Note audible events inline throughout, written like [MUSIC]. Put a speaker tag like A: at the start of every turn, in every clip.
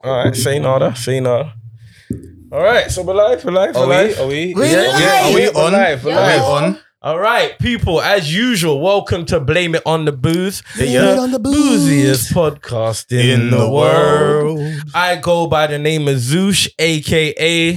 A: All right, say nada, say nada. All right, so we're live, we're live, we're
B: Are we?
A: live.
B: Are we?
C: We're
B: yeah, yeah, Are
C: live.
B: we
A: We're
B: on?
A: live, we're
B: Are
A: live.
B: we on?
A: All right, people, as usual, welcome to Blame It on the Booth,
B: Yeah.
C: on the
A: booziest podcast in, the, world. I go by the name of Zoosh, aka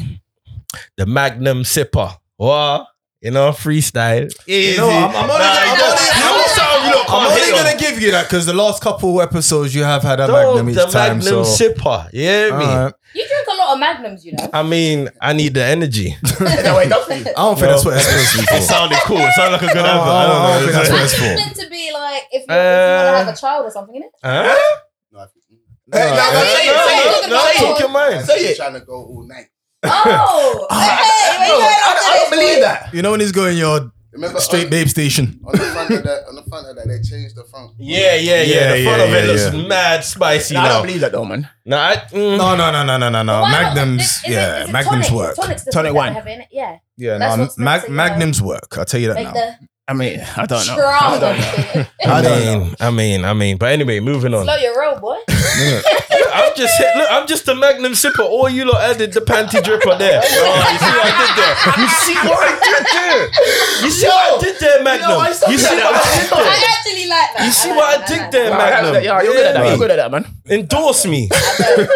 A: the Magnum Sipper. Wow, you know, freestyle.
B: You know, I'm, I'm only, gonna, I'm,
A: you know,
B: only,
A: you know some you lot
B: I'm
A: can't
B: only
A: hit on.
B: gonna give you that because the last couple episodes you have had a
A: Dog,
B: magnum each
A: the
B: time.
A: Magnum
B: so
A: Sipper. You hear me?
B: Alright.
C: You drink a lot of magnums, you know.
A: I mean, I need the energy.
B: I don't think that's what it's supposed to be for.
A: sounded cool. It sounded like [LAUGHS] a good
B: I don't, I don't- I don't think that's what it's
C: That's
B: for.
C: meant to be like if you, if you want to have
D: Uh,
C: a child or something, innit?
A: Huh? eh?
C: Say it, say it,
A: No,
C: say it.
A: talk your mind.
D: Say it. Trying to go all night. [LAUGHS]
C: Oh, okay.
D: No, I, I don't believe that.
B: You know when he's going your
D: Remember
B: straight
D: on,
B: babe station.
D: on the front of that. On the front of that, they changed the front.
A: Yeah, yeah, yeah.
B: Yeah,
A: the front
B: yeah,
A: of it
B: yeah,
A: looks
B: yeah.
A: mad spicy
E: Nah, I
A: now.
E: don't believe that though, man.
A: No, I, mm,
B: No, no, no, no, no, no, no. Magnums, yeah, magnums work.
C: Tonic
E: Tonic wine.
C: Yeah,
B: Yeah,
C: That's
B: no,
C: what's meant
B: mag-
C: to, you know.
B: magnums work. I'll tell you that now.
C: like the
E: I mean, I don't know. I don't know.
C: [LAUGHS] strong.
A: I
B: I don't
A: mean, I mean, I mean. But anyway, moving on.
C: Slow your roll, boy.
A: I'm just hit, look, I'm just a Magnum sipper. All you lot added the panty dripper there. Oh, you see what I did there? You see what I did there? You see what I did there,
E: Yo, why
A: Magnum?
E: you stop
A: You see
E: that?
A: what I did there?
C: [LAUGHS] I actually like that.
A: You see what I did there,
E: Nah, I have
A: Magnum?
E: that. Yeah, you're good at that.
A: Yeah,
E: You're good at that, man.
A: man. Endorse me.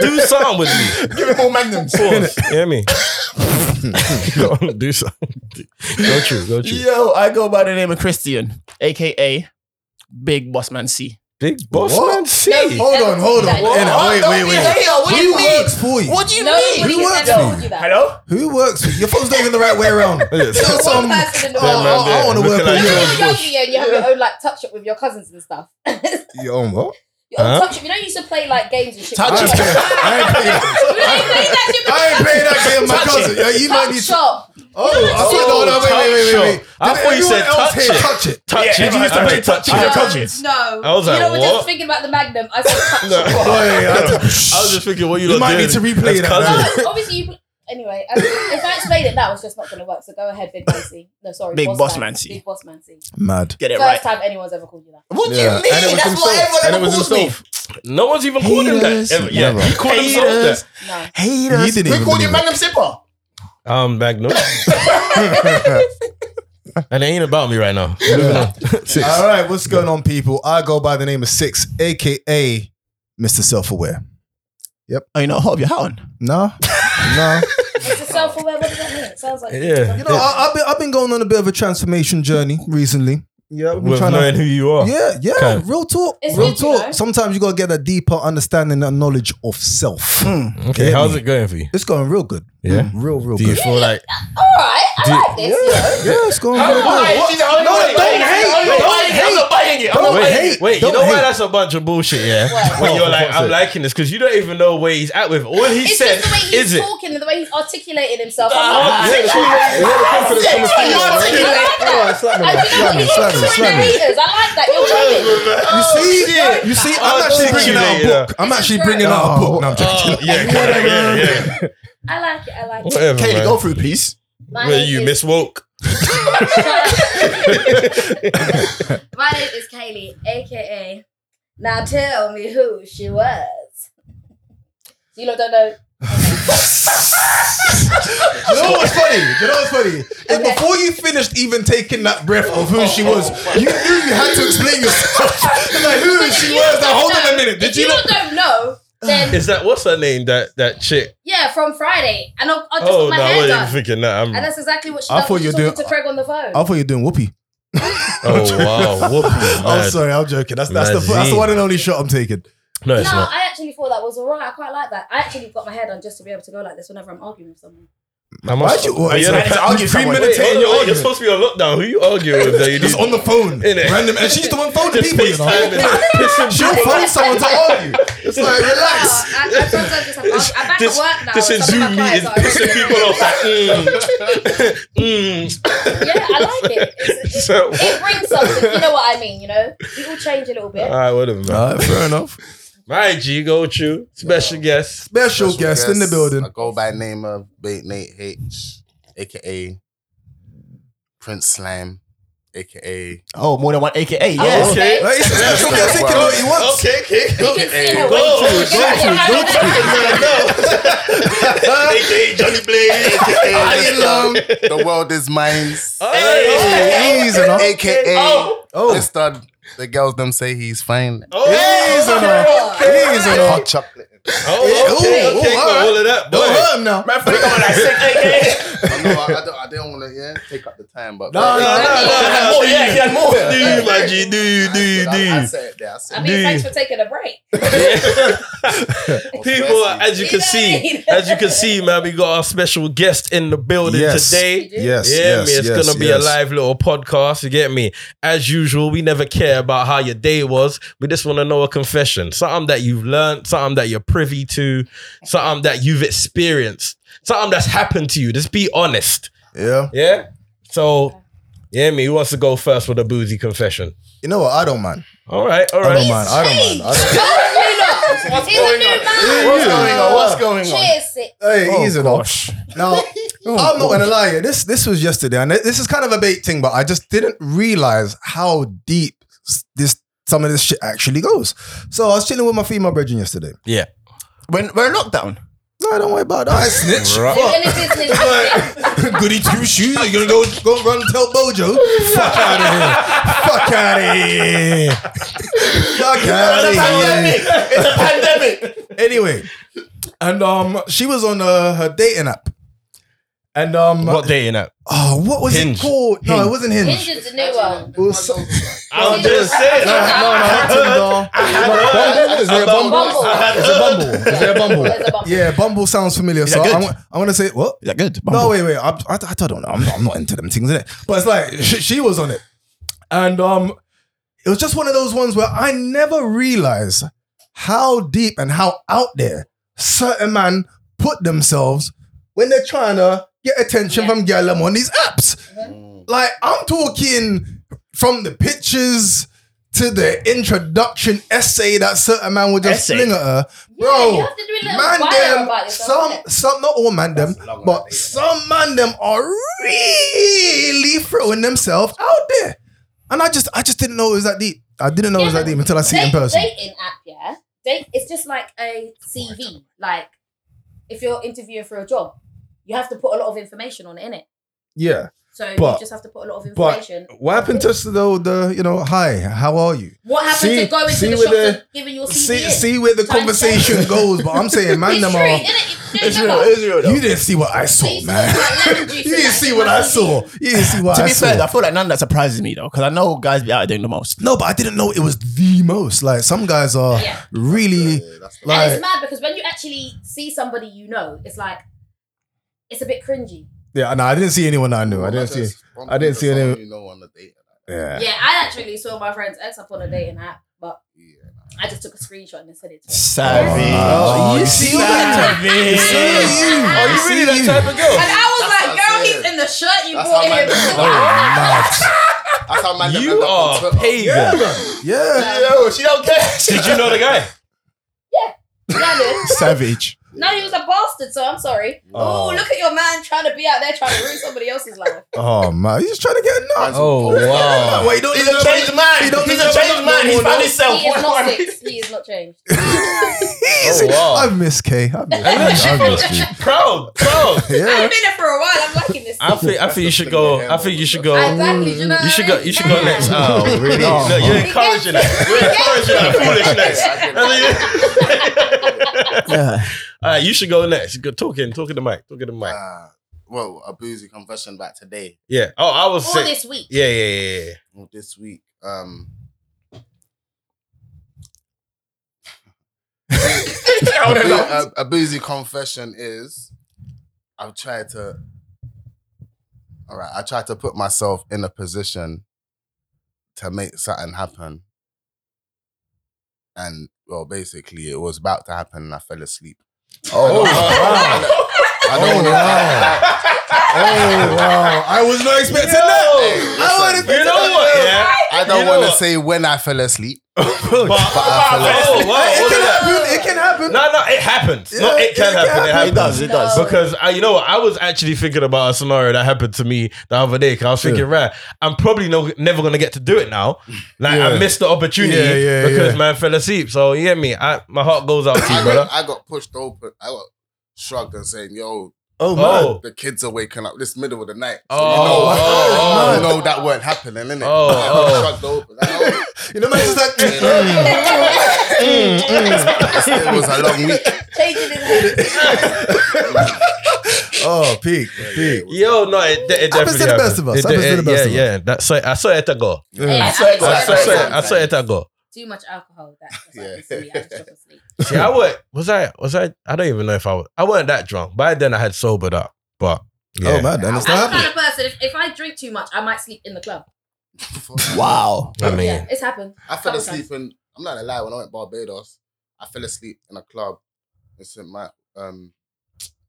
A: Do something with me.
E: Give it more magnums.
A: course. you hear me? [LAUGHS] go on, do something. Go true, go true.
E: Yo, I go by the name of Christian, aka Big Boss Man C.
A: Big boss
B: What?
A: man C.
B: Hold on, hold on.
C: Whoa,
B: Anna, Wait,
E: don't
B: wait,
E: be
B: wait.
E: a hater. What do
B: Who
E: you mean?
B: works for you?
E: What do you
C: No,
E: mean?
C: you
B: worked
C: never
B: for
C: do that.
E: Hello?
B: Who works for you? Your phone's not even the right way around.
A: Look at this.
B: Tell some-
C: One person in the
B: Oh,
C: world.
A: man,
B: I- I
A: yeah.
B: want to work
A: Looking like
C: You know,
A: yours.
B: for you.
C: you're younger, yeah, and you have your own like touch up with your cousins and stuff. [LAUGHS]
B: Your own what?
C: Your own
A: Huh?
C: touch up. You know, you used to play like games and shit.
B: I
C: You
B: just
C: know,
B: can't. I ain't playing that.
C: [LAUGHS] you played that shit.
B: I ain't playing that game, my
E: Touch
B: cousin. Yeah, you might need
C: Touch
B: to.
C: up.
B: Oh, I thought, no, no, wait, wait, wait, wait. wait.
A: I
B: Did
A: thought you said
B: everyone else
A: touch
B: here
A: it.
B: touch it.
A: Touch
E: Yeah,
A: it.
E: you used to
A: I
E: play
A: said
E: touch
A: it.
E: it. Yeah,
C: No,
E: touch it.
C: No.
A: I was like,
C: you know, we're
A: what?
C: just thinking about the Magnum. I said,
A: [LAUGHS]
C: touch
A: No.
C: it.
B: Oh, yeah, yeah, I took-
A: I was just thinking, what you,
B: You
A: lot
B: might
A: doing?
B: need to replay
A: That's
B: that,
A: cousin.
B: man.
C: No, obviously, you. Anyway, I mean, if I explained it now, it's just not going to work. So go ahead, Big Boss C. No, sorry.
E: Big Boss Man C.
C: Big Boss Man C.
B: Mad.
E: Get it
C: First
E: right.
C: time anyone's ever called you that.
E: What do
B: Yeah.
E: you mean?
B: And it was
E: That's
B: himself.
E: what
B: And it
E: everyone ever
B: was
E: calls me.
B: himself.
A: No one's even called him that.
B: Haters.
A: Ever. Yeah,
B: Never.
A: he called himself that.
C: No.
B: He
E: Haters.
B: didn't
E: We
B: even
E: call you
B: believe
E: Magnum Sipper.
A: Um,
B: [LAUGHS]
A: Magnum. and it ain't about me right now. Moving on. Six.
B: All right, what's going on, people? I go by the name of Six, aka Mr. Self Aware.
E: Oh, you know, hope you're on.
B: No, [LAUGHS] no.
C: It's a self aware. What does that mean? It sounds like.
A: Yeah.
B: You know, I, I've been I've been going on a bit of a transformation journey recently. Yeah, I've been
A: With
B: trying to
A: knowing who you are.
B: Yeah, yeah.
A: Okay.
B: Real talk.
C: It's
B: real
C: good, you
B: talk.
C: know.
B: Sometimes you gotta get a deeper understanding and knowledge of self.
A: Okay, how's it going for you?
B: It's going real good.
A: Yeah?
B: Mm, real, real
A: Do you
B: good.
A: feel
B: [LAUGHS]
A: like
C: All right. I like this. you know.
B: Yeah, it's going real good.
E: She's the only
B: No,
E: one.
B: don't hate. Don't
E: I'm not buying it.
B: Don't
E: I'm not buying it.
B: hate.
A: Wait,
B: Don't
A: you know why
B: hate.
A: that's a bunch of bullshit, yeah?
C: What?
A: When
B: Oh,
A: you're
B: for
A: like,
B: fuck's
A: I'm
B: sake.
A: liking this, because you don't even know where he's at with. All he
C: It's
A: said
C: just the way
A: is
C: he's
A: it.
C: talking and the way he's articulating himself.
A: Ah, yeah,
C: I'm
A: the
C: like,
A: [LAUGHS]
B: confidence coming through you, bro.
C: I like that.
B: Oh, slap me,
C: I
B: man.
C: do know
B: Slap
C: what
B: me, slap me,
C: you're doing
B: slap
C: to
B: me.
C: readers. I like that. You're winning.
B: You see? You see, I'm
A: Oh,
B: actually
A: don't you
B: bringing out a
A: hate
B: book.
A: that.
B: I'm
C: This
B: actually
C: is great.
B: bringing out a book. No, I'm joking.
A: Oh, yeah, yeah, yeah, yeah.
C: I like it. I like it.
A: Whatever,
E: Kaylee,
A: man.
E: go through, please.
C: My
A: Where
C: name
A: you
C: is-
A: miss woke.
C: [LAUGHS] My name is Kaylee, aka. Now tell me who she was. You lot don't know.
B: You know what's funny? You know what's funny? Is
C: Okay.
B: before you finished even taking that breath of who she was, you knew you had to explain yourself. [LAUGHS] like who she was. Now hold on a minute. Did
C: If you
B: you not?
C: lot don't know? Then
A: Is that what's her name? That that chick.
C: yeah, from Friday, and I, I just
A: Oh no,
C: got my
A: I
C: hair
A: wasn't even
C: done,
A: thinking that.
C: and
A: I'm,
C: that's exactly what she.
B: I
C: done
B: thought
C: when
B: you
C: she
B: were
C: talking
B: doing-
C: to Craig on the phone.
B: I thought you were doing whoopee.
A: [LAUGHS] oh wow, whoopee, [LAUGHS]
B: I'm
A: mad.
B: sorry, I'm joking. That's that's the that's
A: Imagine.
B: the one and only shot I'm taking.
A: No,
C: no,
A: it's not.
C: I actually thought that was alright. I quite like that. I actually got my hair done just to be able to go like this whenever I'm arguing with someone.
A: I
B: Why'd you?
A: Wait,
B: you
A: you're, not-
E: I'll give someone-
A: wait, hold on,
B: premeditating
A: you're,
B: your argument.
A: supposed to be on lockdown. Who you arguing with? That you
B: Just
A: need-
B: on the phone,
A: Innit?
B: random, and she's the one phoning
A: just
B: people. You know,
A: FaceTiming, pissing
B: [LAUGHS] she'll phone someone to argue. It's
A: [LAUGHS]
B: like relax.
C: Oh, I, I sometimes just have to argue. I'm back
A: Just-
C: at work now.
A: just in
C: and some of
A: Zoom
C: my
A: meetings,
C: clients are
A: pissing people off. Like, mm, mm. [LAUGHS]
C: Yeah, I like it. It's, it,
A: So,
C: it brings something. You know what I mean? You know, we all change a little bit.
A: all
B: Uh,
A: right, whatever. Man.
B: All right, fair enough.
A: My G, go true. Special guest.
B: Special,
D: Special
B: guest in the building.
D: I go by name of Bait Nate H, aka Prince Slime,
B: aka.
E: Oh, more than one AKA. Yes.
C: okay.
B: Right, it's- it's- it's- it's- it's- what he wants.
A: Okay, okay.
C: You can see her
A: Go,
C: weight.
A: go,
C: go,
A: [LAUGHS] AKA Johnny Blaze.
D: the world is mine's.
A: Hey.
B: Easy, no?
D: AKA,
A: Oh.
B: Oh.
D: this done. The girls them say he's fine.
B: Easy, no? Easy, no?
D: Hot chocolate.
A: Oh, okay,
B: Ooh,
A: okay,
B: ooh,
A: got
B: alright.
A: all of that, boy.
B: Don't hurt him now.
D: I know. I, I don't. I don't want to yeah, take up the time, but
B: No, no, no.
A: Oh, yeah, he had more. Do you, my G? Do you, do you, do
D: I, I
A: you?
D: said it there. I
C: [LAUGHS]
D: said
C: I
D: it
C: mean, thanks for taking a break.
D: there.
A: [LAUGHS] People, as you can see, as you can see, man, we got our special guest in the building
B: Yes.
A: today.
B: Yes,
A: yeah,
B: yes,
A: me. It's
B: yes,
A: gonna be
B: yes.
A: a live little podcast. You get me? As usual, we never care about how your day was. We just want to know a confession, something that you've learned, something that you're privy to, something that you've experienced, something that's happened to you. Just be honest.
B: Yeah.
A: Yeah. So, yeah, me. Who wants to go first with a boozy confession?
B: You know what? I don't mind.
A: All right. All
B: I
A: right.
B: don't mind. I don't mind. I
D: [LAUGHS]
B: don't
C: What's going on?
D: What's going on? What's going on?
C: Cheers, sis.
B: Hey,
E: Oh,
B: easy, no?
E: gosh.
D: [LAUGHS]
B: Now,
D: Oh,
B: I'm not gonna lie. This this was yesterday, and this is kind of a bait thing, but I just didn't realize how deep s- this some of this shit actually goes. So I was chilling with my female brethren yesterday.
A: Yeah.
E: When we're in lockdown.
B: No, don't worry about that. I snitch.
C: You're in the business.
D: [LAUGHS]
B: Goody two shoes. Are you gonna go go run and tell Bojo? Fuck out of here. Fuck out of here. Fuck out of here.
E: It's a pandemic.
B: Anyway, and um, she was on uh, her dating app. And um,
A: What dating app?
B: oh, what was
A: Hinge.
B: it called? No, it wasn't Hinge.
C: Ninja's the new one.
B: It was so-
A: I'm
C: just saying.
B: No, no, no,
A: I
B: Tinder. Bumble? Is there a Bumble?
C: Bumble.
B: Is there a Bumble? Is there a Bumble?
C: There's a bump.
B: Yeah, Bumble sounds familiar. So
E: that
B: I'm,
E: good?
B: I'm gonna say what?
E: Is that good?
B: No, wait, wait. I, I, I don't know. I'm not, I'm not into them things, innit? But it's like she, she was on it, and um, it was just one of those ones where I never realized how deep and how out there certain man put themselves when they're trying to get attention
C: Yeah.
B: from girl them on these apps. Like I'm talking from the pictures to the introduction essay that certain man would just
E: Essay?
B: fling at her,
C: Yeah,
B: bro.
C: you have to do a little
B: Man,
C: bio
B: them,
C: about
B: some,
C: yourself, innit?
B: some, not all man, them,
D: That's long on that
B: but
D: day,
B: some man, them are really throwing themselves out there. And I just, I just didn't know it was that deep. I didn't know it was
C: Yeah,
B: that deep until I see it in
C: Date-
B: person.
C: Dating app, yeah. Date. It's just like a CV. Like if you're interviewing for a job, you have to put a lot of information on it, innit?
B: yeah.
C: So
B: But-
C: you just have to put a lot of
B: but-
C: information.
B: What happened to us though? The you know, hi, how are you?
C: what happened
B: see-
C: to going
B: see
C: to the
B: where
C: shop
B: the-
C: and giving your CV?
B: See,
C: in?
B: see where the
C: Time
B: conversation
C: [LAUGHS] check.
B: goes. But I'm saying, man,
C: it's
B: them
C: true,
B: are.
C: innit? It's
E: It's
C: true.
A: Oh,
E: real. It's real though.
B: You didn't see what I saw,
C: saw
B: man. [LAUGHS]
C: like lemon juice
B: you
C: and
B: didn't
C: that
B: see
C: in
B: what
C: my
B: I
C: TV.
B: saw. You didn't see what
E: To
B: I
E: be
B: saw.
E: fair, I feel like none of that surprises me though, because I know guys be out doing the most.
B: No, but I didn't know it was the most. Like some guys are
C: Yeah.
B: really
C: And
B: like
C: it's mad because when you actually see somebody you know, it's like it's a bit cringy.
B: yeah. No, I didn't see anyone I knew. I didn't see. I didn't see any-
D: You know, on the date.
B: Yeah.
C: Yeah, I actually saw my friend's ex up on a dating app, but I just took a screenshot and sent it to him.
E: Savvy.
B: Oh, you see
E: Savvy.
A: Are you really that type of girl?
C: And I was
D: That's
C: like,
D: what I
C: girl,
D: said.
C: he's in the shirt you
D: That's
C: bought
D: how my-
C: him. [LAUGHS]
B: Oh,
D: That's how man
A: Oh,
D: them
A: You
D: end up on
A: are
D: Twitter.
A: pagan. [LAUGHS] Oh,
B: Yeah.
E: Yo, she don't care.
A: Did you know the guy?
C: Yeah, dude.
E: Savage.
C: no, he was a bastard, so I'm sorry.
B: Oh.
C: Oh, look at your man trying to be out there trying to ruin somebody else's
B: [LAUGHS]
C: life.
B: Oh man, he's trying to get a nut. [LAUGHS]
D: Man's on-
B: Oh, wait, don't
E: He's a changed man. He's
B: don't
E: a changed man. He's found himself.
C: He is not six. He is not changed.
A: Oh, wow.
B: I miss K. I miss.
A: And look, she
B: I miss
A: feels
B: you.
A: proud, [LAUGHS] proud.
B: Yeah.
C: I've been there for a while. I'm liking this.
A: I think I think you should go. I think you should go.
C: exactly. do You, know
A: You should go. You should go next.
C: time.
B: [LAUGHS]
A: Oh, really? No, you're encouraging that. You're encouraging that
D: [LAUGHS]
A: foolishness. [LAUGHS] That's what you-
E: [LAUGHS] Yeah.
A: [LAUGHS] All right, you should go next. Go talking, talking the mic, talking the mic.
D: Uh, Well, a boozy confession back today
A: Yeah. Oh, I was
C: All
A: sick.
C: this week.
A: Yeah, yeah, yeah, yeah.
D: or this week. Um, a, boo- a, a boozy confession is I've tried to. All right, I tried to put myself in a position to make something happen. And well, basically, it was about to happen, and I fell asleep.
B: Oh wow.
A: wow.
D: I don't
B: Oh,
D: want to.
B: wow. Oh wow. I was not expecting that.
A: Yo.
B: I wasn't
D: [LAUGHS] Listen,
B: expecting
A: You know what?
B: that.
A: Yeah.
B: [LAUGHS]
D: I I don't
A: know
D: want to
A: what?
D: say when I fell asleep.
A: But,
B: [LAUGHS]
A: oh, wow,
B: it
A: what
B: can
A: is that?
B: happen. It can happen.
A: No, no, it happened. no,
B: Yeah,
A: it can
B: it
A: happen.
B: can
A: It happens.
B: happen.
E: It does, it does.
C: No.
A: Because I, you know what, I was actually thinking about a scenario that happened to me the other day. Because I was thinking, right, I'm probably no, never gonna get to do it now. Like I
B: Yeah.
A: missed the opportunity
B: Yeah, yeah,
A: because
B: yeah.
A: man fell asleep. So you get me? I, my heart goes out to you,
D: I
A: brother.
D: got, I got pushed open. I got shrugged and saying, "Yo,
B: [LAUGHS] Oh,
A: Oh,
D: the kids are waking up this middle of the night."
A: Oh,
D: So
B: oh,
D: [LAUGHS] you know,
B: oh.
D: you know that weren't happening, innit?
A: Oh,
D: I got
A: oh.
D: shrugged open. I know.
B: You know, man, it's
A: [LAUGHS]
B: like, [LAUGHS]
D: You
A: Mm,
D: know, it was a long week.
C: Changing his
A: mm.
C: head.
B: oh, peak, peak.
A: yo, no, it, it definitely
B: Happens to the
A: happened.
B: best of us.
A: It,
B: Happens to the
A: yeah,
B: best of us.
A: yeah. That's I saw it a go.
C: Hey,
B: Yeah.
C: I
A: I
C: just-
A: saw it. I
D: Sometimes.
A: saw it a go.
C: Too much alcohol. That's what
D: Yeah.
C: happens to me. I just drop asleep.
A: See, I was was I was I I don't even know if I was I weren't that drunk. By then I had sobered up. But yeah.
B: Oh man, then
C: I'm
B: it's
C: the
B: not happening.
C: kind of person, if, if I drink too much, I might sleep in the club.
A: [LAUGHS]
B: Wow.
A: I mean
C: yeah, it's happened.
D: I fell
C: Couple
D: asleep in. I'm not gonna lie. When I went Barbados, I fell asleep in a club in St. My um.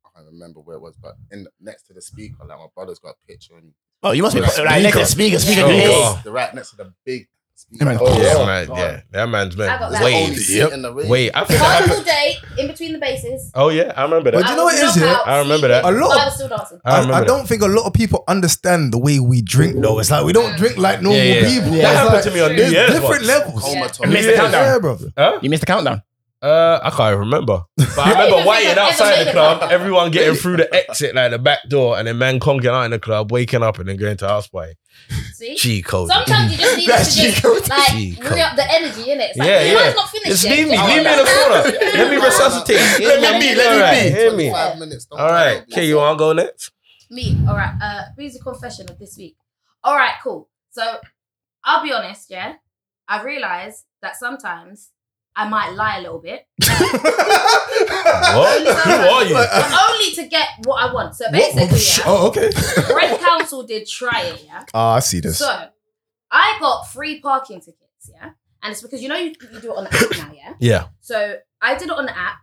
D: I can't remember where it was, but in next to the speaker, like my brother's got a picture and
E: Oh, you must be
D: Speaker.
E: right next to the speaker. Speaker,
A: Oh,
E: do this.
A: God.
D: the right next to the big
E: Them
D: speaker.
E: man- Oh,
A: yeah,
E: God.
A: man, yeah, that man's
C: I
A: man.
C: got that.
D: Only
A: Wait,
D: seat in the race.
A: wait, I think that
E: [LAUGHS]
C: Multiple
A: happened.
C: date in between the bases.
A: Oh yeah, I remember
B: But
A: that.
B: you know what is
C: was knocked
B: it?
C: out,
A: I remember that.
B: A
C: sleeping,
B: lot
C: but I
B: of-
C: was still dancing.
A: I
B: I,
A: remember
B: I don't think a lot of people understand the way we drink though. It's like we don't drink like normal
A: Yeah, yeah.
B: people.
E: That
B: It's
A: happened
B: like,
A: to me on New
B: there's
A: Year's
B: different
A: once.
B: levels.
D: Comatose.
E: Missed the
A: Yeah.
E: countdown.
B: Yeah, bro.
A: [LAUGHS]
B: [LAUGHS]
A: Huh?
E: You missed the countdown.
A: Uh, I can't remember. But I remember
C: don't think
A: waiting
C: I've ever
A: outside
C: made
A: the
C: it
A: club,
C: back.
A: everyone getting through the exit, like the back door, and then man conking out in the club, waking up and then going to house party.
C: See?
A: G code.
C: Sometimes you just need
E: That's
C: to
E: G code.
C: just like
A: G code.
C: re up the energy, innit? It's like,
A: Yeah,
C: yeah,
A: yeah.
C: yeah. not finished
A: Just
C: yet.
A: leave me,
C: Just
A: leave me in the
C: [LAUGHS]
A: corner. Let me resuscitate.
E: Let me be, let me be.
A: Hear me. All right,
D: Five minutes. Don't
A: All right.
D: worry.
A: K, you want to go next?
C: Me, all right. Uh, who's the confession of this week? All right, cool. So, I'll be honest, yeah. I've realized that sometimes I might lie a little bit,
A: What? [LAUGHS] Who are you?
C: but only to get what I want. So basically, yeah,
B: Oh, okay.
C: Red Council did try it, yeah.
B: Ah, I see this.
C: So, I got free parking tickets, yeah, and it's because you know you, you do it on the app now, yeah.
A: Yeah.
C: So I did it on the app,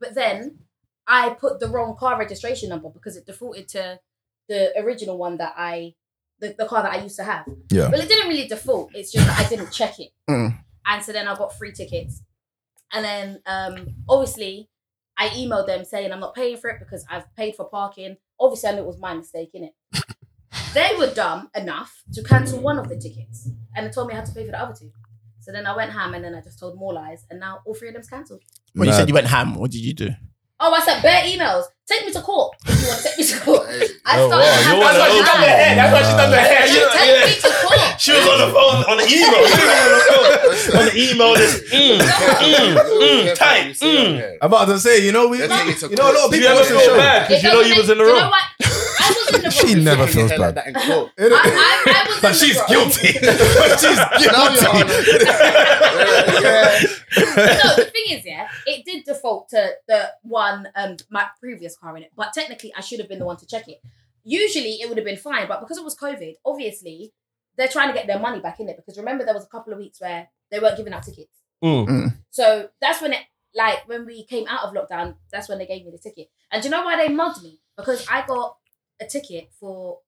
C: but then I put the wrong car registration number because it defaulted to the original one that I, the, the car that I used to have.
B: Yeah.
C: Well, it didn't really default. It's just that I didn't check it,
E: Mm.
C: and so then I got free tickets, and then um, obviously I emailed them saying I'm not paying for it because I've paid for parking. Obviously, I knew it was my mistake, innit? they were dumb enough to cancel one of the tickets, and they told me I had to pay for the other two. So then I went ham, and then I just told more lies, and now all three of them's cancelled.
E: When you
B: Nah.
E: said you went ham, what did you do?
C: Oh, I sent bare emails. Take me to court if you want to take me to court.
D: Hey,
C: I
A: Oh,
C: started.
A: wow, you
C: having
A: wanna
C: lies.
A: know something?
E: That's why she's done the hair.
C: Just
A: Yeah,
C: take
A: yeah.
C: me to court.
A: She was on the phone, on the email. on the email,
D: [LAUGHS]
A: this. Mm, mm, mm, tight. Mm.
B: I'm about to say, you know, we, you
D: They
B: know,
D: take it to
B: a lot of
D: court.
A: Did you ever
B: people watch the
A: feel
B: show.
A: bad? Because
C: It
A: you know
C: doesn't
A: you was
C: make-
A: in the
C: you know
A: room.
C: what? I was in the
B: She
C: room.
B: never feels bad.
D: That in court.
C: I, I, I was
B: But
A: [LAUGHS]
C: in the
B: she's
C: room.
B: guilty. But she's
D: Now you're on
B: guilty.
D: it. Yeah.
C: no, the thing is, yeah, it did default to the one um my previous car in it, but technically I should have been the one to check it. Usually it would have been fine, but because it was COVID, obviously they're trying to get their money back in it because remember there was a couple of weeks where they weren't giving out tickets.
A: Mm.
C: So that's when it, like, when we came out of lockdown, that's when they gave me the ticket. And do you know why they mugged me? Because I got a ticket for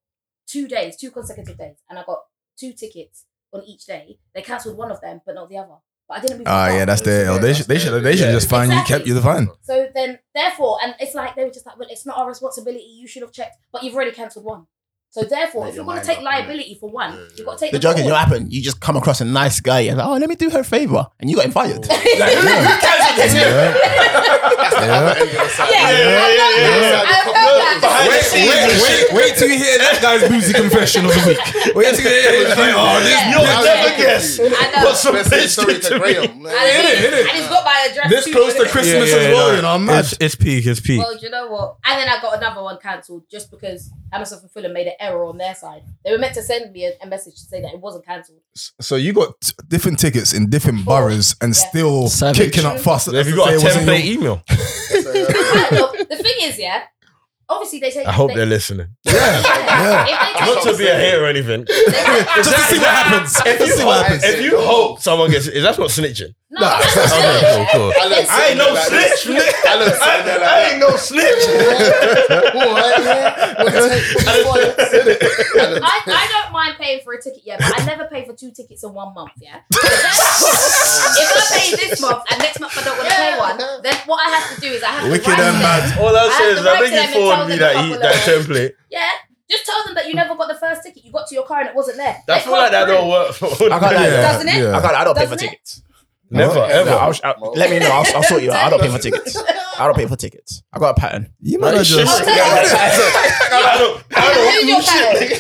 C: two days, two consecutive days, and I got two tickets on each day. They cancelled one of them, but not the other. But I didn't. move the
B: [LAUGHS] Ah,
C: car.
B: yeah, that's the. Oh, they should. They should. They should
A: Yeah.
B: just fine you. Kept you the fine.
C: So then, therefore, and it's like they were just like, well, it's not our responsibility. You should have checked, but you've already cancelled one. So therefore,
D: Make
C: if
D: your
C: you're going to
D: mind
C: take
D: up, innit?
C: liability for one,
D: Yeah,
C: you've got to take
E: The
C: them
E: joke is,
C: all.
E: you know
C: [LAUGHS]
E: what happened? You just come across a nice guy and oh, let me do her a favor, and you got invited. Like, you cancelled this.
B: Yeah. yeah.
C: [LAUGHS] Yeah,
A: Yeah, yeah, yeah,
C: I know
A: yeah.
C: that. I know that.
A: Behind the
B: Wait, wait, wait, wait till you hear that guy's boozy confession of the week. Wait till you hear that. Oh, this,
C: Yeah.
A: You'll
C: Yeah.
A: never guess.
C: I know.
A: What some
D: Let's say
A: bitch
D: sorry
A: did
D: to
A: to me.
D: Graham.
C: And
D: Like,
B: Innit,
C: it's-
B: innit?
C: and it's got my address.
B: this
C: too,
B: close to
C: innit?
B: Christmas as well, you know. I'm mad.
A: It's, it's peak, it's peak.
C: Well, do you know what? And then I got another one cancelled just because Amazon and Fulham made an error on their side. They were meant to send me a, a message to say that it wasn't cancelled. [LAUGHS]
B: So you got t- different tickets in different boroughs and
C: Yeah.
B: still
E: Savage.
B: kicking up fuss.
A: Have you got a
B: It wasn't
A: template
B: your-
A: email?
C: I know. the thing is, yeah, obviously they take.
A: I hope
C: they, [LAUGHS]
A: they're listening.
B: Yeah, yeah.
C: If they take,
A: Not to be a hater or anything.
C: they take-
B: Just to see what happens.
A: If
B: Just to
A: you,
B: see what
A: hope,
B: happens.
A: if you hope someone gets, that's not snitching.
C: No,
B: Nah.
C: that's not
A: Okay,
C: serious.
A: cool, cool. I ain't no snitch. nigga.
B: [LAUGHS]
D: I look
A: I,
D: Sunday like
A: I ain't no snitch.
C: I, I don't mind paying for a ticket, yeah, but I never pay for two tickets in one month, yeah. if I pay this month and next month I don't want to pay one, then what I have to do is I have to
B: Wicked
C: write
B: and
C: them.
B: mad.
A: All I
C: I
A: say
C: have
A: is
C: to
A: I think
C: write to
A: you
C: them and
A: forward me
C: tell
A: that
C: them
A: he,
C: a
A: that
C: couple of-
A: template.
C: Yeah, just tell them that you never got the first ticket. You got to your car and it wasn't there.
A: I
C: They
A: feel like that
C: can't [LAUGHS]
A: don't work for all
E: I can't
A: niggas.
E: lie.
C: Doesn't it?
E: I, can't, I don't pay for
C: Doesn't it?
E: tickets.
A: Never, ever.
E: No, I'll, sh- I'll- let me know. I'll, I'll sort you out. I don't pay for tickets. I don't pay for tickets. I got a
C: [LAUGHS]
E: pattern.
B: You
A: Man,
B: might
A: shit.
B: just. [LAUGHS]
E: [LAUGHS]
C: Okay.
A: I don't, I
C: prove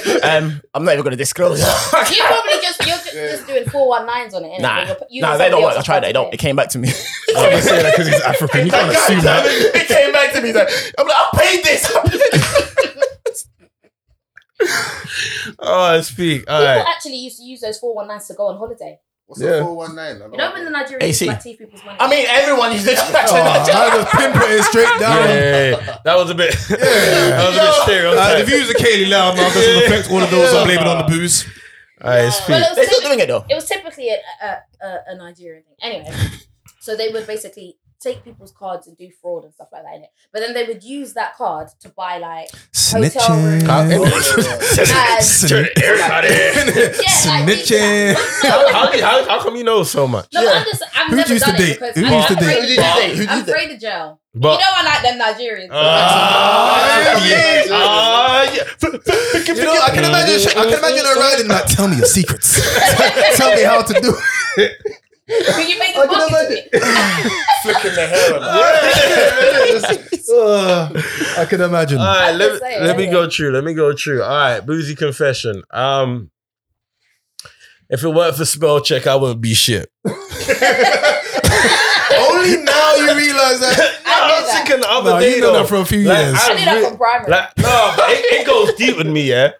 C: your talent.
E: Um, I'm not even going to disclose.
C: [LAUGHS] You probably just you're just, just doing four one nines on it. innit?
E: nah,
C: You're pu- using
E: nah, they don't
C: somebody
E: work. I
C: else's
E: tried it. They don't.
C: content.
E: It came back to me.
B: Oh,
F: I'm just saying that because he's African. You can't assume that.
E: it came back to me. Like, I'm like, I paid this.
A: don't. Oh, speak. All
C: People
A: right.
C: actually used to use those four one nines to go on holiday.
D: What's a 419?
C: You know when the Nigerians
E: AC.
C: like teeth people's money.
E: I mean, everyone used it.
B: [LAUGHS] Oh, I just pinpoint it straight
A: Yeah,
B: down.
A: yeah, yeah. that was a bit. [LAUGHS] that was a bit
E: Yo.
B: Uh,
A: stereotypical.
B: the views of Kaylee Loud now doesn't affect all of those I'm blaming on the booze.
A: All right,
C: Well,
A: speak.
C: it was
E: They're still
C: typically-
E: doing it though.
C: it was typically a, a, a, a Nigerian thing.
B: [LAUGHS]
C: Anyway, so they would basically take people's cards and do fraud and stuff like that in it. But then they would use that card to
B: [LAUGHS]
C: buy like
B: Snitching.
C: Hotel room.
A: [LAUGHS]
B: Snitching.
C: [LAUGHS] Yeah, like, these-
B: Snitching.
C: [LAUGHS]
A: How, how, how, how come you know so much?
C: No,
E: Yeah.
C: I'm just, I've
B: Who'd
C: never
B: you used
C: done
B: to
C: it
B: date?
C: because
B: Who
C: I'm
B: used to date? Uh,
C: afraid
E: Who
C: of
E: did you date? Who
C: jail. I'm
E: did you
C: afraid of jail. You
A: But
C: know I like them Nigerians.
A: Ah, yeah.
D: Nigerians.
A: Ah, [LAUGHS] yeah.
B: You know, I can imagine. I can imagine her riding like, "Tell me your secrets. [LAUGHS] Tell me how to do." it."
C: Can you make the market?
F: Flicking the hair on them.
A: [LAUGHS]
B: [LAUGHS] Uh, I can imagine.
A: All right,
C: I'm
A: let,
C: just saying,
A: let me
C: yeah.
A: go through. Let me go through. All right, boozy confession. Um, if it weren't for spell check, I wouldn't be shit.
B: Only now you realize that.
A: I
C: I
A: was
C: knew that.
A: thinking the other
B: No,
A: day
B: you know
A: though.
B: that for a few
A: Like,
B: years.
A: I
C: I knew that
A: re-
C: from primary.
A: Like, no, but it, it goes deep with me, yeah.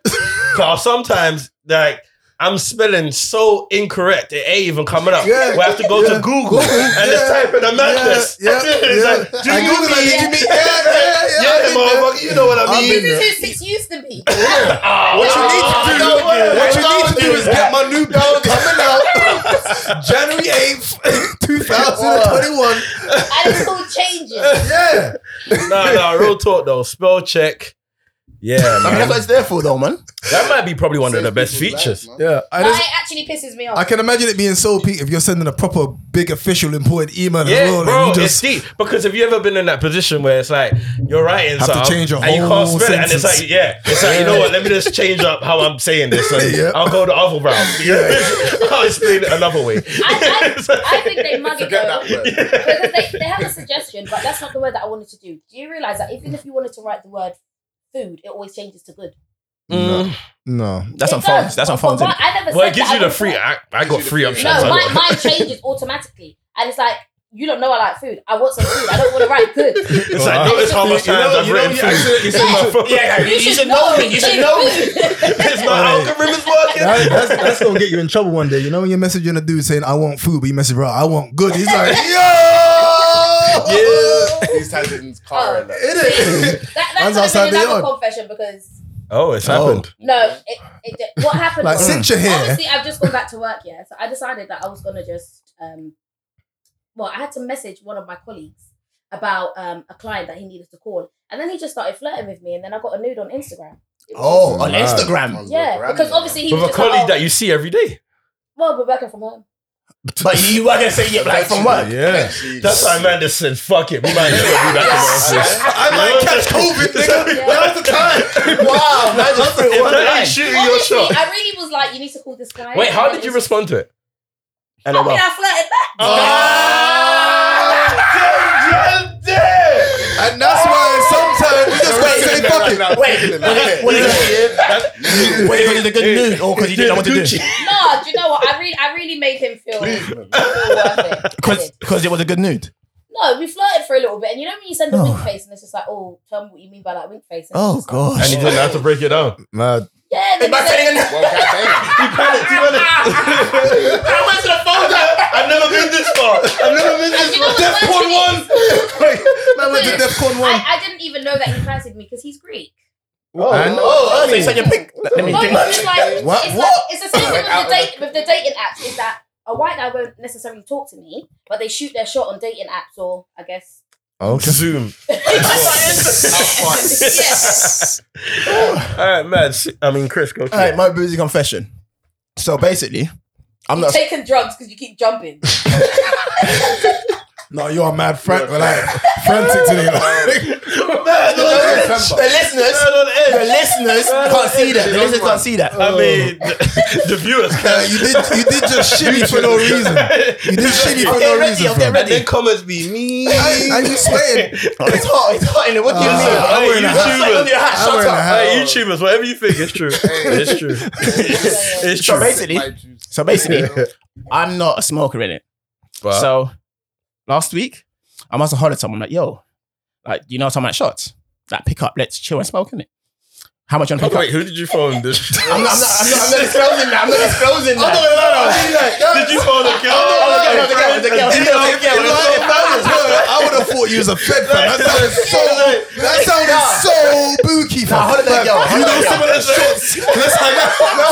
A: Cause sometimes, like, I'm spelling so incorrect, it ain't even coming up.
B: Yeah.
A: We have to go
B: Yeah.
A: to Google and just
B: Yeah.
A: type in a madness.
B: Yeah, yeah,
A: [LAUGHS] it's
B: yeah.
A: like, do
B: I
A: you
B: Googled, like,
A: mean?
B: did
A: [LAUGHS]
B: you mean? Yeah, yeah, yeah.
A: Yeah,
B: I mean,
A: motherfucker, you know what I
B: I've
A: mean.
B: been
C: this
B: there.
C: is who six used to be.
A: Ah,
B: What you need to do,
A: don't worry.
B: what you
A: Don't
B: need to do is get my new bill coming out [LAUGHS] January [LAUGHS] 8th, 2021.
C: And it's all changing.
B: Yeah.
A: [LAUGHS] Nah, nah, real talk though. Spell check.
B: [LAUGHS]
A: Yeah,
E: I mean, that's
A: man.
E: what it's there for, though, man.
A: that might be probably one of the best features.
B: Yeah. [LAUGHS] I
C: But
B: just
C: it actually pisses me off.
B: I can imagine it being so peak if you're sending a proper big official important email as
A: Yeah,
B: well.
A: bro,
B: and you
A: it's
B: just
A: deep because if you ever been in that position where it's like you're writing
B: Have to
A: something
B: change your
A: and you can't
B: whole
A: spell it, and it's
B: sentence.
A: like yeah, it's like you know what? Let me just change up how I'm saying this. And
B: Yeah.
A: I'll go the other route. [LAUGHS] I'll explain it another way. [LAUGHS]
C: I, I, I think they mug it
D: Forget
C: though.
D: that word.
C: Because they, they have a suggestion, but that's not the word that I wanted to do. Do you realise that even if you wanted to write the word food, it always changes to good?
A: Mm.
B: no.
E: That's
C: It
E: on phones.
C: does.
E: That's on
C: But
E: phones.
C: why-
E: innit?
C: I never
A: Well,
C: said
A: it gives
C: that.
A: you the
C: I
A: free.
C: was-
A: I, I got free options.
C: No,
A: I
C: my,
A: got-
C: mine changes automatically. And it's like, you don't know I like food. I want some food. I don't want to write good.
A: it's like notice how much
F: You
A: times
F: know,
A: I've
F: you know,
A: written
F: you
A: food.
F: accidentally said
A: [LAUGHS]
F: my phone.
C: [LAUGHS]
E: Yeah, yeah, you, should know me. You should know me.
A: It's my algorithm is working.
B: That- that's, that's gonna get you in trouble one day. You know when you're messaging a dude saying I want food, but you message bro, I want good. He's [LAUGHS] like, yo,
D: Oh, He's had it in his car. and that.
B: It is.
C: [LAUGHS] That,
B: Man's
C: that's
B: outside
C: outside
B: the
C: another
B: yard.
C: confession because
A: [LAUGHS] Oh, it's
B: Oh.
A: happened.
C: no, it,
E: [LAUGHS]
C: it, what happened
B: Like,
C: was
B: sit your hair.
C: obviously I've just gone back to work, yeah. So I decided that I was gonna just um, well, I had to message one of my colleagues about um a client that he needed to call, and then he just started flirting with me, and then I got a nude on Instagram. It was-
E: Oh, on
D: Nah.
E: [LAUGHS] Instagram.
C: yeah, because obviously he
A: With
C: was
A: a
C: just like,
A: colleague
C: oh,
A: that you see every day.
C: well, we're working from home.
E: But you were gonna say yeah, like from work.
A: Yeah. That's why man just said, fuck it, we might never be [LAUGHS] back in the office.
B: I might catch COVID, [LAUGHS] nigga.
C: Yeah.
B: Now's the time.
E: Wow, man, just threw it
A: If
E: one
A: that ain't
E: line.
A: shooting your
C: Honestly,
A: shot.
C: I really was like, you need to call this client.
A: Wait, how
C: And
A: did
C: it
A: you
C: was-
A: respond to it?
E: And
C: I
E: I'm
C: mean,
E: off.
C: I flirted back.
A: Ah,
B: And that's why sometimes you just gotta say fuck it.
E: Wait, was it- wait, was it a good nude or because you didn't know what to do?
C: No, do you know what? I really, I really made him
E: [LAUGHS]
C: feel, feel [LAUGHS] worth it. I did.
E: Because it was a good nude.
C: No, we flirted for a little bit, and you know when you send a wink face, and it's just like, oh, tell me what you mean by that wink face. And
E: Oh
C: it's just like,
E: gosh.
A: And he didn't have to break it down.
B: Mad.
C: Yeah, then
E: my
C: you said-
E: finger.
D: Well, goddamn.
A: He panicked, he panicked.
E: I went to the phone.
A: I've never been this far. I've never been
C: And
A: this
C: you know
A: far.
C: what's worse
A: Death
C: than it
A: one.
B: Man went to DEFCON one.
C: I, I didn't even know that he fancied me because he's Greek.
B: And-
E: Oh, so you sent your pic. Let me
C: But
E: do
C: it's
E: that.
C: like,
B: What-
C: It's,
B: what?
C: Like, it's the same thing with the, date, with the dating apps. Is that a white guy won't necessarily talk to me, but they shoot their shot on dating apps or I guess.
B: Okay.
A: Zoom.
C: yes.
A: All right, man. s- I mean, Chris, go.
E: All right, my [LAUGHS] boozy confession. So basically, I'm
C: You're
E: not.
C: [LAUGHS] taking drugs because you keep jumping. [LAUGHS]
B: No, you're a mad Frank. We're like frantic today. Like,
E: [LAUGHS] the listeners, the listeners can't see that. The listeners can't see that.
A: I mean, the, the viewers.
B: uh, you did you did just shit me
A: [LAUGHS]
B: for no reason. You did shit me for
E: Okay,
B: no
E: ready,
B: reason.
E: okay,
B: fam.
E: ready.
A: comments be me.
B: And and you sweating.
E: It's hot. It's hot in there. What do you
B: Uh,
E: mean?
B: I'm wearing a hat.
E: It's like under your hat.
B: I'm
E: Shut
B: wearing a
E: up.
B: hat.
A: Hey, YouTubers, whatever you think, it's
E: [LAUGHS]
A: true. It's true. It's
E: So
A: true.
E: basically, so basically, I'm not a smoker in it.
A: But-
E: So last week, I must have hollered at someone like, yo, like, you know what I'm at shots? Like, pick up, let's chill and smoke in it. How much you
B: Oh,
A: Wait,
E: want to pick up?
A: who did you phone? This?
E: I'm not, I'm, not, [LAUGHS] I'm, not, I'm not disclosing that. I'm not disclosing that.
A: Did you phone a girl?
E: Oh, no, no, no, the girl, the girl, the girl, the girl, the girl.
B: I would have thought you was a fed fan. That sounded so. That sounded so booky. fam.
E: Nah, hold it there,
B: You
E: yo.
B: know
E: Hold it there,
B: some of those shots. Let's hang
A: [LAUGHS]
B: out.
C: No.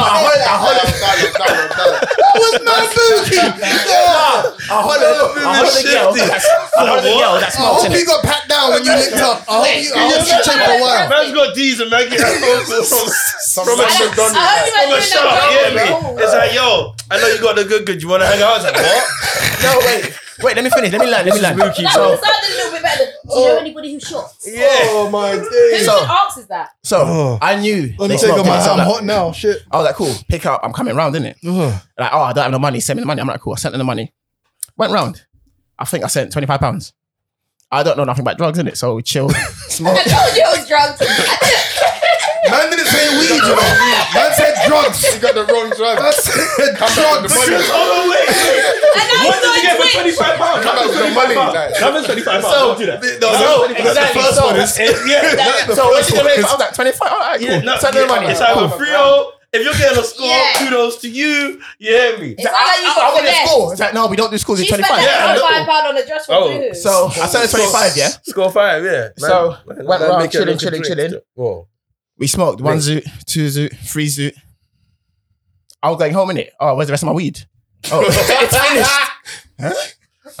E: No, I hollered. I hollered.
B: That was mad booky. Yeah.
E: I hollered. I hollered the girl. that's- I hollered the girl that
B: I
E: smokes
B: hope
E: in it.
B: you got packed down when you linked up. I hope you. I hope you checked for a while.
A: Man's got D's and Maggie has phones from, from, from,
C: I,
A: a-
C: I heard you
A: from a
C: were doing
A: shop.
C: that
A: You hear me? It's like, yo, I know you got the good good. You want to hang out? I was like, what?
E: No, wait. Wait, let me finish. Let me land. Let me land.
C: That
E: So,
C: one sounded a little bit better. than, Do you know
E: Oh.
C: anybody who shots? Who
B: Oh my days.
E: So-
C: even asks is that?
E: so I knew they
B: Undertaker,
E: smoked in
B: my
E: it. So
B: I'm
E: I'm like,
B: hot now. Shit.
E: I was like, cool, pick up. I'm coming round, innit?
B: Ugh.
E: Like, oh, I don't have no money. Send me the money. I'm like, cool. I sent them the money. Went round. I think I sent twenty five pounds. I don't know nothing about drugs, innit? So we [LAUGHS] chill, smoke.
C: I told you I was [LAUGHS] drugs.
B: Man didn't say weed, you know. Man said drugs.
D: You got the wrong
B: Man
D: drug.
B: said
D: Come back with the money.
B: drugs.
A: Oh, wait, wait. What did you get for 25 pounds?
D: Come back with the money. like.
A: That was 25 pounds. Don't do that.
E: No, exactly. So,
A: Yeah.
E: so what did you make? I was like twenty five. All right, cool.
A: Yeah, no,
E: send them the
A: yeah,
E: money.
A: It's either free oh, if you're getting a score,
C: Yeah.
A: kudos to you. You hear me?
C: It's not like you
E: I,
C: got
E: I, I wanted
C: finessed.
E: school. It's like, no, we don't do schools. It's
C: She
E: twenty
C: spent
E: five.
A: Yeah, I
C: that
A: know.
C: £25 on a dress for
A: Oh.
C: oh.
E: So I sent twenty five. Yeah.
A: Score five, yeah. Man,
E: So,
A: man,
E: went
A: man,
E: round,
A: make it
E: chilling,
A: look a
E: chilling,
A: drink.
E: chilling.
A: Whoa.
E: We smoked one zoot, two zoot, three zoot. I was going home in it. Oh, where's the rest of my weed? [LAUGHS] Oh,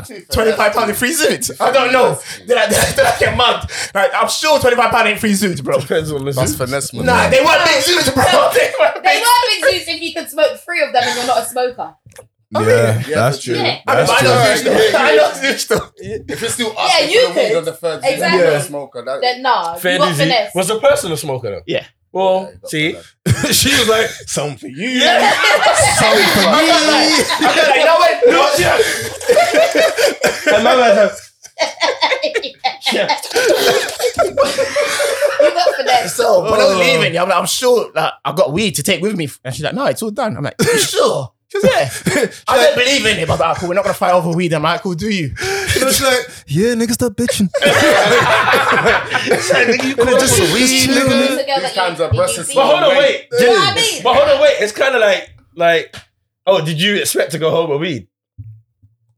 E: it's finished. Twenty-five pound in free zoots. I don't know. Did I, did I, did I get mugged? Like, I'm sure twenty-five pound in free zoots, bro.
A: Depends on the
D: That's
A: zoo.
D: finesse, man.
E: Nah, they weren't big zoots, bro. [LAUGHS] They weren't
C: They
E: big.
C: were big juice if you could smoke three of them and you're not a smoker.
B: Yeah, that's
D: true.
B: true.
C: Yeah.
E: I mean,
B: That's
E: I
B: true.
E: know zoots though. [LAUGHS] I know zoots though.
D: If you're still asking
C: you
D: for the weed
C: could.
D: on the third day,
C: Exactly.
D: you're a smoker. That,
C: Then nah,
A: Fair
C: you got
A: dizzy.
C: finesse.
A: Was
C: [LAUGHS]
A: the person a smoker though?
E: Yeah.
A: Well, see, [LAUGHS]
B: she was like, "Something for you, something for
E: I'm
B: me."
E: not like, I'm not like, no way, no shit.
A: and my man's like,
C: [LAUGHS] you got finesse.
E: So when I was
B: Oh.
E: leaving, yeah, I'm like, I'm sure that I got weed to take with me. And she's like, no, it's all done. I'm like, [LAUGHS] you sure? She was, [LAUGHS] yeah. I don't believe in
A: [LAUGHS]
E: it, but I was like, cool, we're not gonna fight over weed. I'm like, cool, do you?
B: She was like, "Yeah, nigga, stop [LAUGHS] bitching."
A: you
B: And it just, just chill, nigga.
D: These times are breasts is
A: But hold on,
D: Wait.
A: wait.
C: You know what I mean?
A: But hold on, wait. It's kind of like, like, oh, did you expect to go home with weed?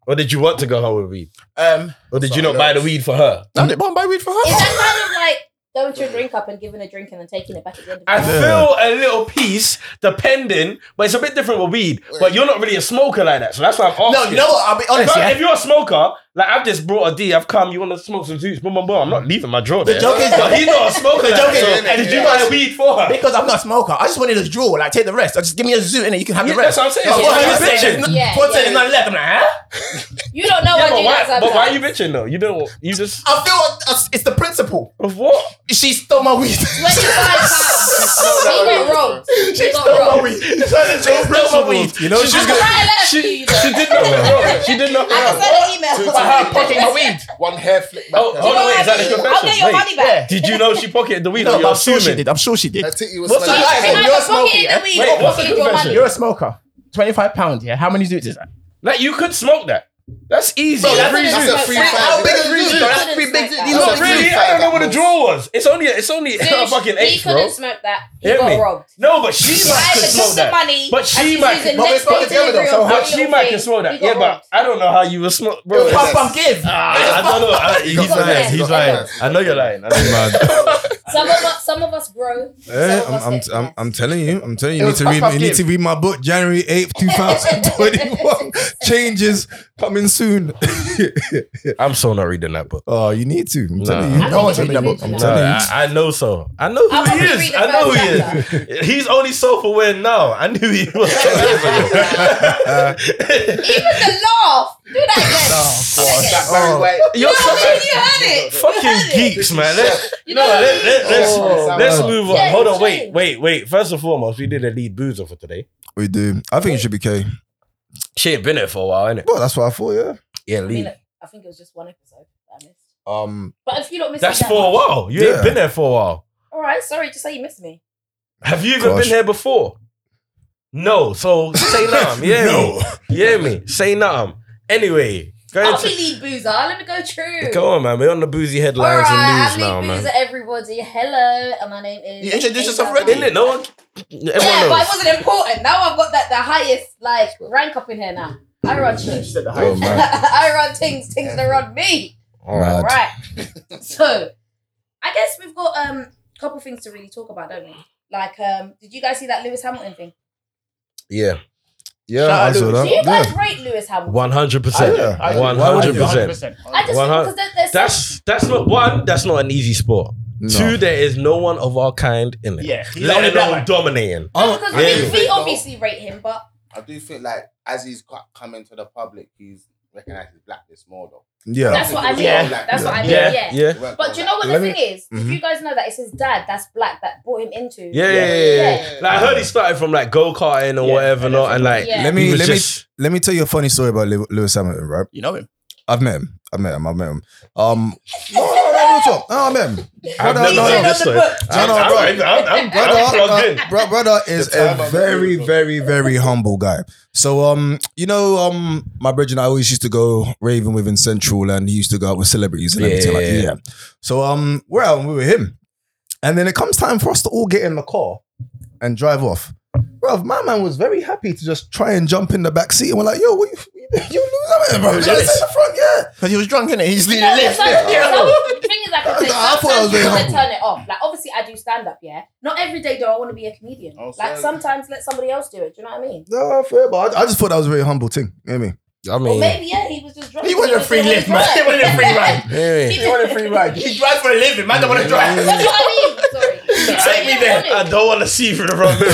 A: Or did you want to go home with weed?
E: Um,
A: Or did you not buy the weed for her?
E: I didn't buy weed for her.
C: Is that kind of like throwing your drink up and giving a drink and then taking it back at the end of the
A: I
C: night?
A: feel a little piece depending, but it's a bit different with weed. But you're not really a smoker like that, so that's why I'm asking.
E: No, you know what? I'll be
A: If,
E: honest.
A: I-
E: Yeah.
A: if you're a smoker, like I've just brought a D, I've come, you want to smoke some juice, boom, boom, boom. I'm not leaving my drawer there.
E: joke is-
A: but he's
E: [LAUGHS]
A: not a smoker. like
E: joke
A: that,
E: is-
A: so- and did you buy weed for her?
E: Because I'm not a smoker, I just wanted to draw. Like, take the rest. I just give me a zoo and then you can have
A: Yeah,
E: the
A: that's
E: rest.
A: what I'm saying.
E: But
A: So
E: what
A: why
E: are
A: you
E: you saying?
A: bitching?
E: There's
C: Yeah,
E: n- What
C: yeah.
E: there's none left. I'm like, huh?
C: You don't know
A: but
C: I do
A: why, but
C: that sometimes.
A: why are you bitching though? You don't. You just
E: I feel it's- it's the principle.
A: of what?
E: She stole my weed. [LAUGHS]
C: Twenty-five pounds. She got robbed. She
E: she
C: got
E: stole my
C: robbed.
E: weed. She stole my weed.
B: You know, she's
C: I can
B: gonna.
C: write a letter
A: She,
C: to you, you
A: she
C: know.
A: did nothing wrong. She did nothing
C: I can
A: wrong.
C: send an email.
E: But her pocketing my weed.
D: One hair flick back.
A: Oh,
D: there.
A: hold on, wait, is that
C: I'll
A: a
C: get your- I'll get
A: confession?
C: your
A: Wait.
C: money back.
A: Did you know she pocketed the weed?
E: No,
A: or
E: but
A: you're
E: I'm sure she
A: assuming?
E: did. I'm sure she did.
D: Her titty was
E: What's
D: smelling.
E: that? You're
C: If I
E: a
C: was
E: smoker,
C: pocketing
E: yeah?
C: the weed,
A: Wait,
C: I'll
A: what's the
C: get your
A: confession?
C: money.
E: You're a smoker. Twenty-five pounds. Yeah. How many zoots is that?
A: Like you could smoke that. That's easy.
E: Bro, that's-
A: Free
D: that's
A: juice.
D: a free
C: That's
D: five.
C: how big
E: a free
D: That's
E: juice?
D: a
E: That's
C: free big-
D: That's
A: Not
D: a free
A: really.
D: five
A: I don't know
D: at
A: what the
D: most.
A: draw was. It's only. It's only [LAUGHS] a fucking
C: He
A: eight, bro.
C: couldn't smoke that. He
A: Hear
C: got
A: me?
C: robbed.
A: No, but she
C: She
A: might
C: either
A: can
C: took
A: smoke
C: the
A: that.
C: money,
A: But she
C: and
A: might-
C: she's using
E: but we're
C: next
E: supposed
C: day
E: to get rid of
C: delivery
E: them, so
C: of
A: But
C: her
A: she
C: little
A: might
C: thing.
A: can smoke
C: He
A: that.
C: got
A: Yeah, but
C: robbed.
A: I don't know how you were smoke, bro.
E: Pump, pump, give.
A: Ah, I don't know. I, he's
C: got
A: lying.
C: that.
A: He's
C: He got
A: lying.
C: that.
A: I know you're lying. I know you're lying.
C: Some of us, some of us grow.
B: Eh,
C: some of us
B: I'm, I'm,
C: get
B: I'm,
C: fat.
B: I'm telling you, I'm telling you, you
E: It
B: need
E: was
B: to read,
E: Puff Puff
B: you need to read my book, January 8th, [LAUGHS] 2021. Changes coming [LAUGHS] soon.
A: I'm so not reading that book.
B: oh, you need to. I'm telling
A: Nah.
B: you.
C: I
E: No one's
C: think
E: reading that
C: we
E: book.
C: should
B: I'm
C: do
A: No,
B: telling you.
A: I, I know so. I know who
C: I
A: he
C: wanted to
A: is.
C: read the
A: I know
C: first
A: who he is. [LAUGHS] He's only self aware now. I knew he
C: [LAUGHS]
A: was. 10 years ago.
C: Even the laugh. Do that again. Do that again.
A: [LAUGHS] You're
C: No,
A: such
C: I
A: a
C: mean, you heard it. You heard
A: fucking
C: it.
A: geeks, man. Let's,
C: You
A: no,
C: know what I
A: let,
C: mean?
A: let, let's,
E: Oh,
A: let's
E: wow.
A: move on.
C: Yeah,
A: Hold on,
C: it's
A: wait,
C: true.
A: wait, wait. First and foremost, we did a lead boozer for today.
B: We do. I think it should be K.
A: She ain't been here for a while, innit?
B: Well, that's what I thought, yeah.
A: Yeah,
C: I mean,
A: lead.
C: like, I think it was just one episode that I missed.
B: Um,
C: But if you don't miss
A: That's
C: me that
A: for a
C: much-
A: while. You
B: Yeah.
A: ain't been there for a while.
C: All right, sorry. Just say you missed me.
A: Have you even
B: Gosh.
A: been here before? No. So [LAUGHS] say nothing. Yeah,
B: No.
A: me. Yeah, me. Say nothing. Anyway, go
C: I'll
A: into-
C: be lead boozer. Let me go through.
A: Go on, man. We're on the boozy
C: All
A: headlines
C: right, I'm
A: and news now,
C: lead
A: man.
C: boozer. Everybody, hello, and my name is.
E: You introduced yourself
C: Ava.
E: already.
A: Isn't it? No one. Everyone
C: Yeah, but
A: knows.
C: it wasn't important. Now I've got that the highest like rank up in here now. I run shit.
E: said the
B: oh, man.
C: [LAUGHS] I run things. Things that run me. All
B: Mad.
C: right. so, I guess we've got um a couple things to really talk about, don't we? Like, um, did you guys see that Lewis Hamilton thing?
A: Yeah,
B: Yeah,
E: Shout out
B: I saw
E: Louis.
B: that.
C: Do you guys
B: Yeah.
C: rate Lewis Hamilton?
A: one hundred percent.
B: Yeah.
A: One hundred percent.
C: I just
A: One hun-
C: because there, there's some-
A: That's that's not one. That's not an easy sport. Two,
B: No.
A: there is no one of our kind in it.
E: Yeah, he's the only
A: let
E: black
A: alone
E: man.
A: dominating.
C: No, because I
A: yeah.
C: mean, we obviously rate him, but
D: I do think like as he's co- come into the public, he's recognized as blackness more though.
B: Yeah.
C: that's what I mean.
E: Yeah.
C: That's what I mean.
A: Yeah,
C: Yeah.
A: yeah, yeah,
C: But do you know what
B: Let
C: the
B: me-
C: thing is? If
B: Mhm.
C: you guys know that it's his dad that's black that brought him into.
A: yeah. yeah, yeah. Like I heard he started from like go karting or
E: Yeah,
A: whatever,
E: and
A: not and like
C: Yeah.
A: he
B: Let me
A: was
B: let me
A: just-
B: let me tell you a funny story about Lew- Lewis Hamilton, right?
E: You know him.
B: I've met him. I've met him. I've met him. Um, no, no, no, no, no, no, I met him.
A: I've
B: Brother,
A: never
B: no,
A: heard
B: no,
A: this
C: on the
A: story.
C: book.
A: I'm,
B: No, no,
A: I'm,
B: bro.
A: I'm, I'm,
B: brother,
A: I'm plugged in.
B: uh, bro- brother is
D: The time
B: a
D: I'm
B: very,
D: available.
B: very, very humble guy. So, um, you know, um, my bridge and I always used to go raving with in Central, and he used to go out with celebrities and
A: Yeah,
B: everything like
A: yeah,
B: that. Yeah. So, um, we're out and we were him, and then it comes time for us to all get in the car and drive off. Bro, my man was very happy to just try and jump in the back seat, and we're like, "Yo, what you, you lose out, bro? Just sit in the front, yeah."
E: Because he was drunk, innit? He's leading
C: No,
E: the
C: it's
E: lift.
C: like,
E: [LAUGHS] Yeah.
C: the thing is, I can say,
B: I thought I was
C: sometimes you
B: being
C: want to
B: humble.
C: turn it off. Like, obviously, I do stand up, yeah? Not every day do I want to be a comedian.
D: Oh,
C: like,
D: sorry.
C: sometimes let somebody else do it. Do you know what I mean?
B: No, fair, but I, I just thought that was a very humble thing. You know what I mean?
A: I
C: Or
A: mean,
C: maybe, yeah, he was just drunk.
E: He wanted a
C: was
E: free
C: doing
E: lift,
C: his
E: man.
C: work.
E: He wanted a
C: [LAUGHS]
E: free ride.
A: anyway.
E: He wanted a free ride. He drives for a living. Man, don't want to drive.
C: That's what I mean. Sorry.
E: Take me there.
A: I don't want to see through the front
B: [LAUGHS]
A: mirror.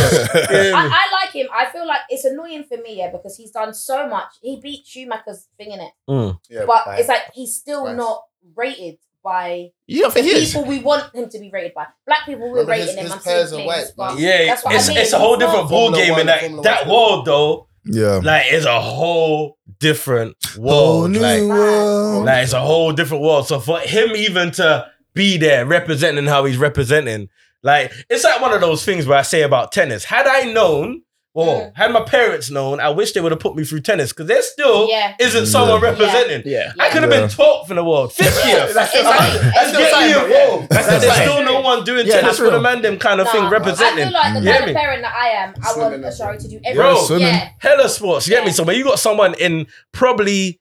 A: Yeah.
C: I, I like him. I feel like it's annoying for me, yeah, because he's done so much. He beat Schumacher's thing in it,
A: Mm.
D: Yeah,
C: but
D: right.
C: it's like he's still
D: Right.
C: not rated by
E: You don't think he is?
C: people we want him to be rated by. Black people, we're
D: Remember, his-
C: rating him.
D: his
C: I'm
D: pairs
C: saying
D: are
C: things,
D: white,
C: but
D: man.
A: Yeah,
C: that's what I
A: it's,
C: mean.
A: it's a whole
C: He's not-
A: different ball
D: Formula
A: game
D: One,
A: in that
D: Formula
A: that
D: One.
A: world though.
B: Yeah.
A: Like it's a whole different
B: Whole
A: world. Like,
B: world.
A: like it's a whole different world. So for him even to be there representing how he's representing, like it's like one of those things where I say about tennis. Had I known, or
C: Mm.
A: had my parents known, I wish they would have put me through tennis because there still
C: Yeah.
A: isn't someone
B: Yeah.
A: representing.
E: Yeah.
A: I could have
B: Yeah.
A: been 12th in the world, 50th.
E: That's
C: It's like-
E: That's
A: Get me
E: still
A: involved.
E: [LAUGHS] That's
A: Like,
E: still
A: there's
E: fine.
A: still no one doing
E: Yeah,
A: tennis
E: that's
A: for the
E: real.
A: man them kind of
C: Nah,
A: thing
C: I feel
A: representing.
C: like the
A: Yeah,
C: kind
A: me.
C: of parent that I am, I want
D: Swimming
C: a
D: as
C: show
D: well.
C: to do everything.
A: swimming.
C: Yeah,
A: Hella sports, you get me?
C: Yeah.
A: So when you got someone in probably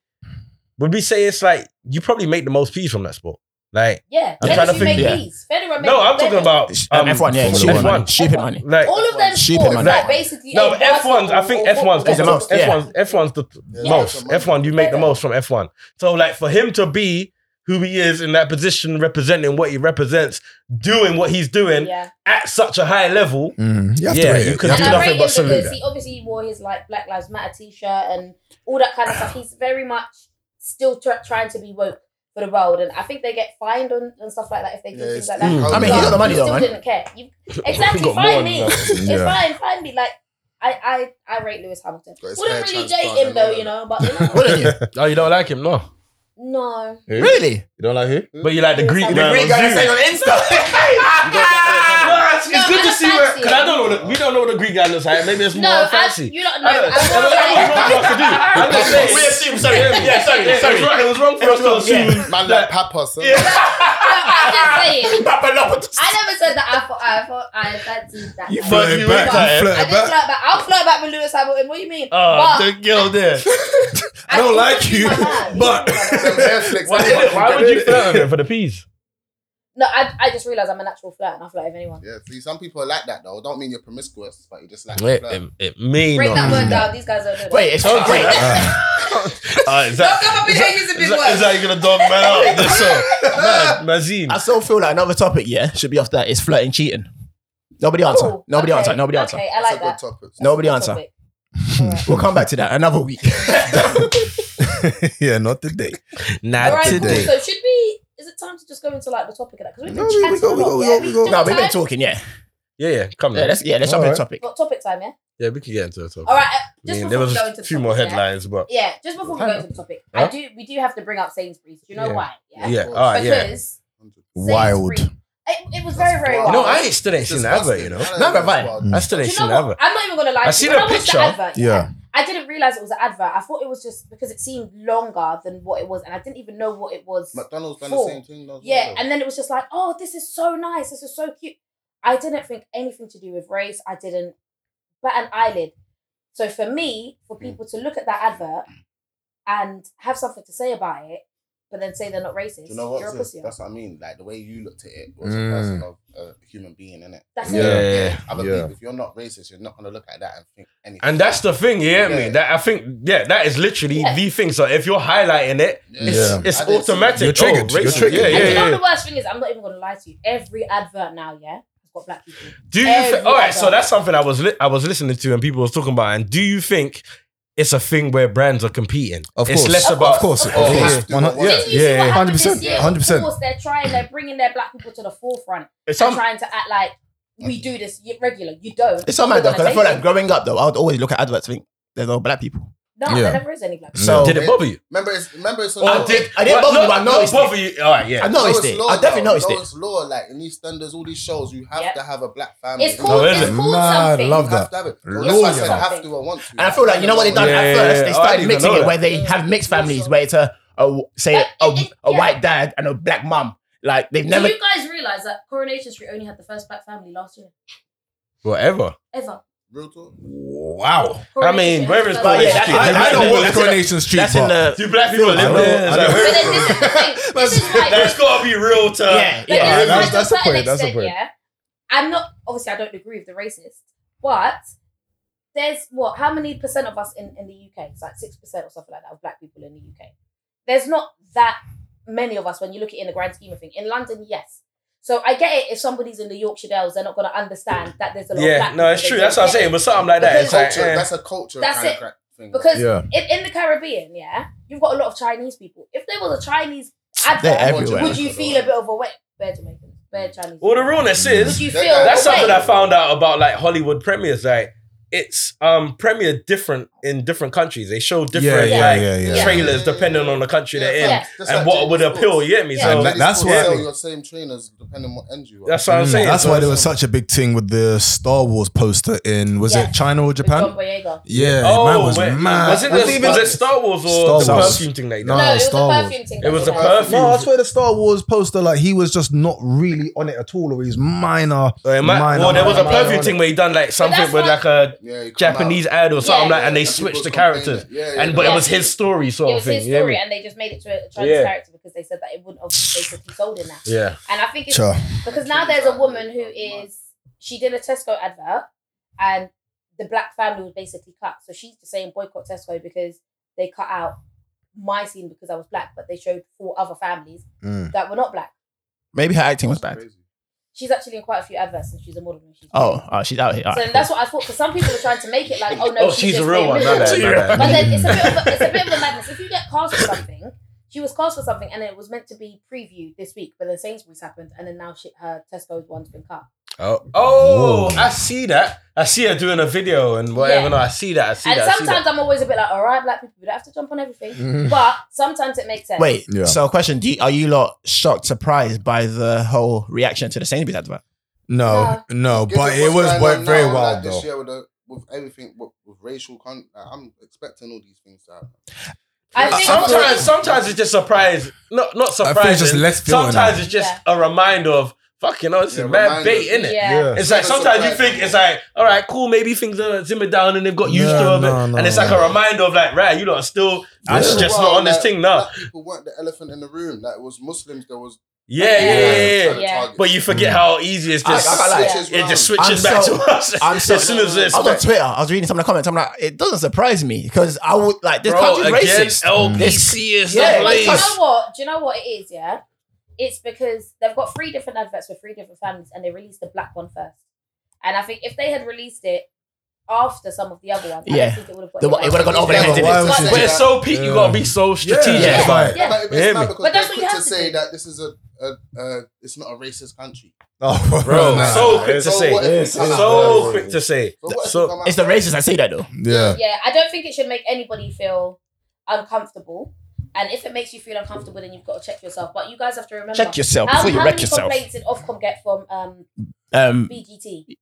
A: would we say it's like you probably make the most peas from that sport. Like
C: yeah.
A: I'm
C: Federer
A: trying to think,
C: made
E: yeah.
C: these. Federer made
A: no, I'm
C: these.
A: talking about
E: Um,
A: um,
E: F1, yeah.
B: Formula
E: Stupid
B: One.
E: money. Stupid money.
A: Like
C: all of them
E: Sheep in
C: sports
E: my
C: that
E: neck.
C: basically.
A: no,
C: are
A: but F1's. I
C: basketball
A: think
C: or
A: F1's.
C: football.
E: It's the most, yeah.
A: F1's. F1's the
D: Yeah.
A: most. F1 you make the
C: Yeah.
A: most from F1. So like for him to be who he is in that position, representing what he represents, doing what he's doing
C: Yeah,
A: at such a high level.
B: Mm, you have
A: Yeah,
B: to rate
A: you
B: it.
A: could
B: have
A: do
C: and
A: nothing
B: to rate
C: I rate
B: it.
C: him
A: but salute
C: because
A: that.
C: he obviously wore his like Black Lives Matter T-shirt and all that kind of stuff. He's very much still tr- trying to be woke for the world, and I think they get fined on and stuff like that if they do
D: Yeah,
C: things
D: it's-
C: like that.
A: Mm.
E: I mean, he
C: But
E: got the money
C: you
E: though,
C: still
E: man.
C: didn't care.
D: [LAUGHS]
C: You, exactly,
A: got more
C: find
A: than
C: me.
A: that.
C: It's
B: Yeah.
C: fine, find me. Like I, I, I rate Lewis Hamilton.
D: Got his
C: Wouldn't
D: hair
C: really
D: transplant
C: date him
D: and
C: though,
D: all
C: you
D: that.
C: know. But you know,
E: [LAUGHS]
D: [LAUGHS]
E: Wouldn't you?
A: Oh, you don't like him, no?
C: no,
E: Really?
A: [LAUGHS]
B: You don't like who?
A: But you like the Greek
C: The
A: man.
E: Greek
A: on
E: guy
A: Zoom.
E: that
A: [LAUGHS]
E: said on
A: No, it's, it's
C: No,
A: good
C: I
A: to
C: don't
A: see where
C: fancy
A: because I don't know what the, we don't know what the Greek guy looks like. Maybe it's more
C: no, I,
A: fancy.
C: you don't
D: [LAUGHS]
C: know.
A: I don't- I don't- I don't
E: [LAUGHS]
A: know what to do. I'm
C: [LAUGHS]
A: just saying.
E: We assume, sorry.
A: Yeah,
E: Yeah, sorry,
A: yeah,
E: sorry.
A: It was wrong, it was wrong for us to
E: Everyone, yeah.
A: assume.
D: [LAUGHS] Man
A: [LAUGHS]
D: like Papas.
A: Yeah.
C: I'm just saying.
E: [LAUGHS] Papadopoulos.
C: I never said that I thought I thought I fancied that.
B: You
A: But
C: guy.
B: flirted
A: you
B: back.
A: looked at him.
B: You
C: I
B: flirted
C: didn't
B: back.
C: flirt back. I'll flirt back with Lewis Hamilton. What do you mean?
A: Oh,
C: but
A: the girl
C: [LAUGHS]
A: there.
B: I don't like you,
C: he's my man.
A: [LAUGHS]
B: but-
C: He's my
A: Why,
C: man.
A: why would you flirt with him for the peas?
C: No, I, I just realized I'm a natural flirt and I flirt with anyone.
D: Yeah, see, some people are like that though. Don't mean you're promiscuous, but you just like.
A: It,
D: to flirt.
A: it, it may
C: Break
A: not.
C: that
A: be
C: word
A: that.
C: down. These guys don't know.
E: Wait,
C: Wait,
E: it's so great.
B: Uh-huh.
A: Uh, is that,
G: Don't come up with
A: is that-
G: that using
A: is
G: big
A: that- Is
G: words.
A: that you're gonna dog man out?
C: [LAUGHS]
A: That's all. Man,
E: I
A: Nazim.
E: still feel like another topic, yeah, should be off that is flirting, cheating. Nobody answer.
C: Cool.
E: Nobody
C: Okay,
E: answer. Nobody
C: okay,
E: answer.
C: I like that.
D: That's a good topic.
E: Nobody
C: Good
E: answer.
C: topic.
E: We'll come back to that another week. [LAUGHS]
B: yeah, not today.
A: Nah,
C: All right, cool.
A: today.
C: So should we? Is it time to just go into like the topic of that? Because we've been
B: No, we- we
C: chatting
B: go-
C: a
B: we
C: lot.
B: go- we
C: yeah?
B: go- we go.
C: We've
E: no,
C: got
E: we've been
C: time?
E: talking, yeah.
A: Yeah, yeah, come
E: Yeah,
A: on.
E: let's yeah, let's jump into the topic.
C: Got topic time, yeah.
A: Yeah, we can get into the topic.
C: All right. uh, Just
A: Man,
C: before
A: there was
C: we go
A: a
C: into the
A: few
C: topic,
A: more
C: yeah?
A: headlines, but
C: Yeah, just before we go into the topic, I
A: Yeah.
C: do. We do have to bring up Sainsbury's. Do you know
A: Yeah.
C: why? Yeah.
A: yeah, all right, yeah.
C: Because
B: Wild.
C: Sainsbury's- It, it was very, very
D: No,
C: wild.
A: No, I ain't still ain't seen that advert,
D: Disgusting.
A: you know.
D: I don't
E: No,
D: know
E: but fine.
D: about-
A: I still
C: Do
A: ain't
C: you know
A: seen
C: what?
A: that advert.
C: I'm not even gonna lie.
A: I
C: to you.
A: seen
C: When
A: a
C: I watched
A: picture.
C: The advert,
B: Yeah.
C: I didn't realize it was an advert. I thought it was just because it seemed longer than what it was, and I didn't even know what it was.
D: McDonald's done
C: Full.
D: the same thing. Though, as
C: Yeah,
D: well.
C: and then it was just like, oh, this is so nice. This is so cute. I didn't think anything to do with race. I didn't bat an eyelid. So for me,
D: Mm.
C: for people to look at that advert and have something to say about it, but then say they're not racist,
D: Do you know what?
C: are a
D: sis?
C: pussy.
D: That's what I mean. Like the way you looked at it was a
B: Mm.
D: person of a human being, innit?
C: That's
A: Yeah,
C: it.
A: yeah, yeah.
D: Other
B: Yeah.
D: people, if you're not racist, you're not gonna look at that and think anything.
A: And that's the thing, you hear me?
D: Yeah.
A: That I think, yeah, that is literally
C: Yeah.
A: the thing. So if you're highlighting it, it's,
B: Yeah.
A: it's
D: I didn't see
A: automatic.
B: You're triggered.
A: Oh,
B: You're
A: racist.
B: triggered.
A: Yeah,
C: and
A: yeah,
C: you know
A: yeah.
C: the worst thing is, I'm not even gonna lie to you. Every advert now, yeah, has got black people.
A: Do you?
C: Every
A: Th- all right, so
C: advert.
A: that's something I was li- I was listening to and people was talking about. And do you think it's a thing where brands are competing?
B: Of
A: it's
B: course.
A: less
C: Of
A: about
B: Of course,
C: Of
B: of
C: course.
B: course. Why not?
D: Yeah.
B: Yeah.
C: Did you see
A: yeah,
C: what happened
B: 100%,
C: this year?
B: 100%.
C: Of course, they're trying, they're bringing their black people to the forefront.
A: It's
C: They're
A: some,
C: trying to act like
D: Mm.
C: we do this y- regular. You don't.
E: It's not mad though,
C: We're
E: because
C: gonna
E: I feel
C: take
E: like growing up though, I would always look at adverts and think there's no black people.
C: it. no,
B: Yeah.
C: there never is any black people.
E: So
A: did it bother you?
D: Remember, it's remember it's.
A: Or
D: law.
A: did
E: I didn't
A: well,
E: bother
A: no,
E: you, but I
A: no,
E: noticed
A: bother you. All right,
E: I
A: yeah.
E: noticed
D: it's
E: it.
D: law,
E: I definitely
D: though.
E: noticed
D: Law
E: it.
D: is law. Like in EastEnders, all these shows, you have
C: Yeah.
D: to have a black family.
C: It's
D: You
C: called.
A: No, is
C: it's
A: it?
C: called
B: Nah, I
C: something.
B: love that.
D: have to have it.
B: Law,
D: That's why I said
C: yeah.
D: have to or want to.
E: And I feel like you know what they done
A: Yeah,
E: at first? They
A: I
E: started
A: didn't
E: mixing
A: know
E: it where
A: that.
E: they have mixed families where it's a, a say
C: Yeah,
E: a,
C: it- it-
E: a
C: yeah.
E: white dad and a black mum. Like they've never
C: Do you guys realize that Coronation Street only had the first black family last year
A: Whatever.
C: ever?
D: Real talk.
B: Wow.
A: I mean,
C: Coronation Street
A: where
C: had
A: is
C: the
E: But
A: Coronation
E: yeah,
C: first-
E: that-
A: Street?
E: I-
A: Do
E: I
B: I
A: people live
B: know what Coronation Street
E: know what that's in a- that's in the
A: Do black people
B: I
A: live
B: know-
A: there? Like,
B: I know.
A: where-
C: But then this is the thing. This is
A: [LAUGHS]
C: why.
A: That's gotta be real time.
E: Yeah,
C: But
E: yeah.
C: this
B: that's-
C: is why
B: that's
C: to a
B: the
C: certain
B: point, that's the
C: extent,
B: point.
C: Yeah, I'm not. Obviously, I don't agree with the racist, but there's what? How many percent of us in, in the UK? It's like six percent or something like that of black people in the UK. There's not that many of us when you look at it in the grand scheme of things. In London, yes. So I get it. If somebody's in the Yorkshire Dales, they're not going to understand that there's a lot. of
A: Yeah,
C: black
A: no,
C: people,
A: it's
C: they
A: true.
C: don't
A: That's what I'm
C: get it.
A: saying. But something like that, it's
D: Culture-
A: like, eh.
D: That's a culture.
C: That's
D: kind
C: it.
D: Of gra- thing.
C: Because
B: Yeah.
C: in, in the Caribbean, yeah, you've got a lot of Chinese people. If there was a Chinese
E: They're
C: advert,
E: everywhere.
C: would you feel a bit of a wet? Bear Jamaicans, bear Chinese.
A: Well, the realness
C: Would
A: is
C: you
D: That-
C: feel
A: that's
C: away?
A: something I found out about like Hollywood premieres. Like it's um premiere different in different countries. They show
B: Yeah,
A: different
B: yeah,
A: like
B: yeah, yeah.
C: Yeah.
A: trailers depending on the country
D: Yeah,
A: they're in
D: facts. Just
A: and
D: like
A: what would
D: James
A: appeal.
D: Bond.
A: You get me?
C: Yeah.
A: So
B: And that- that's
D: people
B: why-
D: sell your same trainers depending on what end you are.
A: that's what I'm
B: Mm,
A: saying.
B: That's
A: So
B: why
A: it's
B: there was such a big thing with the Star Wars poster in was
C: Yeah.
B: it China or
C: With
B: Japan?
C: John Boyega.
B: Yeah,
A: like-
B: man was
A: Oh, wait,
B: mad.
A: Was it,
B: I
A: the,
B: think
A: was
B: even-
A: it Star Wars or
B: Star
A: the
B: Wars.
A: perfume thing? Like
B: No,
A: that?
C: No, it was
B: Star
C: the
B: Wars.
C: perfume thing.
A: It was the
C: that they had.
A: perfume.
B: No, I swear the Star Wars poster, like he was just not really on it at all, or he's minor.
A: So Oh, it might-
B: minor,
A: well, there was a
B: minor, minor
A: perfume
B: on
A: thing
B: it.
A: where he done like something
C: that's
A: with
C: why-
A: like a
D: Yeah, you come
A: Japanese
D: out.
A: ad or something
C: Yeah,
A: like, and they
D: yeah,
A: switched the
D: people complain
A: characters,
D: it. Yeah, yeah,
A: and but it
C: yeah.
A: was his story
C: It
A: sort of
C: was
A: thing.
C: his
A: You hear
C: story,
A: me?
C: and they just made it to a Chinese
A: Yeah.
C: character because they said that it wouldn't have they could be sold in that.
A: Yeah,
C: And I think it's
B: Sure.
C: because now there's a woman who is she did a Tesco advert, and the black family was basically cut. So she's just saying boycott Tesco because they cut out my scene because I was black, but they showed four other families
B: Mm.
C: that were not black.
E: maybe her acting was bad.
D: Crazy.
C: She's actually in quite a few adverts, and she's a model. And she's
E: Oh,
A: uh,
E: oh, she's out here.
C: So
E: All right,
C: that's what I thought. Because some people are trying to make it like, oh no,
A: Oh, she's a
C: just
A: real
C: being
A: one,
C: miserable.
A: my bad, my bad. [LAUGHS]
C: But then it's a bit of a, it's a bit of a madness. If you get cast for something, she was cast for something, and it was meant to be previewed this week, but then Sainsbury's happened, and then now she, her Tesco's one's been cut.
A: Oh, oh I see that. I see her doing a video and whatever.
C: Yeah.
A: No, I see that. I see
C: and
A: that. Mm. I see
C: sometimes
A: that.
C: I'm always a bit like, all right, black people, we don't have to jump on everything,
B: Mm-hmm.
C: but sometimes it makes sense.
E: cool. Wait,
B: Yeah.
E: so question: Do you, are you lot shocked, surprised by the whole reaction to the Sainsbury's advert?
B: No, no,
D: Given
B: but it
D: what's
B: was
D: going
B: wa-
D: on
B: very
D: now,
B: wild
D: like,
B: though.
D: This year with, the, with everything with, with racial, con- like, I'm expecting all these things to happen.
C: I think
A: Sometimes, sometimes it's just surprise. No, not surprising.
B: it's just less feel in
A: sometimes
B: it.
A: it's just a reminder of fucking. Oh, it's
D: Yeah,
A: a bad
D: reminder.
A: bait, innit?
C: yeah.
A: It's like
D: It's
A: sometimes you
D: surprising.
A: think it's like, all right, cool, maybe things are zimmered down and they've got used
B: No,
A: to it,
B: no,
A: but-
B: no,
A: and it's like a reminder of like, right, you lot are still.
B: Yeah.
A: It's
D: After a
A: just
D: while,
A: not on this
D: like,
A: thing now.
D: Black people weren't the elephant in the room. Like it was Muslims. There was
A: Yeah, yeah, yeah, yeah.
D: Kinda
C: Yeah.
D: target.
A: But you forget how easy it's just.
E: I- I gotta lie.
D: Switches
A: it
D: round.
A: just switches
E: I'm
A: back
E: so-
A: to [LAUGHS] us.
E: I'm so-
A: as soon as it's
E: I was on Twitter. I was reading some of the comments. I'm like, it doesn't surprise me because I would like this
A: bro,
E: country's
A: again,
E: racist.
A: LBC and
E: Yeah,
A: stuff
E: like,
A: like
C: Do you
A: this.
C: know what? Do you know what it is? Yeah, it's because they've got three different adverts for three different families, and they released the black one first. And I think if they had released it after some of the other ones, I
E: Yeah.
C: don't think it would have got.
E: The one-
C: it
E: it would've gone over
B: their head, didn't it?
C: But-
A: When it's so peak, you gotta be so strategic.
B: Yeah,
E: Yeah.
B: right.
C: Yeah.
D: But it's
A: Yeah,
D: mad
A: man.
D: because
C: But that's
D: they're
C: what you
D: quick
C: have
D: to
C: to
D: say
C: do.
D: that this is a, a uh, it's not a racist country.
B: Oh, [LAUGHS]
A: Bro,
B: nah.
A: so quick to
D: So
A: say.
D: what if we
F: Yes,
D: come
F: it's
D: out-
A: So quick to say.
D: So what if we
A: So
D: come out-
E: It's the racists that say that though.
B: yeah.
C: Yeah, I don't think it should make anybody feel uncomfortable. And if it makes you feel uncomfortable, then you've got to check yourself. But you guys have to remember
E: Check yourself
C: how,
E: before you
C: how
E: wreck
C: many
E: yourself.
C: complaints did Ofcom get from um,
E: Um,
C: BGT?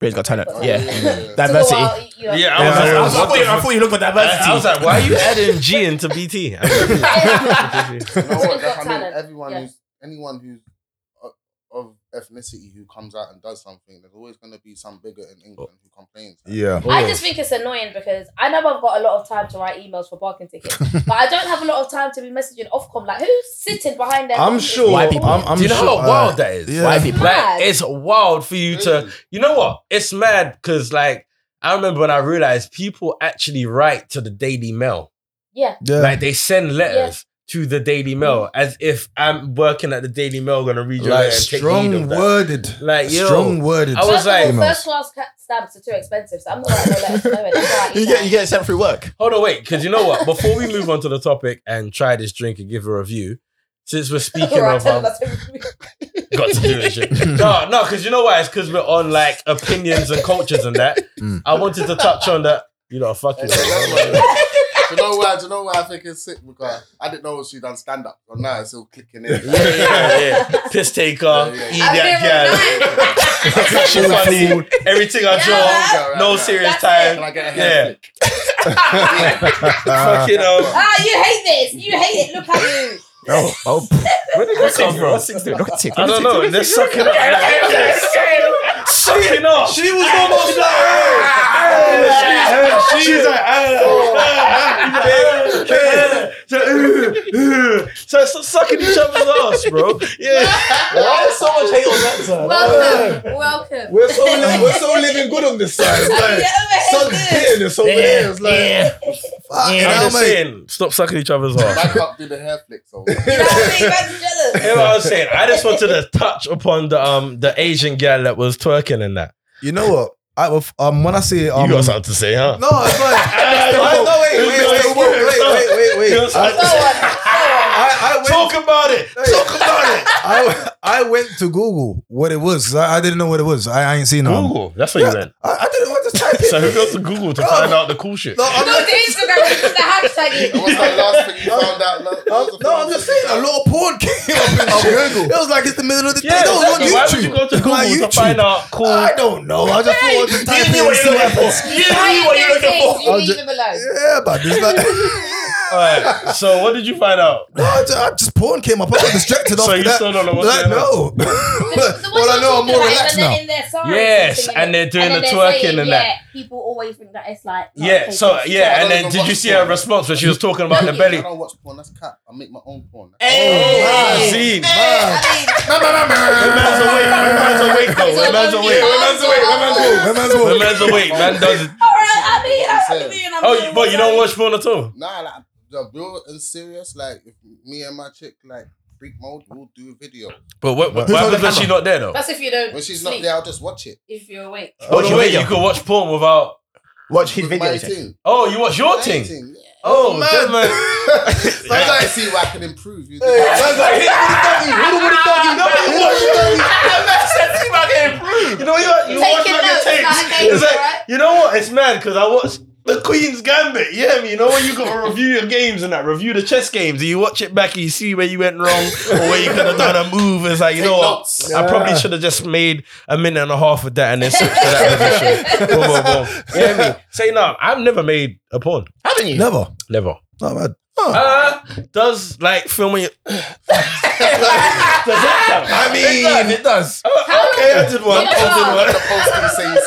E: Britain's got talent.
C: Oh, [LAUGHS]
E: Yeah,
D: yeah, yeah, yeah.
E: diversity.
C: So, well, you
A: yeah,
C: know,
B: Yeah,
A: I
B: I
A: was like, what the fuck?
E: you looked at
A: I I was like,
C: [LAUGHS]
A: why are [LAUGHS] you adding G into BT?
B: [LAUGHS]
D: You know what?
C: Got
D: I mean,
C: talent.
D: everyone
C: Yeah.
D: who's anyone who's of, of ethnicity who comes out and does something, there's always going to be some bigger in England who complains.
B: Yeah.
C: I just think it's annoying because I know I've got a lot of time to write emails for
E: [LAUGHS]
C: parking tickets, but I don't have a lot of time to be messaging Ofcom. Like, who's sitting behind their?
B: I'm
C: computer?
B: sure.
E: White people.
B: I'm, I'm
A: Do you know
B: sure,
A: how wild
B: uh,
A: that is?
B: yeah.
E: White people.
A: Like,
C: Mad.
A: it's wild for you to. You know what? It's mad because, like, I remember when I realized people actually write to the Daily Mail.
C: Yeah,
B: Yeah. Mm.
A: Like, they send letters to the Daily Mail as if I'm working at the Daily Mail, gonna read your
B: Like,
A: letter and take heed
B: strong
A: of that.
B: worded.
A: Like, yo,
B: strong worded.
A: I was
C: first, of
A: like-
C: all, first class ca- stamps are too expensive, so I'm not going to let
A: [LAUGHS]
C: us know
E: You get you get sent through work.
A: Hold on, wait, because you know what? Before we move on to the topic and try this drink and give a review, since
C: [LAUGHS]
A: we're speaking of um, got to do this shit. [LAUGHS] No, no, because you know why? It's because we're on like opinions and cultures and that.
B: Mm.
A: I wanted to touch on that. You know, fuck [LAUGHS] you.
D: Hey, do you know why? Do you know why I think it's sick? Because I didn't know she done stand up, but now it's all clicking
A: [LAUGHS]
D: in.
A: Yeah, yeah, yeah. Piss taker,
D: Yeah,
C: [LAUGHS]
D: yeah.
A: eat that gal. [LAUGHS]
B: She was fooled.
A: Everything I
C: Yeah.
A: draw, no serious
C: That's
D: Can
A: time.
D: I get a
A: Yeah.
D: hair? Yeah.
A: Fuck uh, you know.
C: Ah, you hate this. You hate it. Look at you.
E: Oh, oh.
A: Where did this come from?
E: Look at it.
A: I don't know. They're sucking [LAUGHS]
E: [LAUGHS]
A: up. Sucking up.
B: She was almost
A: [LAUGHS]
B: like,
A: She's like, so, so sucking each other's ass, bro. Yeah.
E: Why is so much hate on that side?
C: Welcome. Welcome.
F: We're so li- we're so living good on this side. It's
C: Oh,
F: like
C: you
F: so
C: overhate this.
F: bitterness over there. It's like
E: yeah. Yeah.
A: I'm
B: I'm
A: just
B: like,
A: saying, stop sucking each other's ass.
D: Back up, do the hair flick. So
C: You know what I mean? That's
B: [LAUGHS]
C: jealous.
A: You know what I was saying? I just wanted to touch upon the um the Asian girl that was twerking and that.
B: you know what? I will- um when I see um,
A: You got something to say, huh? Ah,
B: no, it's
A: [LAUGHS]
B: like no, wait, wait, wait, wait, wait, wait, wait. I,
C: Go on.
B: I, I went
A: Talk about it.
B: Talk about it. [LAUGHS] I, I went to Google what it was. 'cause I, I didn't know what it was. I, I ain't seen um,
A: Google. That's what you meant.
B: I, I didn't want to type it.
A: [LAUGHS] So who goes to Google to
B: Bro.
A: find out the cool shit?
B: no, I'm
C: Go
B: not,
C: to Instagram and put the
B: [LAUGHS]
C: hashtag in.
D: what's that last thing you found out? Lo- what was the
B: no, I'm just saying a lot of porn came up
A: [LAUGHS]
B: in Google. It was like it's the middle of the
A: Yeah,
B: day. No,
A: exactly.
B: it
A: Why would you
B: was on YouTube.
A: go to
B: It was
A: Google
B: [LAUGHS] like
A: to
B: YouTube.
A: find out cool?
B: I don't know. I just
C: Hey,
B: wanted to type in
E: knew what
B: and
E: you
B: see
E: were
B: what
E: looking
B: happens.
E: You knew what you were looking for.
C: You
B: I'll
C: leave
B: ju-
C: them alone.
B: [LAUGHS] Yeah, but it's like
A: Alright, so what did you find out?
B: no, I just, I just porn came up. I got distracted
A: [LAUGHS] So
B: after
A: you
B: that.
A: still don't know what's
B: like,
A: going on?
B: no.
A: [LAUGHS]
C: The ones
B: well, I
C: you're
B: know I'm more
C: talking about
B: relaxed
C: when they're
B: now.
C: in their sorrows
A: Yes,
C: singing
A: and
C: it.
A: they're doing
C: And then
A: the
C: they're
A: twerking
C: saying,
A: and
C: yeah,
A: that.
C: People always think that it's like not
A: Yeah,
C: okay,
A: so yeah, and
D: I
A: then
D: don't
A: did
D: know
A: you
D: what's
A: see her
D: going on.
A: response when she was talking about the
B: [LAUGHS]
C: Yeah.
D: I
A: belly? Oh,
D: don't watch porn. That's cat. I make my own porn.
A: Eh.
B: wow.
A: Hey, see,
B: Man.
A: man's awake, man's awake though, man's
F: awake,
A: awake,
C: man's
F: man's awake.
B: [LAUGHS] Women's world.
A: man's awake, Oh, man does it.
C: All right, I mean, I'm gonna be in. I'm
A: Oh,
C: doing
A: but you don't
C: what's
A: watch porn at all.
D: Nah, like the real and serious. Like if me and my chick like freak mode, we'll do a video.
A: But what, what
B: Who's on
A: happens
B: the
A: when she's
B: camera?
A: not there though?
C: on. That's if you don't.
D: When she's
C: sleep,
D: not there, I'll just watch it.
C: If you're awake.
A: Oh, you
E: your
A: wait,
E: video.
A: you can watch porn without.
E: Watch his
D: With
E: video.
D: my
E: he said.
D: thing.
A: Oh, you watch your
D: My
A: thing.
D: thing, yeah.
A: Oh
B: man.
A: man, man.
D: Sometimes I see where I can improve. You
F: Hey,
D: think-
F: man's like, hit me with the doggy, hit me with the doggy, hit me
C: [LAUGHS]
F: with the doggy.
A: You know what? You watch
C: Taking
A: like it
C: notes,
A: takes.
C: like, okay,
A: It's like
C: alright.
A: you know what? It's mad because I watched the Queen's Gambit. You hear me? You know when you got to review your games and that, review the chess games, and you watch it back and you see where you went wrong or where you could have done a move. It's like you know what?
D: notes.
A: I probably should have just made a minute and a half of that and then switched to that position. boom, boom, boom. You hear me? Say no. I've never made a porn.
E: Haven't you?
B: Never.
A: Never.
B: Not bad. Oh.
A: Uh, does like filming?
C: [LAUGHS]
E: I
B: mean-
E: it does.
A: Oh, Okay, I did one. I did one.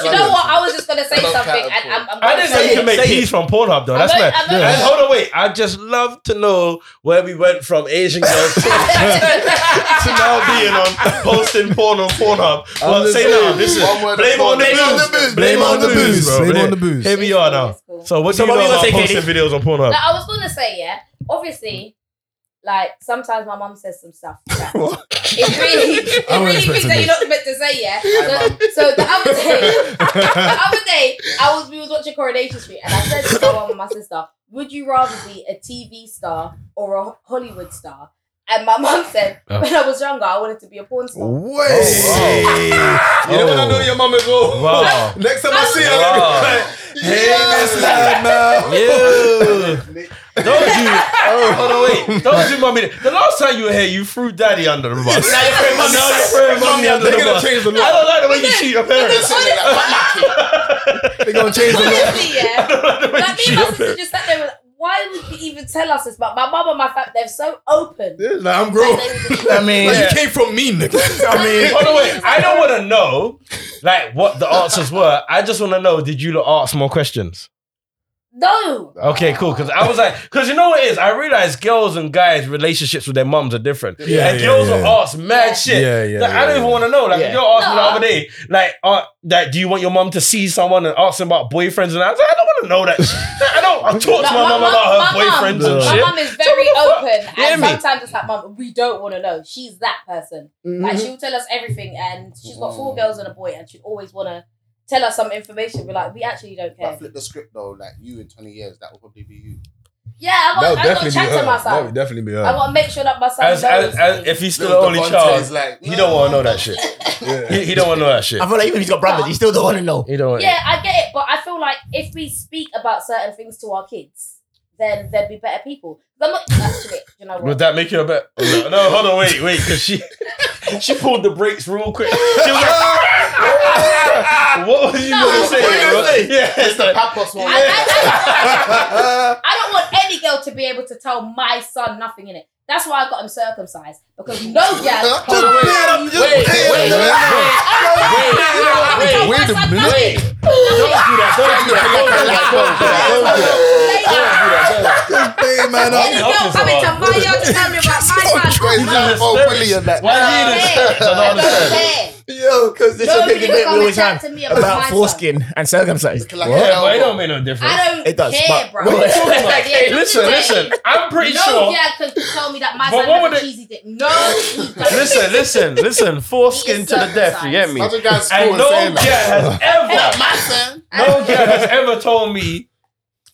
C: You know what? I was just gonna say
D: I love
C: something,
D: cat
C: and I'm,
D: and
C: I'm
A: I
C: gonna
A: didn't know
C: say
A: you can
C: it.
A: make
E: say
A: peas from Pornhab though. That's
C: I'm
A: mad.
C: not- I'm not-
A: And hold on, wait. I just love to know where we went from Asian girls [LAUGHS] to,
C: [LAUGHS]
A: to now being on posting porn on Pornhub. Well,
D: just
A: say
D: saying,
A: no. Listen,
D: one word
A: blame
D: of
A: on the
D: porn. Blame on the
A: booze.
D: booze.
A: Blame on the booze. bro.
B: Blame on the booze.
A: Here we are now.
C: It's cool.
A: So what do
E: So
A: you
E: what
A: know
E: we gonna
A: about
E: say,
A: posting videos on
B: Oh.
A: Pornhub?
C: Like, I was gonna say, yeah. Obviously, like sometimes my mum says some
B: [LAUGHS]
C: stuff. that It really, it
B: I wasn't
C: really things
B: expecting
C: that you're
B: this.
C: not meant to say, yeah.
D: Hi,
C: So, so the other
B: [LAUGHS]
C: day, the other day, I was we was watching Coronation Street, and I said to someone with my sister, "Would you rather be a TV star or a Ho- Hollywood star?" And my mum said,
A: Oh.
C: "When I was younger, I wanted to be a porn star."
B: Wait. You know when I know your mum as well.
A: Wow.
B: Next time I see her,
A: Oh. Wow.
B: I'll be like, hey, Miss Lama.
A: Yeah. Don't you? Oh, hold on, wait. Don't you, mummy? The last time you were here, you threw daddy under the bus.
E: Now you're throwing mummy
A: Now
E: under-
A: you're throwing mummy under
B: They're
A: the
B: gonna
A: bus.
B: change the law.
A: I don't like the way you cheat your parents.
B: [LAUGHS] They're going to change
A: [LAUGHS]
B: the law.
C: Honestly,
B: [LAUGHS]
C: yeah.
A: the way
C: Like me
A: you
C: and my
A: cheat
C: sister just sat there. and was like, Why would you even tell us this? But my mum and my family, they're so open.
B: Yeah, Like, I'm grown.
E: I mean,
B: Like,
E: yeah.
B: you came from me, nigga. [LAUGHS] I mean,
A: Hold on, wait. I don't want to know like what the answers were. I just want to know: Did you lot ask more questions?
C: No.
A: Okay, cool. Because I was like, because you know what it is? I realized girls and guys' relationships with their mums are different.
B: Yeah,
A: and
B: yeah,
A: girls
B: yeah.
A: are asked mad shit.
B: Yeah, yeah,
A: Like, I
B: yeah,
A: don't even
B: yeah.
A: want to know. Like
E: Yeah.
A: you're asking
C: No.
A: the other day, like, uh, like, do you want your mum to see someone and ask them about boyfriends? And I was like, I don't want to know that. shit. Like, I don't. I talk
C: Like,
A: to my mum about her
C: mum-
A: boyfriends and
C: my
A: shit.
C: mum is very
A: what the fuck?
C: open,
A: You hear
C: and
A: me?
C: sometimes it's like, mum, we don't want to know. She's that person.
A: Mm-hmm.
B: Mm-hmm.
C: Like she'll tell us everything, and she's got
A: Mm.
C: four girls and a boy, and she always want to tell us some information. We're like, we actually don't care.
D: But flip the script though, like you in 20 years, that will probably be you.
C: Yeah, I
B: That
C: want,
B: would
C: I want to
B: definitely
C: chat
B: be
C: to my
B: her. That would
C: son.
B: definitely be
C: I
B: her.
C: want to make sure that my son
A: As,
C: knows.
A: as, as, if he's still the
D: Little
A: only
D: Devontae
A: child,
D: is like,
A: he don't want to know that shit.
D: Yeah.
A: He, he don't want to know that shit.
E: I feel like even if he's got brothers, he still don't want to know.
A: He don't. Want
C: yeah, I get it, but I feel like if we speak about certain things to our kids, then they'd be better people. I'm not actually, you know
A: Would
C: what?
A: that make you a bet? Oh, No, no, hold on, wait, wait, because she [LAUGHS] she pulled the brakes real quick. She was like, [LAUGHS] "What was you
C: No,
A: gonna say?"
C: what
D: you
A: bro?"
D: gonna say?
A: Yeah, it's like,
D: Papos
C: I,
D: one.
C: I- I- I don't want any girl to be able to tell my son nothing in it. That's why I got him circumcised because no girl.
B: Just bear up, just
E: Wait,
B: bear
E: wait,
B: up.
C: Wait,
B: wait a minute. Just bear, man up.
C: Any girl coming to my yard to tell me about my son.
D: He's like, oh, Willie and that.
A: Why
C: I
A: do you
C: don't
A: expect? I don't understand.
C: care.
E: Yo, because this
C: No,
E: is a big
C: you
E: debate we
C: can't
E: always
C: chat
E: have
C: to me about my
E: about
C: son.
E: foreskin and circumcised.
D: Like,
A: Yeah,
D: hell,
A: but it don't
D: bro.
A: make no difference.
C: I don't
E: It does,
C: care,
E: but-
C: bro.
E: What are you
A: talking about?
C: At the end of the
A: Listen,
C: day,
A: listen. I'm pretty
C: No
A: sure.
C: girl could tell me that my
A: But
C: son
A: what would
C: has a
A: it-
C: cheesy dick. No, he doesn't.
A: Listen, listen, listen. Foreskin to the death. You get me?
D: Imagine going to school
A: And
D: and
A: no
D: saying
A: girl
D: that.
A: has ever,
D: My son.
A: no girl has ever told me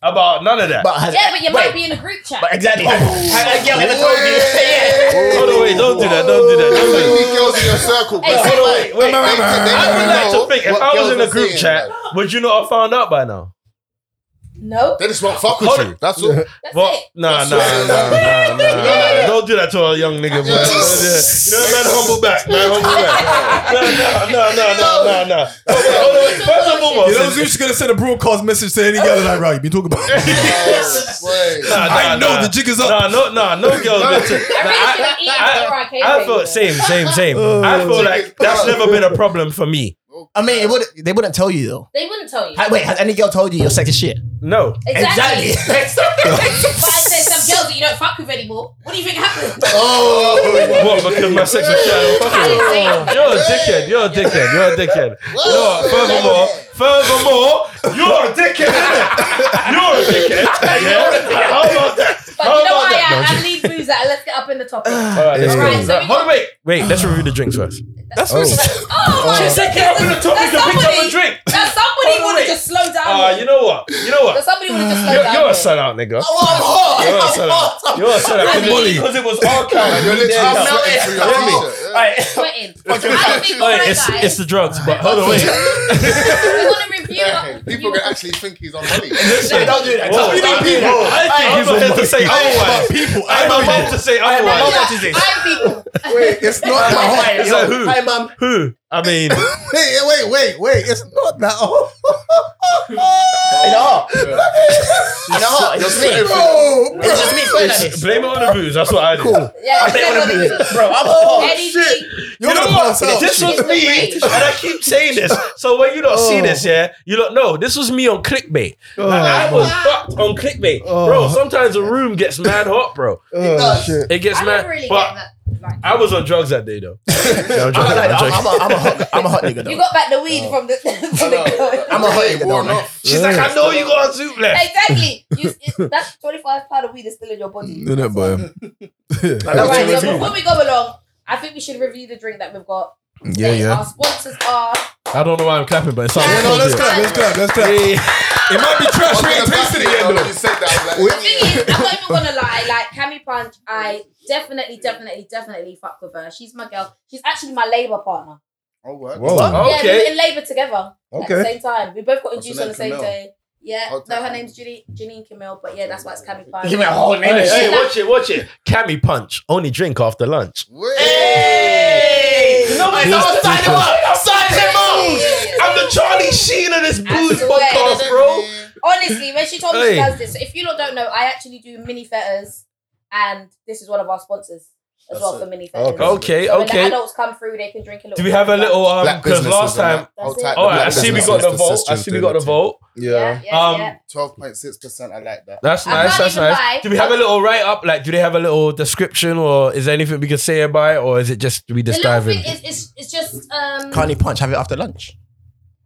A: about none of that.
E: But has,
C: Yeah, but you
E: wait,
C: might be in a group chat.
E: But
B: Oh.
E: exactly. Has a girl ever told you? Yeah.
A: Hold on, wait, don't do that, don't do that, don't do that.
D: You girls in your circle, bro.
C: Hey,
A: Hold on, wait, wait,
D: They-
A: wait.
D: they- they
A: I would
D: don't
A: like
D: know
A: to think if
D: what
A: I was
D: girls
A: in a
D: are
A: group
D: saying,
A: chat,
D: bro.
A: would you not have found out by now?
C: no,
D: They just won't fuck
A: Hold
D: with
A: on.
D: you. That's all.
C: that's
A: Well,
C: it.
A: nah, nah,
D: That's
A: nah, nah,
D: what-
A: nah. Don't do that to a young nigga, man. You know, man, humble back, man, humble back. Nah, nah, nah, nah, nah, nah, nah. Hold on, hold on, wait. First and
B: You know,
A: foremost,
B: you should gonna send a broadcast message to any girl like, right, you been talking about.
D: Oh, boy.
A: nah, nah,
B: I know
A: nah.
B: the jig is up.
A: Nah, no, nah, no girl. gets it. Nah,
C: I really
A: I-
C: should have eaten
A: I-
C: before I came
A: I
C: here, you know.
A: felt same, same, [LAUGHS] Oh, same. I feel like that's never been a problem for me.
E: I mean, it would, they wouldn't tell you though.
C: They wouldn't tell you.
E: Ha- Wait, has any girl told you your sex is shit?
A: No.
C: Exactly. But
A: [LAUGHS]
C: [LAUGHS]
E: Exactly.
C: I said some girls that you don't fuck with anymore. What do you think
A: [LAUGHS]
C: happened?
D: Oh,
A: What? Because my sex was shallow. [LAUGHS] Fuck
C: I
A: it.
C: didn't say anything.
A: You're a dickhead. You're a dickhead. You're a dickhead. You know what? Furthermore, furthermore, you're a dickhead, innit? [LAUGHS] You're a dickhead. Yeah. How about that?
C: But
A: How
C: you know
A: about
C: what? I,
A: that?
C: am? I leave booze out. Let's get up in the
A: [SIGHS]
C: topic.
A: All right, let's
B: Yeah.
A: go.
B: Right,
C: so we
A: Hold on,
C: got-
A: wait. Wait, let's review the drinks first.
B: That's what she
C: oh my
A: She said get up in the topic
C: That's
A: and picked up
C: somebody-
A: a drink.
C: That
A: Hold
C: somebody
A: on,
C: would
A: wait.
C: have just slowed down.
A: Ah, you know what? You know
C: that
A: what?
C: somebody would have just slowed
A: You're,
C: down.
A: you're a
C: here.
A: sellout, nigga.
E: I'm
A: You're a
E: hot.
A: [LAUGHS] sellout. You're a sellout. Because it was our count. [LAUGHS]
D: You're
A: we
D: literally
A: didn't count.
D: sweating through your
E: Let me-
D: t-shirt. Yeah.
C: Sweating. I don't think
A: Wait,
C: my
A: it's,
C: guy.
A: it's the drugs, but hold on, [LAUGHS] wait.
C: we're gonna review.
D: Hey, People
C: review-
D: can actually think he's on money.
E: Listen, don't do that.
A: Whoa,
E: Don't do that.
A: I think- I think
E: Hey,
A: he's on
E: I'm
A: to say
E: my-
A: otherwise.
B: people.
A: I'm about to say
E: my
A: otherwise.
E: mom watches this.
C: I'm people.
B: Wait, it's not that hot.
A: Is that who?
E: Hi, mum.
A: Who? I mean,
B: Wait, wait, wait, wait. It's not that hot.
E: I know. I know. It's just me.
B: Bro,
E: It's just me. sweating at this.
A: blame it on the booze. That's what I do.
C: Yeah,
E: I blame it on the booze. Bro, I'm
C: Oh,
E: hot.
C: Anything.
A: You
B: you're
A: Oh. know
B: gonna
A: what?
B: pass out.
A: This was me, and I keep saying this. So when you don't see this, yeah, you don't know. This was me on clickbait. Like, I was fucked on clickbait, bro. Sometimes a room gets mad hot, bro.
B: Oh, shit.
A: It gets
C: I
A: mad.
C: never really
A: but
C: get that. Like,
A: I was on drugs that day though.
E: I'm
A: joking,
E: like,
A: [LAUGHS] I'm
E: I'm a- I'm a hot- I'm a hot nigga,
C: you
E: though.
C: got back the weed from the [LAUGHS]
D: Oh,
C: from the girl. [LAUGHS]
E: I'm a hot nigga,
D: Hey,
E: though.
D: worn
E: man.
D: off.
A: She's like, I know you got a suit left.
C: Exactly. You, it, that twenty five pound of weed is still in your body.
B: Isn't it, boy?
C: All right.
E: That's
C: So
E: what
C: before we go along, I think we should review the drink that we've got.
B: Yeah,
C: Hey,
B: yeah.
C: Our sponsors are.
A: I don't know why I'm clapping, but it sounds
B: Yeah, no, let's clap, let's clap, let's clap. It might be trash, we ain't tasted it yet,
D: When
B: though.
D: you said that, I was
C: The
D: like,
C: thing is, I'm not even gonna lie. Like Cami Punch, I definitely, definitely, definitely fuck with her. She's my girl. She's actually my labour partner.
D: oh, what?
B: Whoa.
C: Yeah, we
A: Okay.
C: were in labour together at
B: Okay.
C: the same time. We both got
D: What's
C: induced
D: her
C: on
D: name,
C: the same
D: Camille?
C: day. Yeah,
D: Hot
C: no,
D: tub.
C: her name's Julie, Janine Camille, but yeah, that's why it's Cami Punch.
E: Give me a whole name.
A: Hey, hey, watch it, watch it. Cammy punch. Only drink after lunch.
E: Hey! Nobody's gonna sign him up. Sign him up.
A: I'm the Charlie Sheen of this booze
C: swear.
A: podcast, bro.
C: Honestly, when she told me
A: Hey.
C: she does this, if you lot don't know, I actually do mini fetters, and this is one of our sponsors as well for mini fetters.
A: Okay,
C: So when the
A: okay.
C: adults come through, they can drink a little.
A: Do we have a
C: bit.
A: little um? Because last time, all right, I
C: Black
A: see we got the vote. I see we got the vote.
C: Yeah,
D: Yeah.
C: yeah,
A: Um,
C: yeah.
D: Twelve point six percent. I like that.
A: That's
C: I
A: nice.
C: can't
A: That's
C: even
A: nice.
C: buy.
A: Do we have a little write up? Like, do they have a little description, or is there anything we can say about it, or is it just we
C: The
A: just
C: little
A: dive
C: thing
A: in?
C: is, it's, it's just um.
E: Carney punch. Have it after lunch.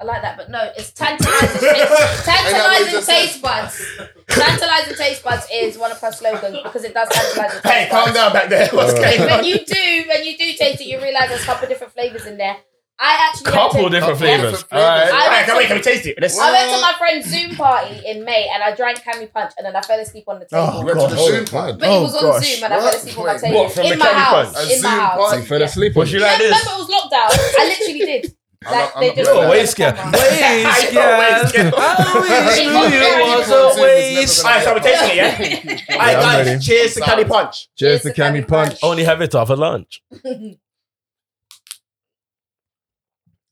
C: I like that, but no, it's tantalizing. it's
D: Ain't that what you
C: tantalizing
D: just said?
C: taste buds. tantalizing taste buds is one of her slogans because it does tantalize. the taste buds.
E: down back there. What's going
C: When you do, when you do taste it, you realize there's a couple different flavors in there. I actually had
A: Couple
C: to-
A: different
D: Couple
A: flavors.
D: different
A: All right.
C: flavors.
E: All right, come here, can we taste it? Let's.
C: I went to my friend's Zoom party in May and I drank Cammy Punch and then I fell asleep on the table.
E: Oh,
D: You went to
E: God.
D: the Zoom party.
C: But it was on
E: gosh.
C: Zoom and I
D: What?
C: fell asleep on my
D: Wait,
C: table.
A: what, from
C: in
A: the
C: my
A: Cammy
C: house.
A: Punch?
D: A
C: In my
D: Zoom
C: house.
D: party?
C: Yeah.
A: asleep. Was you like
C: yeah,
A: this?
C: remember it was lockdown. I literally did.
D: I'm not-
C: Like,
D: I'm
C: they
D: not
C: just
D: doing
A: You're
D: that.
C: put
A: way
C: it [LAUGHS]
A: scared. [LAUGHS]
C: on the camera.
A: Way scared.
C: [LAUGHS]
A: I always knew you was always.
E: All right, so we're tasting it, yeah. All right,
B: Yeah, I'm
E: guys.
B: ready.
E: Cheers to Carney punch.
B: Cheers to Cammy Punch.
A: Only have it after lunch.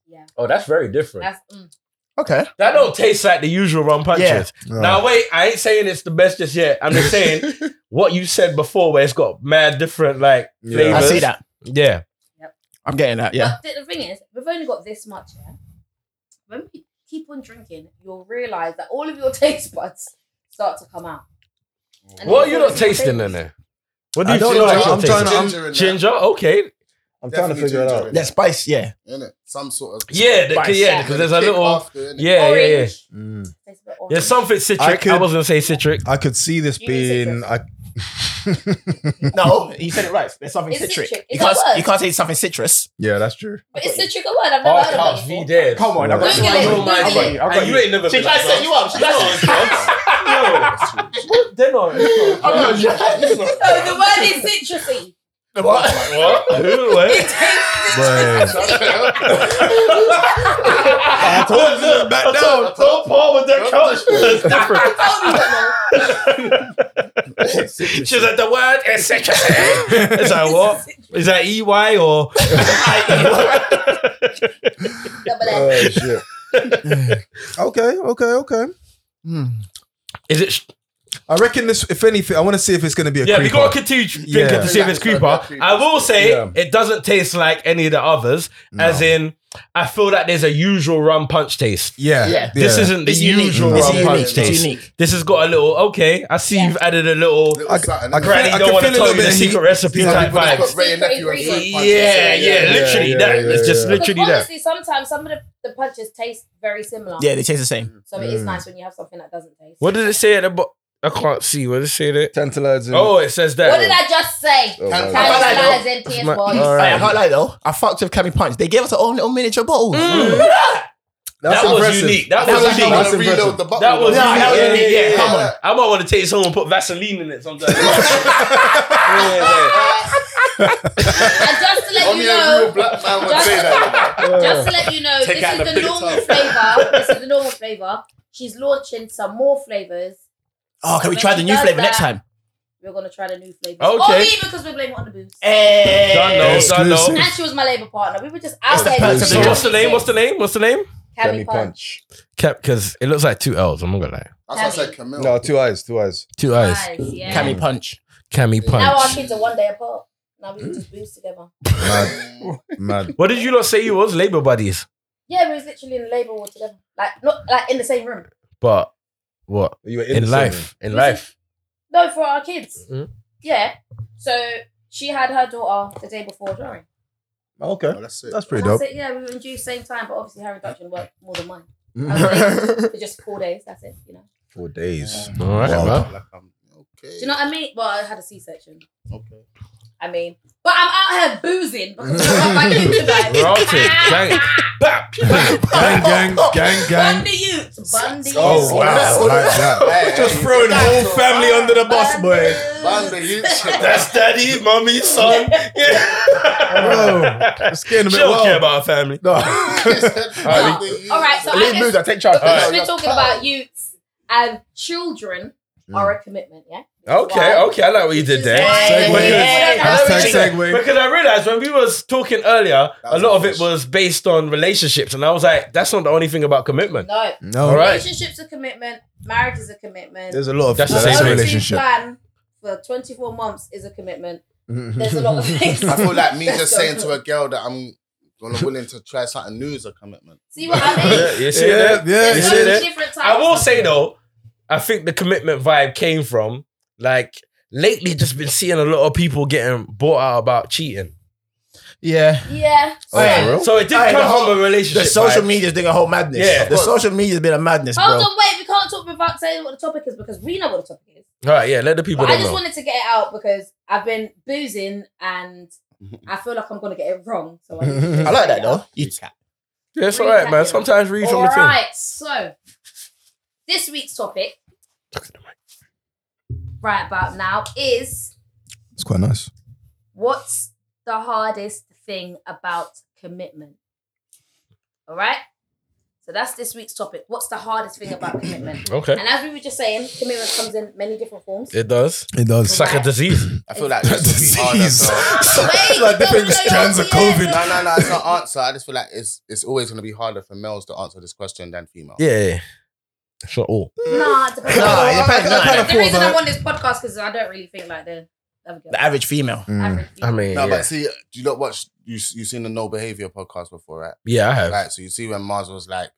C: Yeah.
A: Oh, that's very different.
C: That's, mm.
E: Okay.
A: That don't taste like the usual rum punches.
E: Yeah.
A: Now wait, I ain't saying it's the best just yet. I'm just
C: [LAUGHS]
A: saying what you said before, where it's got mad different like
B: Yeah.
A: flavors.
E: I see that.
A: Yeah.
E: I'm getting that. Yeah.
C: But the, the thing is, we've only got this much. Yeah? When we keep on drinking, you'll realize that all of your [LAUGHS] taste buds start to come out. And
A: What
C: it's
A: you
C: all
A: not
C: different
A: tasting in
C: flavors.
A: there? What do
B: I
A: you
B: don't
A: feel
B: know.
A: like
B: I'm
A: you're
B: trying
A: tasting?
B: to. I'm,
D: in there.
A: Ginger, okay,
B: I'm trying to figure it out.
E: That spice, yeah.
D: Innit? Some sort of
A: yeah, the,
E: Spice.
A: yeah, because there's a
D: Kick
A: little,
D: after, [LAUGHS] innit?
A: yeah, yeah, yeah.
C: Orange.
B: Mm.
C: Tastes a bit orange.
A: There's something
B: I
A: citric.
B: could-
A: I was gonna say citric.
B: I could see this
C: You need
B: being. I, [LAUGHS]
E: No, he said it right. There's something
C: It's
E: citric.
C: citric.
E: You
C: Is that
E: can't,
C: a word?
E: you can't say something citrus.
B: yeah, that's true.
C: But it's the trigger word. I've never
A: All
C: heard of
A: couch V
C: it. before. [LAUGHS]
A: dead.
E: Come on, I've got
C: Google
E: you. I've
C: it, Google
E: got you, I've got you. I've got
C: it.
A: And
E: you.
A: you ain't never
E: She
A: been
E: tried
A: like
E: to
A: [LAUGHS]
E: set you up. She tried
A: What? They're not. they're not-
E: to set you up.
C: So the word is citrusy.
D: [LAUGHS]
E: What?
A: What? Who? What? I told you back down. Don't Paul with that couch. It's different.
D: [LAUGHS]
A: She's like the word is citrus. It's like what? Is that E Y or
C: Double
B: Oh
C: F.
B: shit. okay, okay, okay.
A: is it?
B: I reckon this. If anything, I want to see if it's going to be a
A: Yeah, we
B: creeper.
A: gotta continue drinking
B: Yeah.
A: to see if it's creeper. I will say
B: Yeah.
A: it doesn't taste like any of the others. As in, I feel that there's a usual rum punch taste.
B: yeah,
E: Yeah.
A: This isn't the
E: It's unique.
A: usual
E: It's
A: rum
E: unique.
A: punch
E: It's
A: taste.
E: unique.
A: This has got a little. Okay, I see you've added a little.
D: Little
B: I-
D: something,
B: I
D: innit?
B: can
A: Granny
B: I
A: don't want
B: feel
A: to
B: a
A: tell
B: little
A: you
B: bit
A: the
B: of
A: secret
B: heat.
A: recipe
B: Yeah,
A: type
D: People that's
A: vibes.
D: got Ray and nephew and Frank Punch,
A: Yeah,
D: innit?
A: yeah, literally.
B: yeah,
A: that
B: yeah,
A: it's just
B: yeah.
A: literally
C: Because
A: that.
C: honestly, sometimes some of the, the punches taste very similar.
E: Yeah, they taste the same.
C: So
D: Mm.
C: it is nice when you have something that doesn't taste.
A: What did it say at the bottom? I can't see. What did it say there?
B: Tantalizing.
A: Oh, it says that.
C: What did I just say?
B: Oh,
D: Can-
B: wow.
E: I like
C: Tantalizing PS
A: My-
C: words.
A: all
E: Hey, I
A: right.
E: can't lie though. I fucked with Cammy Punch. They gave us our own little miniature Mm. bottle.
A: Mm. That
B: That's
A: was
B: impressive.
A: unique. That
E: That's
A: was
D: I
A: unique.
D: wanna
B: That's impressive.
D: reload the bottle.
A: That was
E: Yeah,
A: unique.
E: that was
A: yeah,
E: unique.
A: yeah, yeah,
E: Yeah,
A: come
E: yeah.
A: on. I might want to take some and put Vaseline in it
B: [LAUGHS]
A: sometimes. Yeah, yeah.
D: [LAUGHS]
C: And just to let
D: Only
C: you
D: a real
C: know,
D: black man would
C: Just-
D: say that. you know.
C: just to let you know,
E: Take
C: this
E: out
C: is
E: the
C: the
E: big
C: normal flavor. This is the normal flavor. She's launching some more flavors.
E: Oh, can we
C: When
E: try the
C: she
E: new
C: does
E: flavor
C: that-
E: next time?
C: We're gonna try the new flavours.
A: Okay.
C: Or me because we blame it on the booze.
E: Hey.
A: Don't know, don't know.
B: Exclusive.
C: And she was my Labour partner. We were just out
E: the
C: there.
E: perks
C: just
E: of the
A: So
E: job.
A: what's the name? What's the name? What's the name?
C: Cammy Punch.
A: Cap, because it looks like two L's. I'm not gonna lie.
D: That's what I said, Camille.
F: No, two eyes, two eyes.
A: Two I's.
C: Nice, yeah.
E: Cammy punch.
A: Cammy
C: Now our
A: punch.
C: kids are one day apart. Now we can just booze together.
F: Mad, mad.
A: What did you not say you was? Labour buddies.
C: Yeah, we was literally in the Labour ward together. Like not like in the same room.
A: But what?
F: You were
A: In,
F: the
A: life. In
C: You
A: life.
C: No, for our kids.
A: Mhm.
C: Yeah. So she had her daughter the day before during.
F: Okay,
D: Oh, that's it.
F: that's pretty
C: That's
F: dope.
C: it. Yeah, we were in due same time, but obviously her reduction worked more
F: [LAUGHS]
C: than mine. I was late for just four days. That's it. You know.
F: Four days.
A: All right,
F: Wow.
A: well.
D: Like, I'm- okay.
C: Do you know what I mean? Well, I had a C section.
D: Okay.
C: I mean, but I'm out here boozing because I'm my kids tonight. [LAUGHS]
A: Routed. Bang. Bap. Bap.
B: gang, gang, gang,
C: Bun
B: gang.
C: the youths. Bun the
B: Oh
C: youths.
B: wow, like that.
D: Hey,
B: Just
D: hey,
B: throwing the whole family under the bus,
C: Bun
B: boy.
C: the
D: ban
C: youths.
D: the youth.
A: That's daddy, mommy,
C: [LAUGHS]
A: son.
B: Bro,
A: Yeah.
B: it's getting a
A: She
B: bit
A: don't care
B: wild.
A: about her family.
B: No.
D: Ban the youth.
C: All right, so I
E: Leave
C: guess
E: moves. I take [LAUGHS] charge.
C: because
D: Alright.
C: we're talking about youths and children are a commitment, yeah?
A: Okay, okay, I like what you did there.
C: Segue.
A: Because-
C: Yeah.
A: I like what
B: Hashtag
A: you did.
B: segue.
A: Because I realized when we was talking earlier,
D: That
A: a
D: was
A: lot of it
D: fish.
A: was based on relationships, and I was like, that's not the only thing about commitment.
C: No.
B: No.
A: All right.
C: Relationships a commitment, marriage is a commitment.
B: There's a lot of
A: That's the
B: that's
A: same
B: a
A: thing.
B: relationship.
C: plan for 24 months is a commitment. There's a lot of things.
D: I feel like me
C: Let's
D: just
C: go.
D: saying to a girl that I'm gonna willing to try something new is a commitment.
C: See what I
A: [LAUGHS]
C: mean?
A: Yeah, you see
B: [LAUGHS] Yeah,
A: that? You
B: yeah,
C: There's
A: see
C: so
A: that?
C: many different types.
A: I will
C: of
A: say
C: commitment.
A: though, I think the commitment vibe came from like lately. Just been seeing a lot of people getting bought out about cheating,
E: Yeah.
C: Yeah.
F: Oh,
C: so-
F: for real?
A: so it did
E: Aye, the
A: come
E: whole-
A: from a relationship.
E: The social
A: vibe.
E: media's doing a whole madness.
A: Yeah.
E: The social media's been a madness,
C: Hold
E: bro.
C: on, wait. We can't talk without saying what the topic is because we know what the topic is.
A: All right, yeah, let the
C: But
A: people
C: I
A: know.
C: just wanted to get it out because I've been boozing and I feel like I'm gonna get it wrong. So I,
A: [LAUGHS]
C: need to
E: I like that though. You
A: yeah, it's all right, man. Sometimes read from
C: All
A: the thing.
C: right. So this week's topic, right about now, is
B: It's quite nice.
C: What's the hardest thing about commitment? All right. So that's this week's topic. What's the hardest thing
A: [CLEARS THROAT]
C: about commitment?
A: Okay,
C: And as we were just saying, commitment comes in many different forms.
A: it does.
B: It does. [LAUGHS]
A: Suck a disease.
D: I feel like this would be harder.
B: Disease. [LAUGHS]
D: to-
C: Wait,
B: like
C: no,
B: different
C: no, no,
B: strands of
C: yeah,
B: COVID.
D: No, no, no. It's not answer. I just feel like it's it's always gonna be harder for males to answer this question than females.
A: Yeah, yeah. [SNIFFS] it's not all.
C: Nah, it depends.
E: Nah, it depends. Nah,
C: The
E: I
B: kinda
C: reason
B: thought
C: I'm on this podcast because I don't really think like the other girls.
E: The average female.
B: Mm.
C: Average
A: I
C: people.
A: mean,
D: No,
A: yeah.
D: but see, do you not watch? You you seen the No Behavior podcast before, right?
A: yeah, I have.
D: Right. So you see when Mars was like,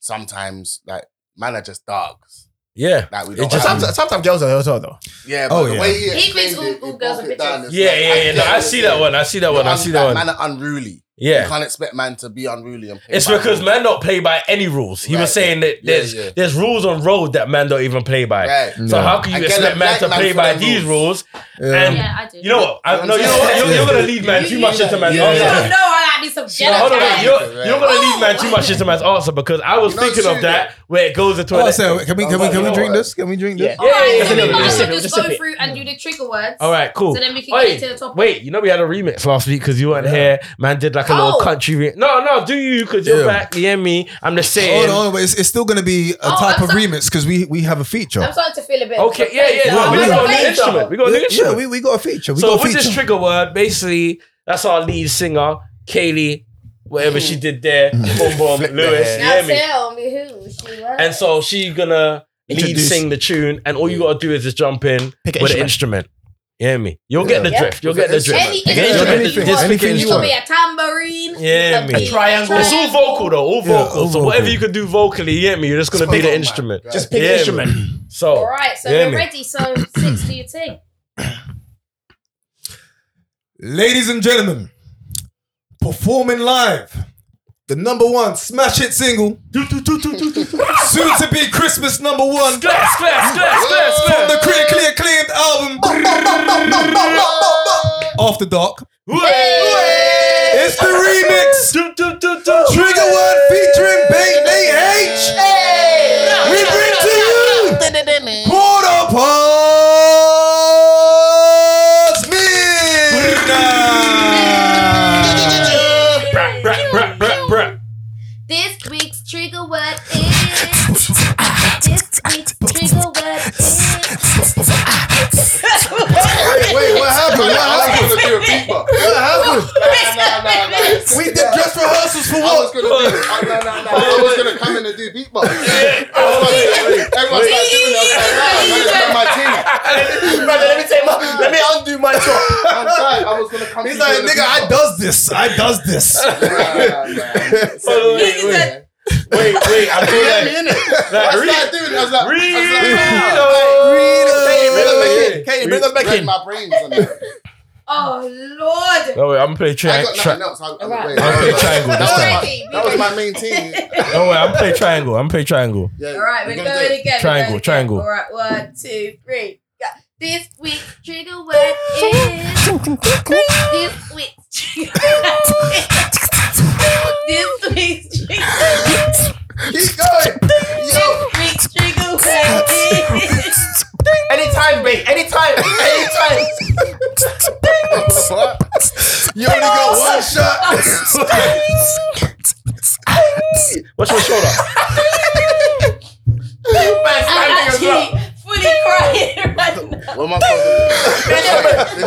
D: sometimes like man are just dogs.
A: Yeah,
D: Like we
A: It
D: don't.
A: just-
D: have-
E: Sometimes, sometimes girls are as well though.
D: yeah, but
B: Oh,
D: the
B: yeah.
D: way he,
C: He thinks
D: explained
C: all-
D: it,
C: all
D: he
C: girls
D: broke
C: are
D: it down,
C: bitches.
D: it's
A: yeah,
D: like,
A: yeah, yeah. No,
D: get
A: I
D: it,
A: see
D: yeah.
A: that one. I see that
D: You're
A: one. I
D: un-
A: see
D: like,
A: that
D: Man
A: one.
D: are unruly. You
A: Yeah.
D: can't expect man to be unruly and play
A: It's
D: by
A: because
D: rules.
A: man don't play by any rules. He
D: Right,
A: was saying that
D: yeah.
A: there's
D: Yeah, yeah.
A: there's rules on road that man don't even play by. [LAUGHS]
D: Right.
A: So
B: Yeah.
A: how can you
D: I get
A: expect man
D: a black
A: to
D: man
A: play
D: for
A: by
D: them
A: these rules?
D: rules.
A: And
C: yeah, I do.
A: you know what? I,
D: You
A: no, you know what? You're, you're gonna lead man too much into man's
D: Yeah,
A: answer.
D: yeah.
C: No, no, I like me some
A: No,
C: jello
A: hold on, wait.
C: time.
A: You're,
D: Yeah.
A: you're gonna
C: Oh.
A: lead man too much into man's answer because I was
D: You know,
A: thinking of
D: shoot
A: that where it goes into.
B: Oh,
A: an-
B: so can we can we can we drink this? Can we drink this?
E: Yeah.
C: All right,
A: Yeah,
C: so
A: yeah,
C: we
A: yeah,
C: might as
E: yeah.
C: well just
E: Just a
C: go
E: bit.
C: through and do the trigger words.
A: All right, cool.
C: So then we can
A: Oi,
C: get into the topic.
A: Wait, you know we had a remix last week because you weren't here. Man did like a
C: Oh.
A: little country. Re- no, no, do you? Because you're
B: Yeah.
A: back. Yeah, me. I'm the same.
B: Hold on, hold on, but it's, it's still going to be a
C: Oh,
B: type
C: I'm
B: of
C: sorry.
B: remix because we we have a feature.
C: I'm starting to feel a bit.
A: Okay, yeah, yeah.
B: Yeah,
A: we
B: we
A: got a
B: got
A: new
B: a
A: instrument. We got a new
B: yeah, yeah,
A: instrument.
B: we, we got a feature. We
A: so
B: got a
A: with
B: feature.
A: this trigger word, basically, that's our lead singer, Kaylee, whatever
C: Hmm.
A: she did there,
B: Hmm.
A: Boom Boom Lewis.
C: Now
A: Yeah, me.
C: tell me who she was.
A: And so she gonna lead
E: Introduce.
A: sing the tune, and all you gotta do is just jump in
E: Pick an
A: with an instrument. You hear me? You'll get the
C: Yeah.
A: drift. You'll
D: Pick
A: get
D: an
A: the drift.
C: any
A: Pick an
C: instrument
A: instrument.
B: anything,
A: Just pick an
B: anything
C: It
B: you
A: instrument.
C: could be
B: want.
C: a tambourine.
A: Yeah,
C: it
A: me.
C: could be
E: A triangle.
A: It's all vocal though, all
B: Yeah, all
A: vocal. so
B: vocal.
A: whatever you can do vocally, you hear me? You're just gonna be
E: pick-
A: the
E: oh my
A: instrument.
D: God.
E: Just pick
A: Yeah,
E: an instrument.
A: So
C: All right, so
A: yeah,
C: we're
A: me.
C: ready. So six do you think?
B: Ladies and gentlemen, performing live, the number one smash hit single, soon to be Christmas number one from
A: class, class, class, class, class.
B: the critically acclaimed album After Dark. It's the remix.
A: Do, do, do, do.
B: Trigger word featuring Bang AH. We bring to you Quarter Past Midnight.
A: Brap, brap, brap, brap, brap.
C: This week's trigger word is. This week's trigger word is.
D: [LAUGHS] no,
B: We did dress rehearsals for
D: I was
B: what?
D: gonna do it. Oh, no, no, no. I was gonna come in and do beatbox. Everyone started doing it. I
E: Brother, [LAUGHS] let me take my, let me undo my job.
D: was like, no, no, no, no. I'm tired. I was gonna come.
B: He's
D: to
B: like,
D: do the
B: nigga, I
D: beatbox."
B: does this. I does this.
D: Nah, nah,
E: [LAUGHS]
D: nah.
A: Oh, wait,
C: He's
A: wait,
C: a-
A: wait, wait. I'm
D: You
A: doing
D: let me
A: like,
D: in it.
A: like
D: I
A: read,
D: started doing it. I was like, I was like,
A: read,
E: Oh, Bring us
A: read,
E: back in. Katie, bring us back
D: read
E: in.
D: my brains on that.
C: [LAUGHS] Oh Lord!
A: No, wait, I'm gonna play
D: I
A: tri-
D: got
A: tri-
D: nothing else. I'm,
C: Right.
D: wait,
A: I'm
D: wait,
A: play
D: wait.
A: triangle. This time.
C: Already,
D: That was my main team.
A: No, wait, I'm play triangle. I'm play triangle.
D: Yeah,
C: All right, we're
D: gonna
C: going,
D: do it.
C: again. we're
A: Triangle,
C: going again.
A: triangle.
C: All right, one, two, three. Go. This week's trigger word is. this week's trigger. [LAUGHS]
B: Keep
C: this week's trigger.
B: going.
C: This week's trigger word is.
E: Anytime, babe. Anytime. Anytime.
D: [LAUGHS] What?
B: You only got
A: [LAUGHS]
B: one shot.
A: What's your shoulder?
E: Best
C: I'm
E: time thing as well.
C: actually fully crying right now.
D: What am I supposed to do?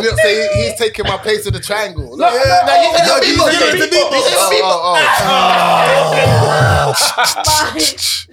D: [LAUGHS] They look, say he- he's taking my place to the triangle. oh, Look.
B: Yeah.
E: No, you said
B: Yo,
E: the
B: you
E: beatbox,
B: said
E: you
B: the
E: said the beatbox.
D: Oh, oh,
C: My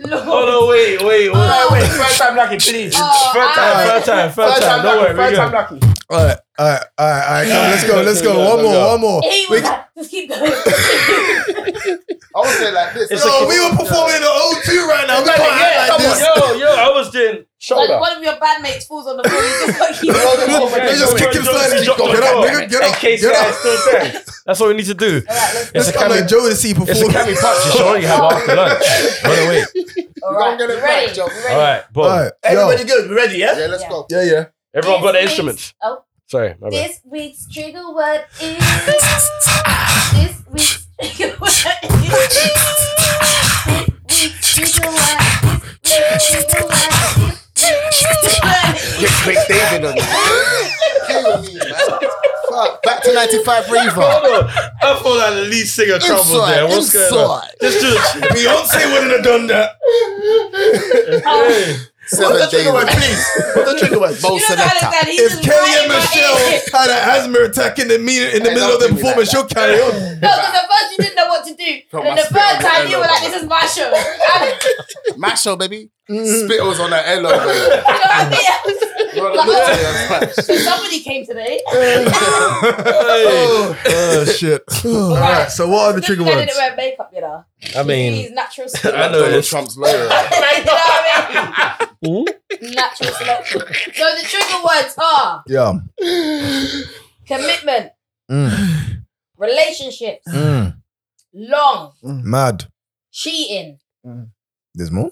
A: Oh
C: Lord.
A: no, wait, wait, wait.
E: No, wait. First time lucky, please.
C: Oh,
A: Third time,
C: I-
A: third time, third
E: First
A: time.
E: time
A: Don't worry,
E: lucky.
A: we're
E: First time
A: good.
E: lucky.
B: All right, all right, all right, all right. Come, let's go, let's go. One more, one more.
C: He was like, just keep going.
D: oh. I would say like this.
A: It's
B: Yo, we were performing in the O2 right now. We can't act like this.
A: Yo, yo, I was doing
C: like
A: shoulder.
C: one of your bandmates falls on the floor, you just like keep going.
D: Oh,
B: They just kick him slightly. Get
A: Drop
B: up,
A: the ball.
B: nigga. Get
A: In
B: up.
A: case
B: Get
A: guys
B: up.
A: still there. That's all we need to do. It's
B: Let's
A: a
B: come
A: cami,
B: like Joe to see
A: it's a
E: [LAUGHS]
B: perform.
A: cami punch. You should already have after lunch. By the way,
C: All
D: We're
C: right, you
D: gonna get it
C: ready?
D: back, Joe.
C: You ready?
A: all right, boom.
B: All right, yo.
E: Everybody good? We ready, yeah?
D: Yeah, let's go.
B: Yeah, yeah.
A: Everyone got their
C: This week's-
A: instruments.
C: Oh,
A: Sorry, my bad.
C: this week's trigger word is. this week's trigger word is. This week's trigger word. This week's trigger word. This week's trigger word.
E: Quick David on
D: Kill me, man. Fuck. Back to 95 Reaver.
A: Hold on. I thought that the lead singer crumbled there. What's going on? Just do it.
B: Beyonce wouldn't have done that.
C: Oh.
A: Hey.
D: Seven days.
E: trigger word, please? What's the trigger [LAUGHS] word?
D: Bo
C: You don't know
D: Selecta.
C: understand. He's
B: If
C: just
B: Kelly
C: right
B: and
C: in my
B: Michelle
C: ear.
B: had an asthma attack in the me- in the
D: Hey,
B: middle
D: don't
B: of the
D: do me like
B: performance,
D: that.
B: you'll carry on.
C: No, because at first you didn't know what to
D: [LAUGHS]
C: do.
D: Put
C: And then
D: my
C: the
D: spit on
C: third
D: the
C: time you were
D: elbow.
C: like, this is my show. [LAUGHS] And,
D: My show, baby. Spittles on her elbow,
C: [LAUGHS]
D: baby.
C: you know what I mean?
D: [LAUGHS] Roll up the
C: So somebody came today.
A: Hey.
B: Oh shit! [SIGHS] All right. So what are the
C: Good
B: trigger
C: thing I
B: words?
C: didn't wear makeup, you know.
A: I mean,
C: He's natural
A: I know
C: selection.
D: Donald
A: this.
D: Trump's lawyer.
C: [LAUGHS] you know what I mean? natural selection. So the trigger words are
B: Yeah.
C: commitment,
B: Mm.
C: relationships,
B: Mm.
C: long,
B: Mad.
C: cheating.
B: There's more.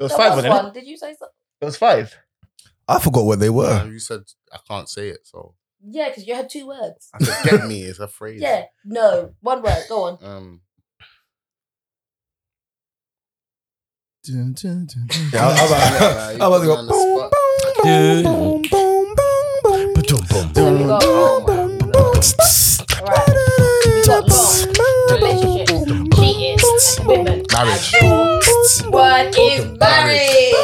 E: It was
C: There
E: five,
C: was
E: wasn't it?
C: one. Did you say something?
E: It was five.
B: I forgot what they were.
D: You said I can't say it, so
C: Yeah, because you had two words.
D: I said get me is a phrase.
C: Yeah, no, one word. Go on.
D: Um,
B: Yeah, I, I was like-
D: Yeah, nah,
B: I was
D: you
B: like,
D: put me on
B: boom, boom, boom, boom, boom, boom.
C: There we go.
D: oh my God.
C: Right. You got long, relationships, cheating, commitment.
D: Marriage.
C: And your Word is marriage.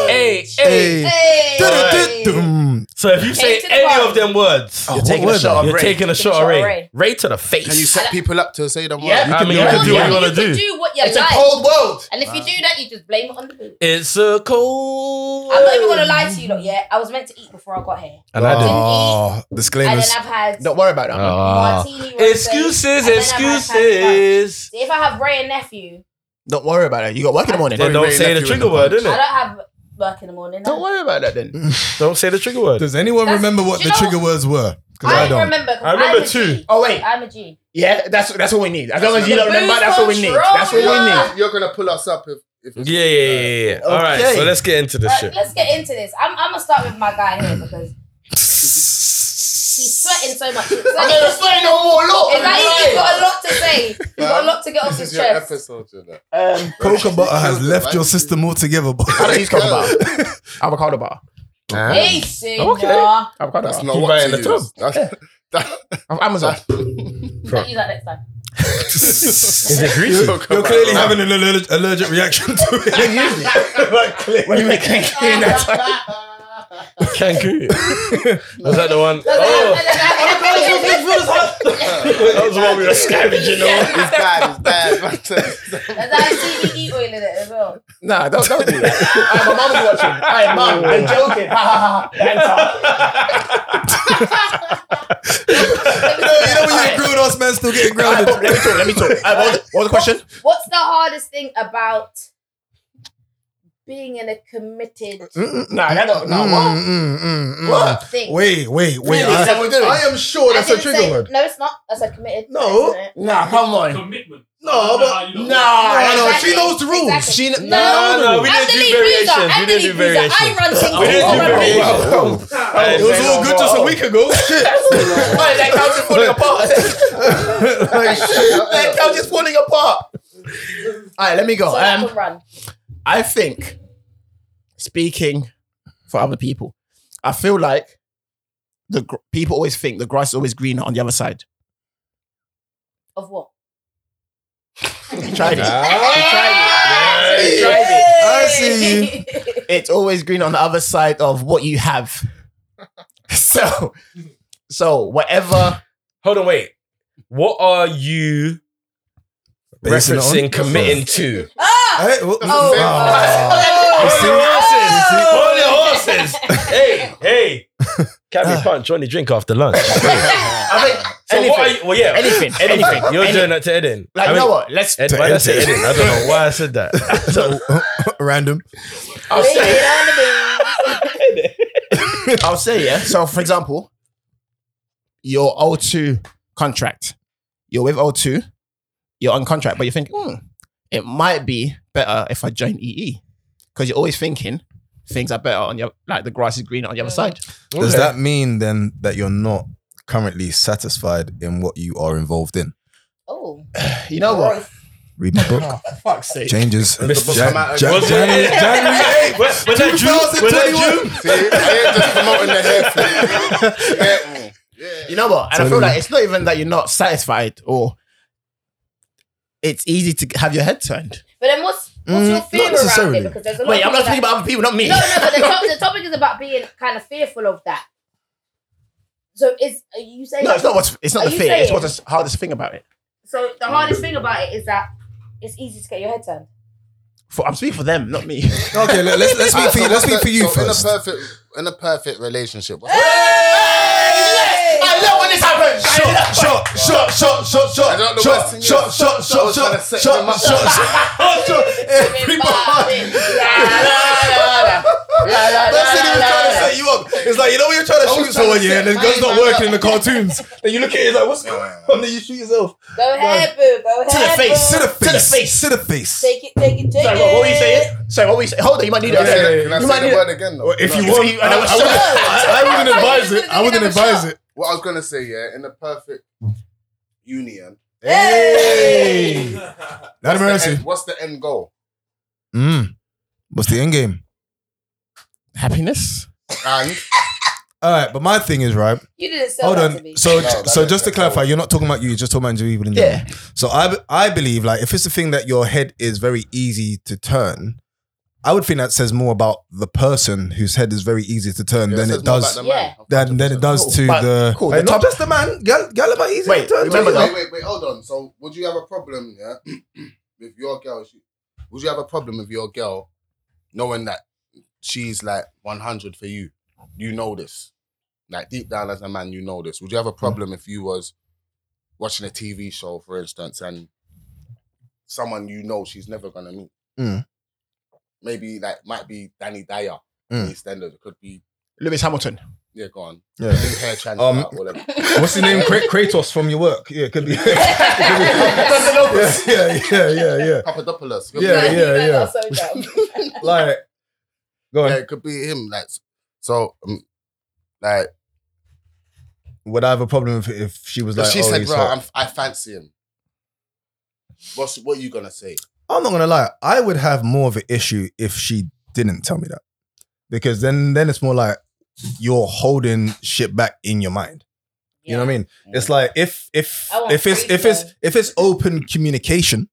A: Hey,
B: Hey.
C: Hey.
B: Dum-dum-dum.
A: So if you say
C: Take to the
A: any
C: bottom.
A: of them words,
B: Oh,
E: You're
B: what
E: taking
B: were
E: a shot
B: they?
E: of
A: you're
E: Ray.
A: taking a
C: Take a
A: shot
C: shot
A: of
C: of
A: Ray.
C: Ray.
A: Ray to the face.
D: Can you set people up to say them
E: Yeah.
D: words?
A: I mean, you
E: do
A: can do what
E: whatever
A: you want to
C: can
A: do.
C: do what you
E: It's a
C: like.
E: cold world.
C: And if you do that, you just blame it on the booze.
A: It's a cold.
C: I'm not even gonna lie to you, lot. Yeah, I was meant to eat before I got here,
A: And I didn't.
B: Oh,
C: and then
B: disclaimers.
C: I've had
E: Don't worry about that. Ah.
C: martini. rosé, Oh. and
A: Oh. Excuses,
C: then I've had pasta.
A: excuses.
C: So if I have Ray and nephew,
E: Don't worry about that. You got work in the morning.
A: Then don't
D: Ray
A: say the
D: left you in
A: trigger
D: the
A: word,
D: punch.
C: I
A: innit?
C: don't have work in the morning. no.
E: Don't worry about that then. [LAUGHS]
A: Don't say the trigger word.
B: Does anyone
C: That's-
B: remember what
C: do you
B: the
C: know
B: trigger words were? Because
C: I,
B: I don't.
C: remember. 'cause
A: I remember
C: I'm a
A: two.
C: G.
E: Oh, wait.
C: I'm a G.
E: Yeah, that's that's what we need. As long as you
C: The
E: don't remember,
C: booze
E: that's what we need.
C: control,
E: That's what we
C: yeah.
E: need.
D: You're gonna pull us up if. if it's-
A: Yeah, yeah, yeah, yeah. All right,
E: Okay.
A: so let's get into this
C: Right,
A: shit.
C: let's get into this. I'm, I'm gonna start with my guy here because he's sweating
E: [LAUGHS]
C: so much. He's
E: I'm
C: sweating.
E: gonna say no more. Look,
C: It's like he's got a lot
E: [LAUGHS]
C: to say. He's got a lot to get off
D: This
C: his
D: is your
C: chest.
D: episode, you know. [LAUGHS]
E: Um,
B: Coca butter has
D: Coca
B: left
D: butter.
B: your
D: [LAUGHS]
B: system altogether. boy.
E: I don't use cocoa bar. Avocado bar.
C: Hey, Sina.
E: Okay.
C: I'll
E: Avocado
D: That's
E: bar.
D: not
A: You
D: what
A: buy in
D: to
A: the tub.
D: use. [LAUGHS] That's, that,
E: Av- [LAUGHS] Amazon.
C: use that next time.
A: [LAUGHS] Is it
B: You're,
A: greasy?
B: you're clearly having an allergic, allergic reaction to it.
E: When you make clean that
B: [LAUGHS]
A: Cancun. Was that the one? Oh,
C: Doesn't have-
A: that was wrong with a scabbage, you know.
D: It's bad. It's bad. man. [LAUGHS] It's
C: There's like CBD oil in it as well.
E: [LAUGHS] Nah, don't, don't do that. Alright, my mum's watching. Hey, mum,
A: Oh.
E: I'm joking. Ha ha ha. Banter.
B: You know, you know when you're a grown ass man still getting grounded.
E: Alright, Bob, let me talk. Let me talk. Alright, what, was the, what was the question?
C: What's the hardest thing about being in a committed
E: Nah, that don't. Nah, what?
B: Mm, mm, mm.
E: What?
C: thing?
B: Wait, wait, wait.
E: Really? Is that
B: I,
E: what we're doing?
B: I am sure that's
C: I
B: a
C: didn't
B: trigger
C: say-
B: word.
C: No, it's not. That's a committed.
B: No.
C: thing, isn't it?
E: Nah, come on.
G: Commitment.
B: No, but
G: you
B: no,
E: Nah,
B: no, she knows the rules.
C: Exactly.
E: She kn-
A: No, no, we didn't
C: I'm the
A: do
C: lead bruiser.
A: variations. We
C: I'm the
A: didn't do
C: lead bruiser. I
A: variations.
C: run things.
A: We didn't do
C: Oh,
A: variations.
B: It was all good just a week ago. Shit.
E: Why that couch is falling
A: [LAUGHS]
E: apart?
D: [LAUGHS]
E: that couch is falling apart. All right, let me go.
C: So I
E: Um,
C: can run.
E: I think speaking for other people, I feel like the gr- people always think the grass is always greener on the other side.
C: Of what?
E: You tried it.
A: Ah.
C: Hey!
B: I see.
E: It's always green on the other side of what you have. [LAUGHS] So, so whatever.
A: Hold on, wait. What are you
B: Basing it on-
A: referencing committing to?
C: [LAUGHS] Ah!
B: Hey, well,
C: Oh.
E: [LAUGHS]
B: ah.
E: oh.
A: Hold your horses! Hold your horses! hey, hey! Cabby punch, only drink after [LAUGHS] lunch.
E: I think
A: So
E: anything,
A: what Ah. are you? Well, yeah,
E: anything, anything,
A: You're
E: Any-
A: doing that to Eden.
E: Like,
A: I
E: you know
A: mean,
E: what? Let's.
A: Ed,
B: To
A: why did I say
B: Eden.
A: Eden? I don't know why I said [LAUGHS] that.
B: So, random.
E: [LAUGHS] I'll
C: Leave
E: say,
C: it on the beach.
E: I'll say, yeah. So, for example, your O2 contract, you're with O2, you're on contract, but you think, hmm, it might be better if I join EE because you're always thinking things are better on your like the grass is greener on the other side.
B: Does that mean then that you're not currently satisfied in what you are involved in?
C: Oh.
E: You know what?
B: Read my [LAUGHS] book.
E: Fuck's sake.
B: Changes. Jan-
A: Mr.
B: Jan-
A: Was it-
B: January
C: [LAUGHS]
B: January 8th.
A: Was was that June? Was that June?
B: 2021.
D: See, they're just promoting the hair [LAUGHS] flip. Yeah, mm, yeah.
E: You know what? And I
B: Tell
E: feel
B: me.
E: like it's not even that you're not satisfied or it's easy to have your head turned.
C: But then what's, what's
B: Mm,
C: your
B: not
C: fear around
B: necessarily.
C: it? Because there's a lot
E: Wait,
C: of
E: I'm not
C: people
E: speaking
C: that-
E: about other people, not me.
C: No, no, but the, top, the topic is about being kind of fearful of that. So is are you
E: [LAUGHS]
C: saying
E: No, it's not what's it's not
C: Are
E: the
C: you
E: fear, it's
C: saying-
E: what's the hardest thing about it.
C: So the hardest thing about it is that it's easy to get your head turned.
E: For, I'm speaking for them, not
B: [LAUGHS]
E: me.
B: Okay, let- let's let's speak for you. Let's
D: So
B: speak for you
D: so in a
B: first.
D: perfect in a perfect relationship. what's-
E: I love when this happens.
B: Shot, shot, shot, shot, shot,
D: I don't know
B: shot,
D: what's
B: shot,
D: in
B: shot,
D: it.
B: shot,
D: I
B: shot,
D: was trying
B: shot,
D: to set them
B: shot,
D: up.
B: shot, shot, shot. Everybody. That's it, he was trying to set you up. It's like, you know when you're trying to
D: I was
B: shoot
D: trying to
B: someone, yeah, and the
D: set
B: gun's
D: mine
B: not
D: up.
B: working in the cartoons. Then you look at it, it's like, what's going on? Then you shoot yourself.
C: Go ahead, boo. Go ahead.
E: To the face.
B: [LAUGHS]
C: boo.
B: To the
E: To the
B: face.
E: face.
B: To the face.
C: Take it, take it, take
E: Sorry,
C: it.
E: what, what were you saying? Sorry, what were you saying? Hold on, you might need
D: Can
E: it.
D: I say, can I
E: You
D: say
E: might
D: the
E: need
D: word again? Though?
B: Well, If
D: No.
B: you
E: no,
B: want,
E: you-
B: I, I,
E: I-
B: wouldn't- I, I
C: [LAUGHS]
B: wouldn't advise it. I wouldn't advise it.
D: What I was gonna say, yeah, in a perfect union.
C: Hey!
B: That
D: What's the,
B: mercy.
D: end, what's the end goal?
B: Mm. What's the end game?
E: Happiness?
D: And
B: All right, but my thing is right.
C: You didn't sell
B: Hold
C: that to me. [LAUGHS]
B: on. So, [LAUGHS]
D: No, that
B: so
D: is-
B: just to
D: that's
B: clarify,
D: all.
B: you're not talking about you. You're just talking about people in general.
E: Yeah.
B: So I, be- I believe like if it's a thing that your head is very easy to turn, I would think that says more about the person whose head is very easy to turn than it does
C: Yeah.
B: than than it does to
E: But-
B: the.
E: cool,
B: Hey,
E: the
B: not
E: top-
B: just the man. Gal, gal about easy
E: Wait,
B: to turn.
E: remember
B: to.
E: that-
D: Wait, wait, wait, hold on. So, would you have a problem, yeah, [CLEARS THROAT] with your girl? She, would you have a problem with your girl knowing that she's like 100 for you? You know this. Like, deep down as a man, you know this. Would you have a problem if you was watching a TV show, for instance, and someone you know she's never going to meet?
B: Mm.
D: Maybe, like, might be Danny Dyer,
B: Mm.
D: mm. EastEnders. It could be,
E: Lewis Hamilton.
D: yeah, go on.
B: [LAUGHS] Yeah.
D: Big hair transfer,
B: Um,
D: whatever.
B: [LAUGHS] What's his name? Kra- Kratos from your work. Yeah, it could be. [LAUGHS] it could be- yeah, yeah, yeah, yeah, yeah.
D: Papadopoulos.
B: Yeah, yeah, yeah. Like, go on.
D: Yeah, it could be him. Like, so, um, like,
B: Would I have a problem if, if she was like,
D: she
B: oh,
D: said,
B: he's
D: "Bro,
B: hot."
D: I'm, I fancy him." What's what are you gonna say?
B: I'm not gonna lie, I would have more of an issue if she didn't tell me that. Because then then it's more like you're holding shit back in your mind. [LAUGHS] You know what I mean? It's like if if
C: I want
B: if it's if it's if it's open communication,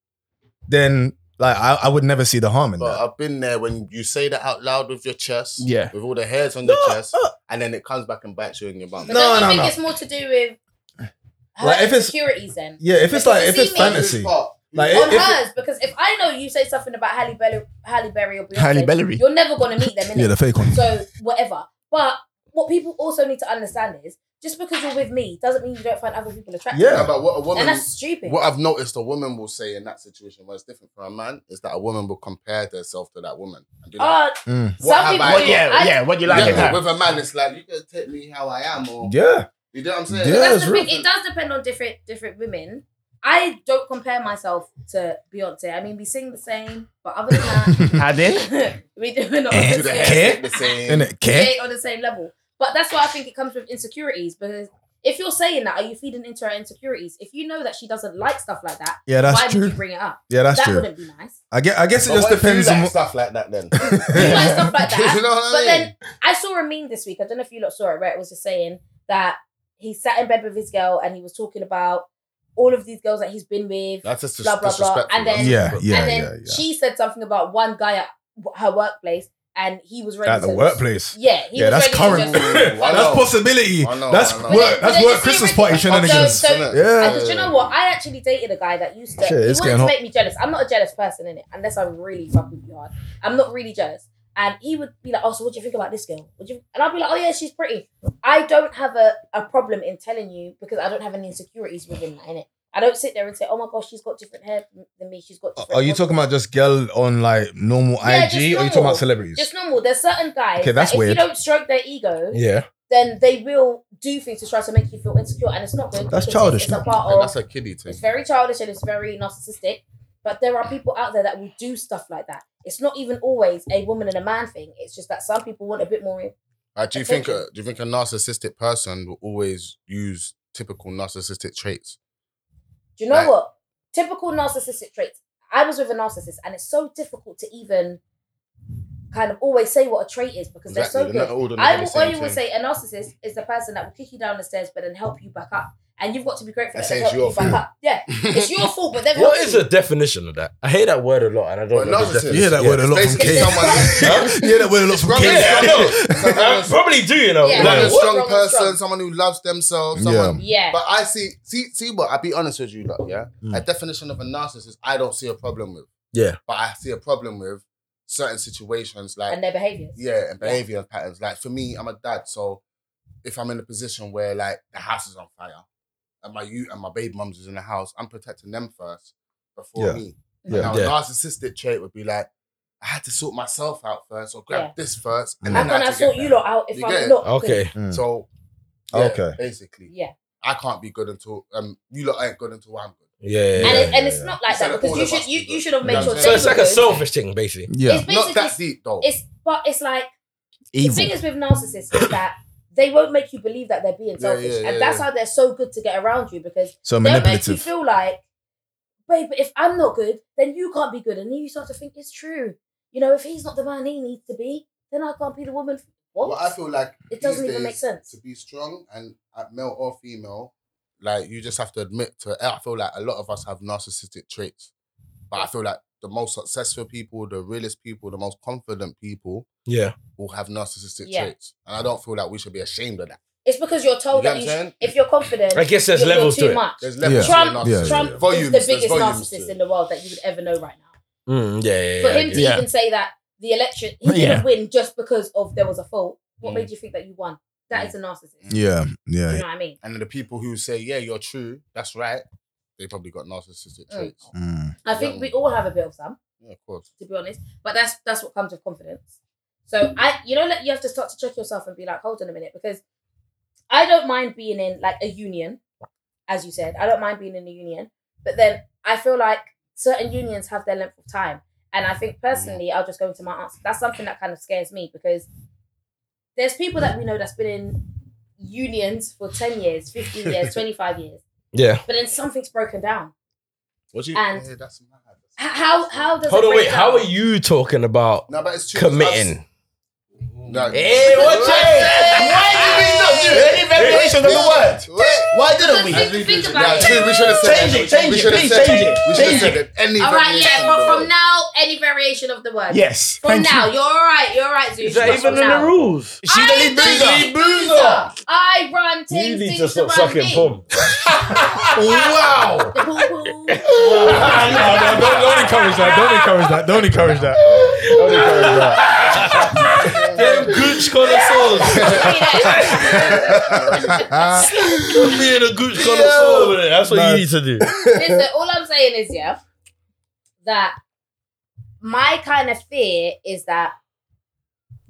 B: then like I, I would never see the harm in
D: But
B: that.
D: I've been there when you say that out loud with your chest,
E: Yeah.
D: with all the hairs on
B: No,
D: your chest,
B: uh,
D: and then it comes back and bites you in your bum.
C: But no,
B: No,
C: don't you
B: no,
C: think
B: no.
C: it's more to do with her
B: Like, if it's-
C: insecurities then.
B: Yeah, if it's
C: Because
B: like
C: you
B: if it's
C: see me-
B: fantasy, like
C: on
B: if, if it-
C: hers, because if I know you say something about Halle Berry, Halle Berry or Beyonce,
E: Halle Berry.
C: you're never gonna
B: [LAUGHS]
C: meet them. Innit?
B: yeah, the fake one.
C: So whatever. But what people also need to understand is just because you're with me doesn't mean you don't find other people attractive.
B: Yeah.
D: Yeah, but what a
C: And
D: woman,
C: that's stupid.
D: what I've noticed a woman will say in that situation, where it's different for a man, is that a woman will compare herself to that woman. And be like,
C: Uh,
B: Mm.
D: What
C: some
D: have
C: people
D: I-
C: do.
E: What, yeah,
C: I-
E: yeah. What you like?
D: yeah,
E: in her?
D: but with a man, it's like you can take me how I am, or
B: Yeah,
D: you know what I'm saying?
B: Yeah,
C: But that's
B: it's
C: the
B: real.
C: thing. It does depend on different different women. I don't compare myself to Beyonce. I mean, we sing the same, but other than
E: I
B: [LAUGHS]
E: did.
C: that, [LAUGHS] we do not.
B: Eh,
D: Do the hair,
B: [LAUGHS]
D: the
B: in
D: same.
B: it, care.
C: stay on the same level. But that's why I think it comes with insecurities because if you're saying that, are you feeding into her insecurities? If you know that she doesn't like stuff like that,
B: Yeah, that's
C: why
B: true.
C: would you bring it up?
B: Yeah, that's
C: that
B: true.
C: wouldn't be nice.
B: I guess, I guess it
D: But
B: just
D: what if you
B: depends
D: like
B: on. what-
D: stuff like
B: [LAUGHS]
D: that. Then
C: You like stuff like that.
D: [LAUGHS] you know what I
C: But
D: mean?
C: then I saw a meme this week. I don't know if you lot saw it, where it was just saying that he sat in bed with his girl and he was talking about all of these girls that he's been with.
D: that's just
C: Blah, blah, blah.
D: disrespectful.
C: And then-
B: yeah, yeah,
C: and then
B: yeah, yeah.
C: she said something about one guy at w- her workplace and he was ready
B: At
C: to
B: the workplace.
C: Yeah, he
B: Yeah,
C: was
B: that's
C: ready
B: current.
C: To just,
B: [LAUGHS]
D: I
B: that's
D: know.
B: possibility.
D: I know,
B: That's
D: I know.
B: work.
C: But
B: That's
C: then
B: work.
C: you
B: Christmas
C: see
B: party
C: when-
B: shenanigans.
C: So- so-
B: Yeah.
C: And do you know what? I actually dated a guy that used to.
B: Shit,
C: he
B: it's
C: wanted to
B: getting hot.
C: make me jealous. I'm not a jealous person in it, unless I'm really fucking with you hard. I'm not really jealous. And he would be like, "Oh, so what do you think about this girl?" What do you? And I'd be like, "Oh yeah, she's pretty." I don't have a, a problem in telling you because I don't have any insecurities within that in it. I don't sit there and say, "Oh my gosh, she's got different hair than me. She's got." Different
B: Oh, Are you talking about just girl on like normal
C: Yeah, just
B: IG, or you talking
C: normal.
B: about celebrities?
C: Just normal. There's certain guys.
B: Okay, that's
C: that if
B: weird.
C: you don't stroke their ego,
B: yeah,
C: then they will do things to try to make you feel insecure, and it's not good.
B: That's
C: because it's-
B: childish,
C: It's a
B: no?
C: part of
D: And that's a kiddie thing.
C: It's very childish and it's very narcissistic. But there are people out there that will do stuff like that. It's not even always a woman and a man thing. It's just that some people want a bit more.
D: Uh, do you think?
C: attention.
D: A, do you think a narcissistic person will always use typical narcissistic traits?
C: Do you know
D: Right.
C: what? Typical narcissistic traits. I was with a narcissist, and it's so difficult to even kind of always say what a trait is because they're so
D: Not
C: good.
D: all of them
C: I
D: do
C: will
D: the same
C: always
D: thing.
C: say a narcissist is the person that will kick you down the stairs but then help you back up. And you've got to be grateful
D: That
C: that they
D: says
C: helped
D: your
C: you back
D: fault.
C: up. Yeah, it's your fault, but they've
A: What
C: helped
A: is
C: you.
A: the definition of that? I hear that word a lot, and I don't
D: Well,
A: know. the
D: narcissist.
A: definition.
B: yeah, that
A: Yeah.
B: word a lot from
D: Basically,
B: Kate. [LAUGHS]
D: someone-
B: Huh? yeah, that word a lot from
D: Rubbish,
B: Kate.
A: Yeah,
B: [LAUGHS]
A: I know. [LAUGHS]
D: I
A: I
D: know.
A: probably do, you know.
C: Yeah.
D: Someone
A: Like,
D: a
C: Wrong
A: what?
D: strong
C: and
D: person,
C: strong.
D: someone who loves themselves, someone.
C: Yeah.
D: But I see, see, see what I'll be honest with you, lot, yeah.
B: Mm.
D: A definition of a narcissist, I don't see a problem with.
A: Yeah.
D: But I see a problem with certain situations, like
C: and their behaviors.
D: yeah, and behavior patterns. Like for me, I'm a dad, so if I'm in a position where like the house is on fire and my you and my baby mums is in the house, I'm protecting them first before
B: Yeah.
D: me.
B: Yeah.
D: Now,
A: Yeah.
D: a narcissistic trait would be like, I had to sort myself out first, or grab
C: Yeah.
D: this first, and
C: How
D: then
C: can
D: I
C: I
D: had to get
C: sort you
D: there.
C: lot out if
D: You get
C: I'm
D: it?
C: not good?
A: Okay.
B: Mm.
D: So, yeah,
B: Okay.
D: basically,
C: Yeah.
D: I can't be good until um you lot ain't good until I'm good.
A: Yeah.
C: And,
A: yeah,
C: it's,
A: yeah,
C: and it's
A: yeah.
C: not like
D: Instead
C: that
D: of
C: because
D: all
C: you
D: of us
C: should you,
D: people.
C: you should have made
D: Yeah.
C: sure.
D: So
C: they
A: So it's
C: were
A: like a
C: good.
A: selfish thing, basically.
B: Yeah,
C: It's basically
D: Not that deep though.
C: it's but it's like the
E: Evil.
C: thing is with narcissists is that they won't make you believe that they're being
D: Yeah,
C: selfish,
D: yeah, yeah,
C: and that's
D: yeah.
C: how they're so good to get around you because
B: so
C: they'll make you
B: manipulative.
C: feel like, babe, if I'm not good, then you can't be good, and then you start to think it's true. You know, if he's not the man he needs to be, then I can't be the woman. What?
D: Well, I feel like
C: It doesn't
D: these
C: even make
D: days,
C: sense.
D: to be strong and uh, male or female. Like you just have to admit to it. I feel like a lot of us have narcissistic traits, but I feel like the most successful people, the realest people, the most confident people
A: Yeah.
D: will have narcissistic
C: Yeah.
D: traits, and I don't feel like we should be ashamed of that.
C: it's because you're told
D: You get
C: that you
D: what I'm
C: should-
D: saying?
C: if you're confident,
A: I guess there's
C: you're,
A: levels to
C: you're too
A: it.
C: much.
D: There's levels.
B: Yeah.
D: to
C: Trump,
D: narcissism.
B: Yeah, yeah,
C: Trump
B: yeah.
D: Volumes,
C: is
D: there's
C: the biggest
D: volumes to
C: narcissist
D: it.
C: in the world that you would ever know right now.
A: Mm, yeah, yeah,
C: For
A: yeah,
C: him
A: yeah.
C: to
E: Yeah.
C: even say that the election he
E: Yeah.
C: didn't win just because of there was a fault, what
D: Mm.
C: made you think that you won? That
D: Mm.
C: is a narcissist.
B: Yeah,
C: Do
B: yeah.
C: you know what I mean?
D: And the people who say, "Yeah, you're true, that's right," they probably got narcissistic
C: Mm.
D: traits.
B: Mm.
C: I think we all have a bit of some,
D: Yeah, of course.
C: to be honest. But that's that's what comes with confidence. So I, you know, like you have to start to check yourself and be like, hold on a minute, because I don't mind being in like a union, as you said. I don't mind being in a union, but then I feel like certain unions have their length of time, and I think personally, I'll just go into my answer. That's something that kind of scares me because there's people that we know that's been in unions for ten years, fifteen
A: [LAUGHS]
C: years, twenty five years,
A: Yeah.
C: but then something's broken down.
D: What you?
C: And-
D: yeah, that's mad.
C: H- How how does
A: Hold
C: it
A: on,
C: break
A: wait. How
C: down?
A: are you talking about
D: No, but it's true. 'cause I've
A: committing?
D: No.
A: Hey,
D: Wait,
A: what you
D: wait,
A: Any variations of the word?
D: wait,
E: Why didn't we?
C: Because
D: we
C: Think,
D: should-
C: think about
D: yeah,
C: it.
D: we should have said
E: Change
D: that.
E: it, change
D: We
E: it,
D: should have
E: please,
D: said
E: change
D: that.
E: it,
D: We should have
E: change
D: said it. Any
C: All right,
D: variation,
C: yeah. But
D: bro.
C: from now, any variation of the word.
E: Yes.
C: From
E: thank
C: now,
E: you.
C: you. are all right. You're all right, Zoo.
A: Is that even in the
E: [LAUGHS]
A: rules?
E: She the lead
C: I
E: boozer.
C: am the boozer. I run teams. You need to stop sucking pump.
B: Wow.
C: The poo poo.
B: no, don't, don't encourage that. Don't encourage that. Don't encourage that. Don't encourage that.
A: Them gooch connoisseurs. [LAUGHS] Put me in a gooch connoisseur. man. That's what
B: No.
A: you need to do.
C: [LAUGHS] Listen, all I'm saying is, yeah, that my kind of fear is that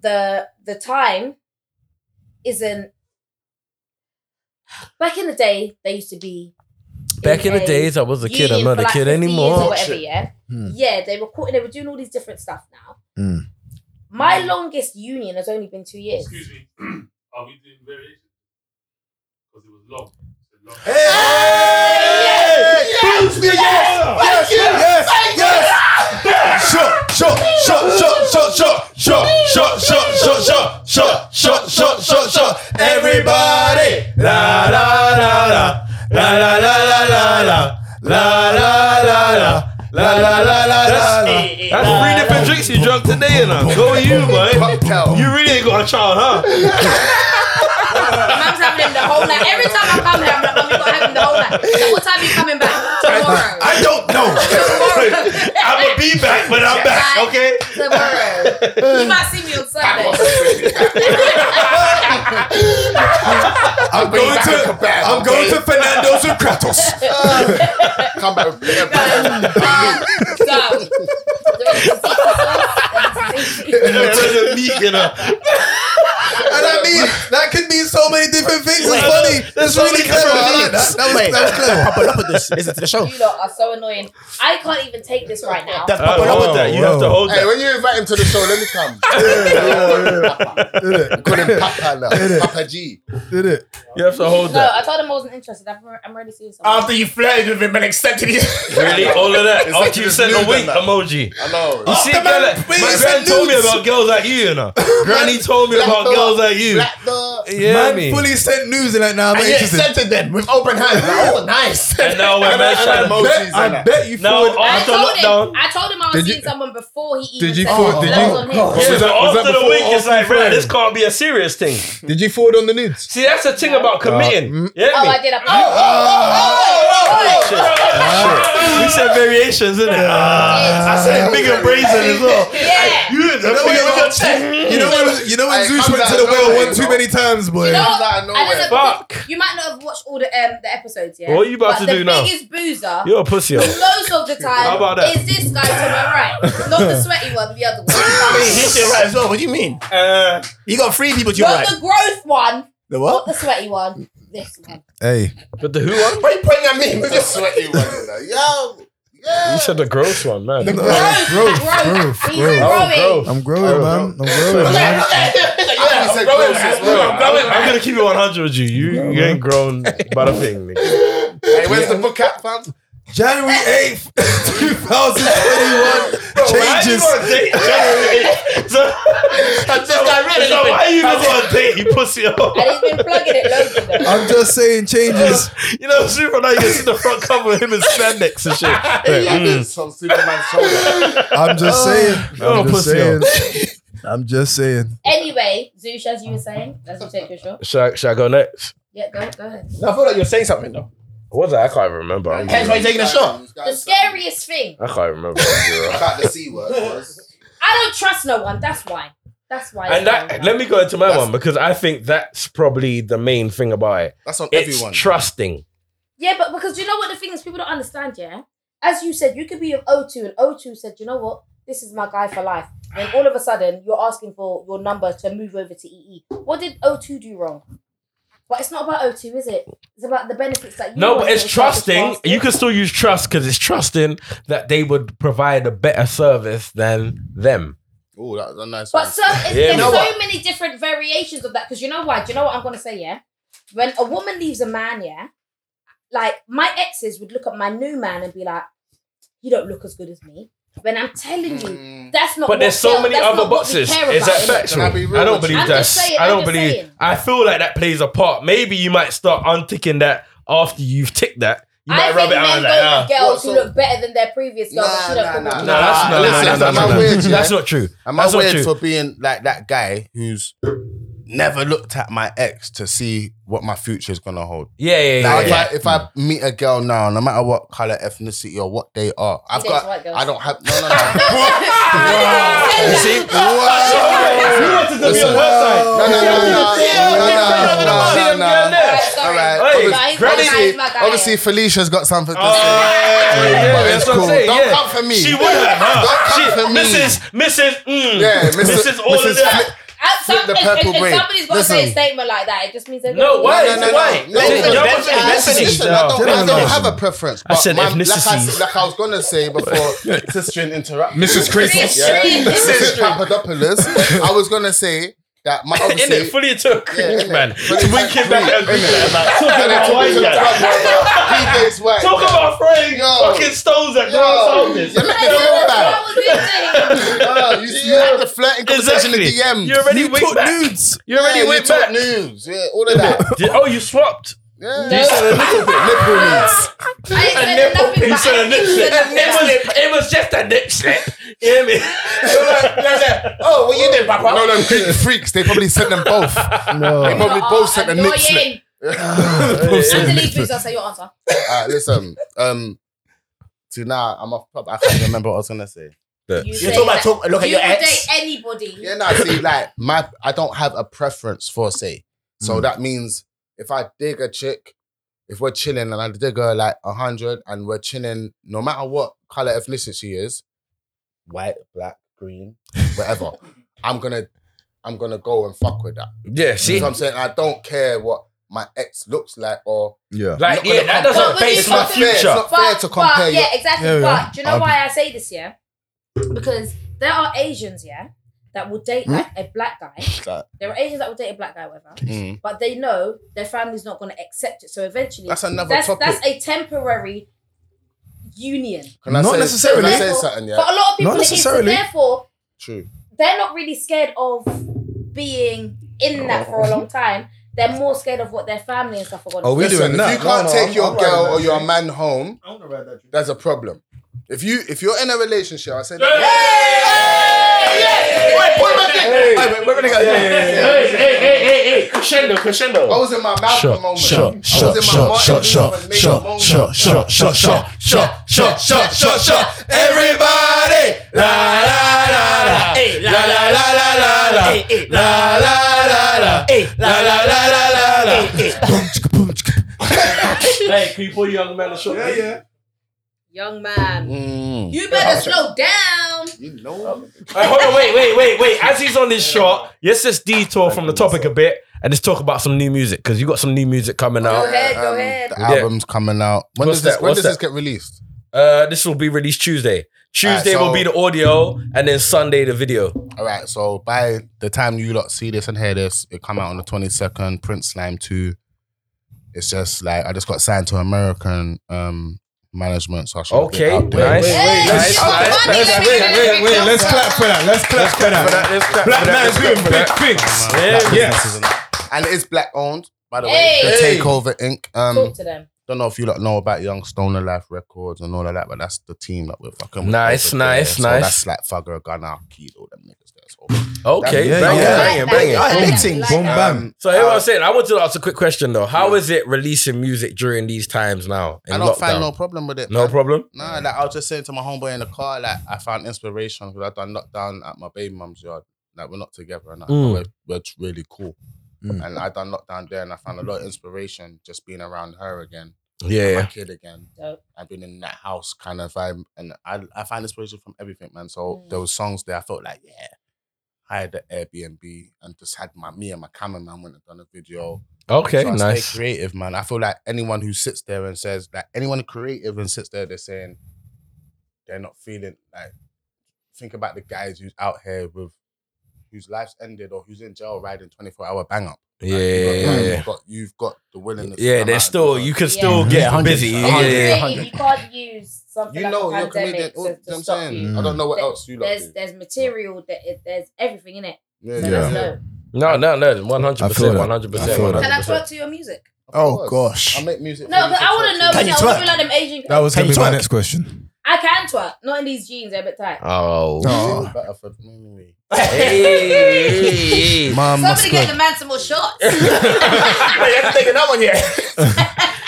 C: the the time isn't. Back in the day, they used to be.
A: Back in the
C: a
A: days, I was a kid. I'm
C: union
A: not
C: for
A: a
C: like
A: kid
C: 50 years Or
A: anymore.
C: whatever, yeah.
B: Hmm.
C: Yeah, they were caught and they were doing all these different stuff now.
B: Hmm.
C: My longest union has only been two years.
G: Excuse me. Are we doing variation? Because it was long. It's a long-
A: [LAUGHS]
B: Yes, yes, yes. Shot, shot, shot, shot, shot, shot, shot, shot, shot, shot, shot, shot, shot, shot, shot, shot. Everybody, la la la la, la la la la la la, la la la la. La la la la la la.
A: That's three different drinks you drunk today, and I'm go you, boy.
D: Cocktail.
A: You really ain't got a child, huh?
C: My mum's having him the whole night. Every time I come here, I'm like, mum, you got to have him the whole night. So what time are you coming back?
A: [LAUGHS]
C: Tomorrow.
B: I don't know.
A: I'ma be back, but I'm back, okay?
C: Tomorrow. you might see me on Sunday.
D: I'm
B: going to- I'm going to Fernando's with Kratos.
D: come back. with-
C: Um, so, the rest is secret sauce.
A: You know, there's a meat, you know.
B: And I mean, that could mean so many different things.
E: Wait.
B: It's funny. That's
E: so
B: really
E: many
B: clever. I like
E: different
B: that. That was,
E: Wait.
B: that was clever.
E: Papa Lopez, this. Listen to the show.
C: You lot are so annoying. I can't even take this right now.
E: That's
A: I
E: Papa
A: hold
E: Lopez.
A: that. You have to hold
D: Hey,
A: that.
D: when you invite him to the show, let me come. Call him Papa now. Papa G.
B: Did it?
A: You have to hold
C: no,
A: that.
C: I told him I wasn't interested. I'm, I'm already seeing someone.
E: After you flirted with him and accepted him.
A: Really? All of that.
D: It's like
A: After you
D: it's
A: sent a
D: nude
A: wink
D: and that.
A: emoji.
D: I know.
A: You see,
B: the
A: a girl
B: man-
A: like,
B: wait,
A: my
B: it's
A: gran
B: a
A: told me
B: nudes.
A: about girls like you, you know. Granny told me
D: Black
A: about
D: door,
A: girls like you.
D: black door.
A: You hear
B: Man
A: me?
B: fully sent news and like, nah, I'm not
E: And you
B: interested.
E: accepted them with open hands. Like, oh, nice.
A: And now when man
D: I
A: trying
D: know.
A: to
D: emojis
B: Bet- I
D: and that.
B: bet you
A: Now,
B: forward.
C: Oh, I
A: after
C: told him.
A: lockdown,
C: I told him I was
B: Did you-
C: seeing someid before he even
B: did you
C: said
B: forward-
C: it.
B: did
C: That
B: you-
C: was on him.
B: Oh,
A: yeah, but
B: Was that- was
A: after
B: that
A: the
B: before
A: wink,
B: or
A: it's like,
B: before?
A: right, this can't be a serious thing.
B: Did you forward on the nudes? [LAUGHS]
A: See, that's the thing
B: Oh,
A: about committing. You hear
C: Oh,
A: me?
C: I did. I, oh, oh,
A: [LAUGHS]
C: oh, oh, oh,
B: Ah,
A: We said variations, innit? Ah, I said big and brazen as well.
C: [LAUGHS] yeah.
A: You the thing
B: know what
A: with
B: you're
A: your chest.
B: You know when, you know when
D: Hey,
B: Zeus
D: come
B: went to
D: down,
B: the
D: go
B: well
D: away,
B: one too
D: bro.
B: many times, boy.
C: You know
D: Comes out of
C: what? I
D: nowhere.
C: don't know,
A: Fuck.
C: You might not have watched all the um, the episodes yet.
A: What are you about
C: but
A: to
C: the
A: do now?
C: biggest boozer.
A: You're a pussy. oh.
C: Most of [LAUGHS] the time,
A: How about that?
C: is this guy to my right, not the sweaty one, the other [LAUGHS] one,
E: He's right as well. What do you mean?
A: Uh,
E: You got three people to your
C: not
E: right.
C: the growth one,
E: The
C: not
E: what?
C: the sweaty one. This one.
B: Hey,
A: but the who one?
E: Why are you pointing at me?
D: It's a sweaty one. you know. Yo.
A: You said the gross one, man.
C: Growth, growth, growth. Oh, He's growing.
A: growth.
B: I'm growing, man. I'm growing, man.
D: Yeah, he said gross as well.
A: I'm gonna keep it 100 with you. You, you ain't grown by the thing. nigga.
D: Hey, where's the book at, fam?
B: January [LAUGHS] 8th,
A: Why
B: 2021.
A: you
B: Changes.
A: on a
E: [LAUGHS]
A: date? January? [LAUGHS] So, so why you not on a date? [LAUGHS] You pussy. off?
C: And he's been plugging it loads of them.
B: I'm just saying changes.
A: You know, super now you can see the front cover of him in spandex and shit. Like, mm.
D: Some Superman's shoulder.
B: I'm just saying.
A: You're Uh, a
B: I'm just
A: pussy.
B: saying.
A: [LAUGHS]
B: I'm just saying.
C: Anyway, Zush, as you were saying, let's just take your shot.
A: Should I, should I go next?
C: Yeah, go, go ahead.
E: No, I feel like you're saying something though.
A: What was that? I can't even remember. I'm
E: Hence why you're taking a shot.
C: The scariest thing.
A: I can't even [LAUGHS] remember. I'm zero.
D: About the C
C: [LAUGHS]
D: word. was-
C: I don't trust no one. That's why. That's why.
A: And
C: it's going
A: that,
C: down.
A: let me go into my one because I think that's probably the main thing about it.
D: That's on
A: It's
D: everyone.
A: trusting.
C: Yeah, but because you know what the thing is, people don't understand. Yeah, as you said, you could be with O2, and O2 said, "You know what? This is my guy for life." Then all of a sudden, you're asking for your number to move over to EE. What did O2 do wrong? But it's not about O2, is it? It's about the benefits that you.
A: No,
C: want
A: but it's
C: to yourself as
A: trusting.
C: well.
A: You can still use trust because it's trusting that they would provide a better service than them.
D: Oh, that's a nice
C: But
D: one.
C: so, it's,
A: Yeah,
C: there's
A: but-
C: so many different variations of that. Because you know why? Do you know what I'm going to say? Yeah. When a woman leaves a man, yeah, like my exes would look at my new man and be like, "You don't look as good as me." When I'm telling
D: Mm.
C: you, that's not.
A: Hmm. But
C: what
A: there's so
C: counts.
A: many
C: That's
A: other
C: not what we
A: boxes.
C: care
A: Is
C: about,
A: that
C: innit?
A: factual?
D: Can I be real
A: I don't
D: with you?
A: believe
C: I'm
A: that's.
C: just saying,
A: I
C: I'm
A: don't
C: just
A: believe.
C: saying.
A: I feel like that plays a part. Maybe you might start unticking that. after you've ticked that, you
C: I
A: might rub it
C: think men
A: out
C: go
A: like, ah.
C: with girls
D: What,
C: who
D: so-
C: look better than their previous girl.
D: Nah,
C: but she don't
D: nah,
C: come
D: nah,
C: with
A: No,
D: nah.
C: me.
A: that's
C: [LAUGHS]
A: not.
D: Listen,
A: no, no,
D: am
A: no,
D: I
A: no, no.
D: weird, yeah?
A: That's not true.
D: Am I
A: That's not
D: weird
A: true.
D: for being like that guy who's never looked at my ex to see what my future is gonna hold?
A: Yeah, yeah, yeah.
D: Like,
A: yeah.
D: if, I, if I meet a girl now, no matter what color, ethnicity, or what they are, I've
C: dates
D: got.
C: white girls.
D: I don't have. No, no, no.
A: you
C: [LAUGHS]
A: see?
D: Listen. No, no, no, no, no, no, no, no, no. All right.
A: Hey,
D: Obviously,
A: granny-
D: obviously, obviously, Felicia's got something to say.
A: Oh, yeah, yeah,
D: but it's
A: that's what I'm
D: cool.
A: saying,
D: Don't
A: yeah.
D: come for me.
A: She would have.
D: Don't
A: huh?
D: come
A: She,
D: for me.
A: Mrs. Mrs. Mm.
D: Yeah, Mrs.
A: Mrs. All of
D: Mrs.
A: that.
D: Fli- Flip the purple braid.
C: Somebody's gonna say a
D: Listen.
C: statement like that. It just means they're
A: No,
C: gonna-
A: why?
D: No, no, no,
A: why?
D: no,
A: Listen,
D: no,
A: y'all
D: no,
A: want to
C: no,
A: say ethnicities,
D: Listen,
A: though.
D: I don't, I don't
A: Generalizations.
D: have a preference.
A: I
D: But
A: said
D: my, like, I,
A: ethnicities.
D: like I was gonna say
A: [LAUGHS]
D: before, sister and interrupt.
E: Mrs. Kratos.
D: Yeah.
C: This is
D: Mrs. Papadopoulos. I was gonna say that
A: [LAUGHS]
D: my
A: In it,
D: obviously.
A: fully into a creek,
D: innit?
A: man.
D: Fully
A: Winking back and
D: into a creek,
A: creek, man. Talk
D: Then it
A: about
D: took me
A: white
D: to the
A: guy.
D: club,
A: [LAUGHS]
D: brother. He dates white.
A: Talk about throwing
D: Yo.
A: fucking stones at
D: Yo.
A: girls' houses.
D: You make me feel bad.
C: That was his thing.
A: [LAUGHS]
D: Yeah, you, you had the flirting conversation
A: Exactly.
D: in the DM.
A: You already went back.
B: nudes.
A: You already
D: yeah,
A: went
D: you talk
A: back.
D: news. Yeah, all of that. [LAUGHS]
A: Did- Oh, you swapped.
D: Yeah.
A: You said a little bit.
D: Nipple [LAUGHS] needs.
C: I ain't
A: a
C: said
A: nipple
C: nothing,
A: piece
C: but I
A: and a nip
C: think he
A: slip. It
C: said nothing.
A: was, it was just a nip slip. You hear me?
E: Oh, what you doing, Papa?
D: No, no, [LAUGHS] Greek freaks. They probably sent them both. They probably
A: Oh,
D: both sent the nip slip.
C: Annoying. Anthony, please answer your answer.
D: [LAUGHS] Alright, listen. Um, see now I'm off top. I can't remember what I was gonna say.
E: You talk about talk. Look at
C: you
E: your
C: would
E: ex.
C: date anybody.
D: Yeah, no. See, like my, I don't have a preference for say.
B: Mm.
D: So that means if I dig a chick, if we're chilling and I dig her like hundred, and we're chilling, no matter what color ethnicity she is, white, black, green,
C: [LAUGHS]
D: whatever, I'm gonna, I'm gonna go and fuck with that.
A: Yeah,
D: See
A: see?
D: what I'm saying? I don't care what my ex looks like or
B: Yeah.
A: Like,
D: I'm not
A: yeah, that
D: gonna
A: doesn't
C: compare.
A: base
C: It's
A: my
C: not fair,
D: it's
A: future.
D: not- fair to compare
C: Yeah,
D: your-
C: exactly.
B: Yeah, yeah.
C: But do you know why I say this? Yeah, because there are Asians, yeah, that will date like a black guy.
D: Hmm? that.
C: There are Asians that will date a black guy, whatever.
B: Hmm.
C: But they know their family's not going to accept it. So eventually,
D: That's another
C: that's,
D: topic.
C: that's a temporary union
D: Can
B: Not
D: say,
B: necessarily.
D: Can I say something?
C: But
D: Yeah,
C: a lot of people,
B: Not
C: it is. So
B: necessarily.
C: therefore,
D: true.
C: they're not really scared of being in that for a long time. They're more scared of what their family and stuff are going to.
B: Oh, we
D: Listen,
B: doing that.
D: If you can't
B: No, no,
D: take
B: I'm-
D: your
B: I'm
D: girl
B: riding
D: or
B: that
D: your
B: train.
D: man home,
E: I wanna ride that drink.
D: there's a problem. If you if you're in a relationship, I said.
G: Yeah.
D: Wait, point my dick.
A: Hey.
D: Wait, wait, wait, wait, wait, wait.
A: Hey, hey, hey, hey, hey. Crescendo, crescendo.
D: I was in my mouth
B: Shut,
D: moment.
B: shut,
D: I was
B: shut,
D: in my
B: shut,
D: Martin
B: shut, shut,
D: Luther King
B: shut,
D: moment.
B: shut, shut, shut, shut, shut, shut, shut, shut, shut. Everybody, la la la la,
E: Hey,
B: la la la la la la,
E: Hey, hey.
B: la la la la,
E: Hey.
B: la la la la la la.
E: Hey, hey.
B: Boom, chicka, boom, chicka.
A: Hey, can you pull your young man a shot? please?
C: Young man,
D: Mm.
C: you better slow down.
D: You know.
A: Alright, hold on, wait, wait, wait, wait. As he's on this shot, let's just detour from the topic a bit and just talk about some new music because you got some new music coming
C: Go
A: out.
C: ahead, go
D: Um,
C: ahead.
D: The album's coming out. When
A: What's
D: does this
A: that?
D: when
A: What's
D: does this
A: that?
D: get released?
A: Uh, this will be released Tuesday. Tuesday will
D: so-
A: be the audio and then Sunday the video.
D: All right, so by the time you lot see this and hear this, it come out on the twenty second. Prince Slime two. It's just like I just got signed to American um management, so I should
A: Okay,
D: Out there.
A: nice.
C: Hey,
A: nice.
C: you got
A: nice.
C: money, let me
B: Wait,
C: get a
B: wait,
C: big
B: wait, let's
C: number.
B: clap for that. Let's clap for that.
A: Let's clap for
B: Black
A: that, let's
B: man's
A: clap
B: doing
A: for
B: big
A: that.
B: things.
A: Yeah,
D: Black
A: yeah.
D: businesses and- And it's black owned, by the way.
C: Hey.
D: The
C: Hey.
D: Takeover Inc. Um,
C: Talk to them.
D: don't know if you lot know about Young Stoner Life Records and all of that, but that's the team that we're fucking with.
A: Nice,
D: over there.
A: nice,
D: so
A: nice.
D: That's like Fugger, Gunna, Keith, all them niggas there. So,
A: Okay,
B: Yeah,
A: bang it,
B: yeah.
A: bang it, bang it. Um,
E: I like
C: Like
E: things.
C: that.
B: Boom, bam.
A: So here what I'm saying, I want to ask a quick question though. How is it releasing music during these times now? In
D: I don't find
A: lockdown?
D: no problem with it.
A: No
D: man.
A: problem.
D: Nah, like I was just saying to my homeboy in the car, like I found inspiration because I done lockdown at my baby mum's yard. Like we're not together and that, but
A: Mm.
D: we're, we're really cool.
A: Hmm.
B: Mm.
D: And I done lockdown there, and I found a lot of inspiration just being around her again, my
A: Yeah.
D: kid again,
C: Dope.
D: I've been in that house kind of vibe, and I I find inspiration from everything, man. So
C: Mm.
D: there was songs there, I felt like yeah, I had the Airbnb and just had my me and my cameraman went and done a video.
A: Okay,
D: So I
A: nice.
D: Stay creative, man. I feel like anyone who sits there and says like anyone creative and sits there, they're saying they're not feeling like. Think about the guys who's out here with whose life's ended or who's in jail riding twenty four hour bang up. Like,
A: Yeah,
D: you've got-
A: yeah, yeah.
D: You've got, you've got the willingness. to
A: Yeah,
D: come out
A: they're
D: and
A: still
D: do it.
A: you can
C: Yeah.
A: still get
E: 100%.
A: busy. Yeah, yeah, yeah.
C: Yeah, You can't use something
D: You
C: like a
D: know, you're a comedian.
C: pandemic
D: all-
C: to,
D: you know
C: to
D: what I'm
C: stop
D: saying, Mm.
C: you.
D: I don't know what
C: There-
D: else you lot
C: There's
D: do.
C: there's material that it, there's everything in it.
D: Yeah,
C: So
B: Yeah.
C: there's no-
A: No, no, no. One hundred
B: I feel
A: percent.
B: that.
A: One hundred
B: I
A: percent.
B: feel
A: One
B: that.
A: hundred percent.
B: I feel that.
C: Can I talk to your music?
B: Oh,
D: course.
B: gosh.
D: I make music.
C: No,
D: for you
C: but I want to know.
B: Can
C: because
B: you
C: I want to
B: twerk?
C: be like them Asian.
B: That was
E: Can
B: going to
E: you
B: be my
E: twerk?
B: next question.
C: I can twerk, not in these jeans. They're a bit tight.
A: Oh.
D: Oh.
B: Oh.
D: Better for me.
A: Hey.
B: [LAUGHS] Mom,
C: Somebody get the man some more shots. See,
E: you haven't taken that one yet.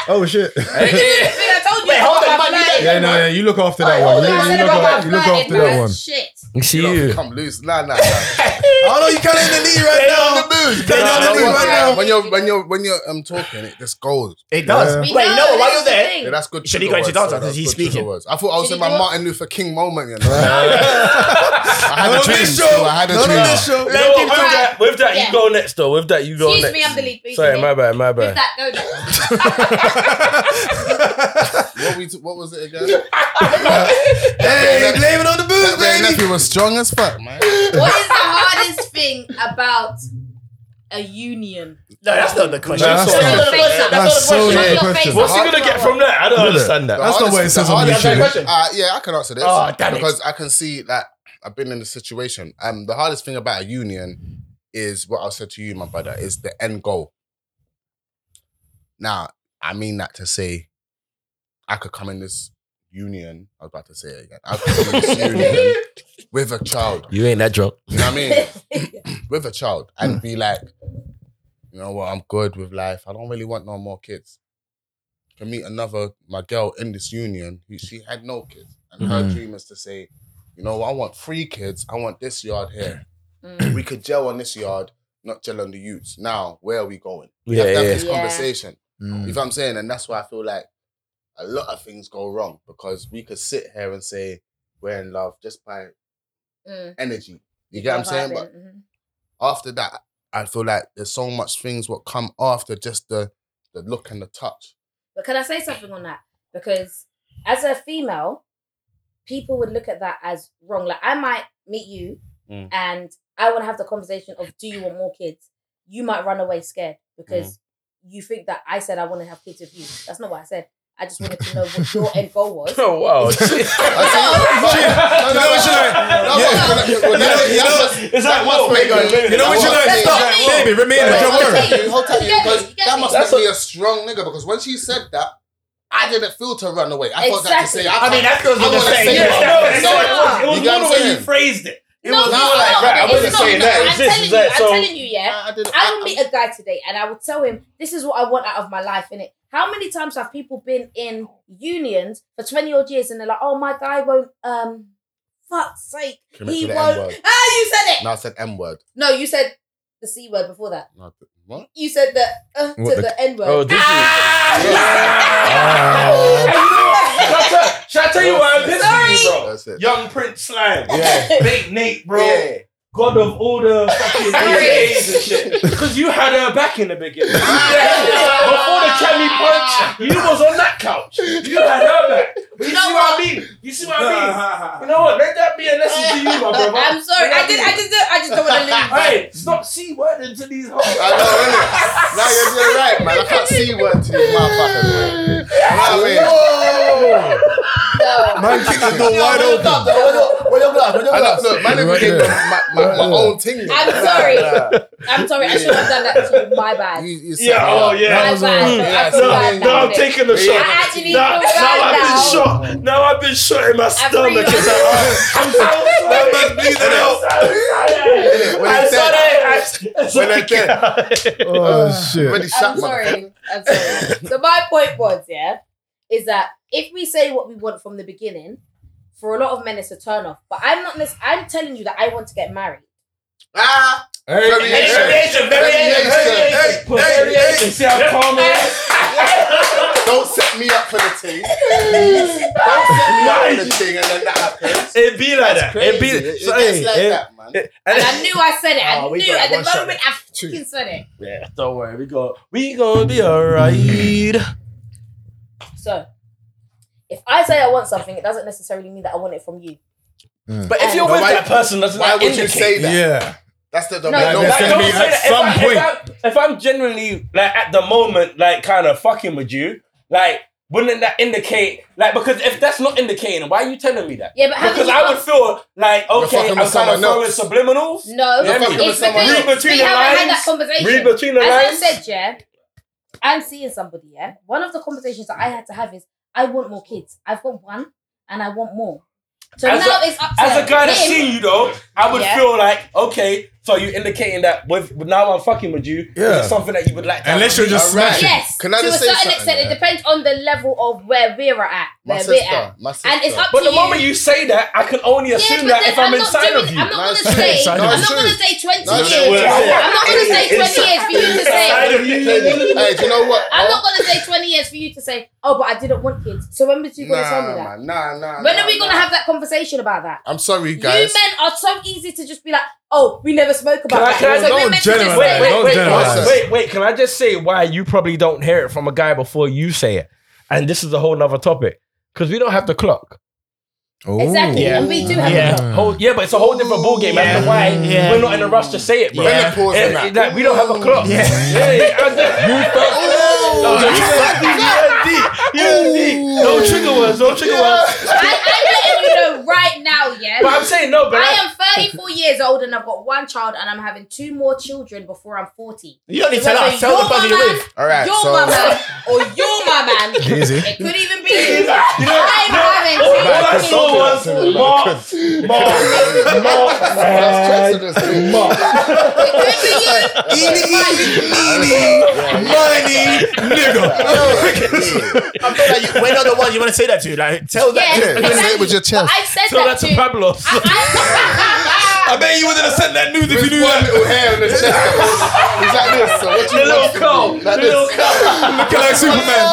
B: Oh, shit.
A: [LAUGHS]
C: I told you.
E: Wait, hold on, man, you
C: Black.
E: ain't-
B: Yeah, no, yeah, you look after that
C: Hold
B: one. You,
C: on, Oh, I said
B: you look,
C: about
B: after, you look
C: black,
B: after that
C: man.
B: one.
C: Shit.
A: See
D: You
A: you.
D: come loose. Nah, nah, nah.
B: Oh, no, you can't end the knee right now.
D: Loose.
B: Can you
D: Nah,
B: not
D: nah,
B: do it right
D: nah.
B: now?
D: When you're when you're when you're um talking, it just goes.
E: It does.
B: Yeah.
C: We
E: Wait, you know what? While
C: that's
E: you're
C: the
E: there,
C: thing.
D: Yeah, that's good.
E: Should he
D: trigger
E: go into
D: words,
E: dancer?
D: though. That's
E: 'Cause he's
D: good trigger
E: speaking.
D: words. I thought I was
C: Should
D: in
C: he do
D: my
C: it?
D: Martin Luther King moment.
B: [LAUGHS]
D: You know, I had
B: Not
D: a
B: on
D: dream.
B: this
D: So I
B: show.
D: had a
B: Not on this
D: dream.
B: show.
A: You know what, with
C: Right.
A: that, with that
C: Yeah.
A: you go next though. With that you go
C: Excuse
A: next.
C: me, I'm the lead speaker
A: Sorry,
C: here.
A: my bad, my
C: With
A: bad.
C: that, go down.
D: What, we t- what was it
B: [LAUGHS]
D: again? [LAUGHS]
B: Hey, blame it on the booze,
D: That
B: baby.
D: nephew was strong as fuck, man.
C: What is the hardest thing about a union?
E: No, that's not the question.
B: Nah, that's
E: That's
B: not-
E: not the question. That's not
B: so
E: the
B: not
E: question.
B: the question.
A: What's he gonna get from that? I don't understand that.
D: The
B: That's not what it
D: hardest-
B: says
D: the
B: on
D: hardest-
E: YouTube. Question.
D: Uh, yeah, I can answer this
E: Oh, damn it.
D: because I can see that I've been in the situation. Um, the hardest thing about a union is what I said to you, my brother, is the end goal. Now, I mean that to say, I could come in this union. I was about to say it again. I could come
B: [LAUGHS]
D: in this union with a child.
A: You ain't that drunk.
D: You know what I mean? with a child and be like, you know what, I'm good with life. I don't really want no more kids. Can meet another my girl in this union who she had no kids. And her
B: Mhm.
D: dream is to say, you know, I want three kids. I want this yard here.
C: [LAUGHS] Mm.
D: we could gel on this yard, not gel on the youths. Now, where are we going? We
A: Yeah,
D: have to have
A: yeah.
D: this
C: Yeah.
D: conversation. You
B: Mm.
D: know what I'm saying? And that's why I feel like a lot of things go wrong because we could sit here and say we're in love just by
C: Mm.
D: energy. You get what I'm saying? But
C: Mhm.
D: after that, I feel like there's so much things what come after just the the look and the touch.
C: But can I say something on that? Because as a female, people would look at that as wrong. Like I might meet you
D: Mm.
C: and I want to have the conversation of do you want more kids? You might run away scared because you think that I said I want to have kids with you. That's not what I said. I just wanted to know what your end goal was.
A: Oh [LAUGHS] wow.
D: No,
B: You know what you like?
D: no,
B: Yeah.
D: no, no, no, no,
B: You know- you
D: that
B: know-
D: must-
A: It's like,
D: that must
A: whoa,
D: make
A: wait a
D: a-
A: minute.
B: You know what you
D: That's
B: like?
D: what
B: Stop,
C: I mean.
B: baby. Remain in the
D: Wait,
C: That's what I
B: jump
C: mean.
B: curve.
D: hold tight, hold tight,
C: You get me?
D: because
C: You get
D: that
C: me?
D: must
A: That's
D: make me a strong nigga. Because when she said that, I didn't feel to run away. I thought that to
C: Exactly.
D: say.
E: I mean, that feels
D: I
E: like the
D: wanna
E: same.
D: say
E: Yeah,
D: it.
E: no,
D: No,
E: it's
D: no,
E: not.
D: You get what I'm saying?
A: phrased it. It
C: No,
A: was
C: no,
A: more
C: no,
A: like, right, I
C: it's
A: wasn't
C: not
A: saying
C: that.
A: that.
C: I'm
A: It's this,
C: telling
A: it's that.
C: you,
A: So,
C: I'm telling you, yeah.
D: I didn't.
C: I will meet a guy today and I will tell him this is what I want out of my life, innit? How many times have people been in unions for 20 odd years and they're like, oh, my guy won't, um, fuck's sake,
D: Commit
C: he
D: to the
C: won't.
D: N-word.
C: Ah, you said it!
D: Now I said M word.
C: No, you said the C word before that.
D: No, I said- What?
C: You said the, uh, to
B: What
C: the, N word. [LAUGHS]
A: oh, [LAUGHS] this is.
E: [LAUGHS]
B: Ah.
A: Should I tell you what I'm pissed you, bro?
D: That's it.
A: Young Prince Slime.
D: Yeah.
A: Big Nate, bro.
D: Yeah.
A: God of all the fucking
C: Sorry.
A: AKAs and shit. Because you had her back in the beginning. Yeah. Before the chemi punch, you was on that couch. You had her back. But you,
C: know
A: see what I mean? You see what I mean? You know what? Let that be a lesson to you, my brother.
C: I'm sorry,
A: You know
C: I,
A: what
C: did,
A: mean?
C: I, just, don't- I just don't want to lose.
A: Hey, stop C wording to these hoes.
D: I know, innit? Now you're, you're right, man. I can't see word to these motherfuckers, man. You know what
C: No.
B: Man, kick the door wide open.
D: I mean? I know, look, my nigga
B: Right
D: did
B: there.
D: my, my, my, my own thing.
C: I'm sorry. I'm sorry, I should have done that to you. My bad.
D: You, you said
A: Yeah,
D: that.
A: oh yeah.
C: My bad. I
D: Yeah,
C: feel
D: so-
A: No,
C: bad
A: no,
C: now,
A: I'm
C: innit?
A: taking the shot.
C: I actually
A: Now, now
C: feel bad now.
A: I've been shot. Now I've been shot in my stomach. [LAUGHS]
C: realised-
A: I'm so sorry.
B: man bleeding out.
A: I'm so sorry.
D: When
A: I'm
D: it's
A: sorry.
D: dead.
A: I'm
D: When it's
H: [LAUGHS]
A: sorry.
B: Oh, shit.
D: Really
C: I'm
D: shot, motherfucker.
C: sorry. I'm sorry. so my point was, yeah, is that if we say what we want from the beginning, for a lot of men it's a turn off. But I'm not. nec- I'm telling you that I want to get married.
D: Ah,
A: Very Asian, very Asian, very
D: Variation.
A: Asian. Put very Asian. See how calm it is?
D: don't set me up for the team. don't set me up for the thing, and then that happens.
A: It be like that. It be
D: Crazy. It, it gets like that, man.
C: And I knew I said it. I
E: Oh, we
C: knew
E: got
C: at the
E: one shot
C: moment I fucking said it.
A: Yeah, don't worry. We go. We gonna be alright.
C: So if I say I want something, it doesn't necessarily mean that I want it from you.
A: But if you're
D: Oh, But
A: with
D: why-
A: that person, doesn't
D: Why
A: that
D: would you
A: indicate?
D: say that?
B: Yeah.
D: That's the
C: No,
D: no,
B: Like,
A: Like,
B: It's
A: don't
B: gonna be
A: say
B: at
A: that.
B: some
A: if,
B: point.
A: I, if, I'm, if I'm generally like at the moment, like kind of fucking with you, like wouldn't that indicate like because if that's not indicating, why are you telling me that?
C: Yeah, but how
A: because
C: many
A: I would
C: times-
A: feel like okay,
D: fucking
A: I'm
D: with
A: kind of
D: someone
A: throwing
D: else.
A: subliminals.
C: No,
A: Yeah,
C: it's
A: me.
C: because
D: Someone else.
A: Read
C: we
A: between the
C: haven't had that
A: lines.
C: conversation.
A: Read between the
C: As I
A: lines.
C: said, yeah, I'm seeing somebody, yeah. One of the conversations that I had to have is I want more kids. I've got one and I want more. So
H: As
C: now it's up to
H: As a guy that's
C: him.
H: seen you though, I would
C: Yeah.
H: feel like, okay, so you indicating that with with now I'm fucking with you,
B: Yeah.
H: is it something that you would like to
B: Unless you're just
D: Alright.
B: smashing.
C: Yes.
D: Can I
C: to a
D: just say
C: certain
D: something,
C: extent, it
D: yeah?
C: depends on the level of where we're at.
D: My
C: Where we're
D: sister,
C: at.
D: my sister.
C: And it's up
H: But
C: to
H: the moment
C: you.
H: you say that, I can only
C: Yeah,
H: assume
C: but
H: that
C: then
H: if I'm,
C: not
H: inside
C: doing-
H: of you.
C: I'm not
D: Nice.
C: gonna say.
B: Inside
C: I'm
B: of
C: not
D: you.
C: gonna say 20
D: Nice.
C: years.
H: Yeah.
C: I'm not gonna say 20 years for you to say.
D: hey, do you know what?
C: I'm not gonna say 20 years for you to say, oh, but I didn't want kids. So when was you gonna tell me that?
D: man, nah, nah.
C: When
D: nah,
C: are we gonna
D: nah.
C: have that conversation about that?
D: I'm sorry, guys.
C: You men are so easy to just be like, oh, we never spoke about
H: Can I-
C: that.
H: can I-
C: so
H: don't
C: we're meant to just
B: generalize,
C: say-
H: Wait, wait,
B: don't
H: wait, wait,
B: generalize.
H: wait, wait. Can I just say why you probably don't hear it from a guy before you say it? And this is a whole nother topic. Because we don't have the clock.
B: Ooh.
C: Exactly.
E: Yeah.
C: And we do have
E: Yeah.
C: a clock.
H: Whole, yeah, but it's a whole different ball game as to
E: Yeah.
H: why
E: Yeah.
H: we're not in a rush to say it, bro.
E: Yeah.
D: Menopause and
H: Yeah,
D: that.
H: that- we don't have a clock.
E: Yeah.
H: yeah, yeah, uh, I do. You fuck- No, you fuck- you went deep. You went deep. No trigger words. No trigger words.
C: I, I'm letting you know right now, yeah.
H: But I'm saying no. But I,
C: I am 34 years old and I've got one child and I'm having two more children before I'm 40.
E: You don't need to
C: So
E: tell
C: whether
E: us. Tell the
C: you're
E: person
C: my
E: you're
C: man,
E: with.
D: All right,
C: You're
D: so
C: my man or you're my man.
H: [LAUGHS]
B: Easy.
C: It could even be you. I'm having
H: all,
C: two
H: all I
C: kids.
H: saw was Mark, Mark, Mark,
D: Let's check to this.
C: It could be you.
E: I feel like you, we're not the ones you want to say that to. Like, tell
C: [LAUGHS] Yeah,
E: that.
D: Yeah,
C: exactly.
D: say it with your chest.
C: But I've said
H: So
C: that
H: that's
C: to
H: a Pablos.
C: I,
B: I
C: I,
B: bet you wouldn't have sent that news if you
D: There's
B: knew
D: one
B: that.
D: little hair on the chest. though. It's like this. So what
H: The
D: you
H: little
D: want?
H: cow. The
D: Like
H: little
D: this.
H: cow.
B: Looking like Superman.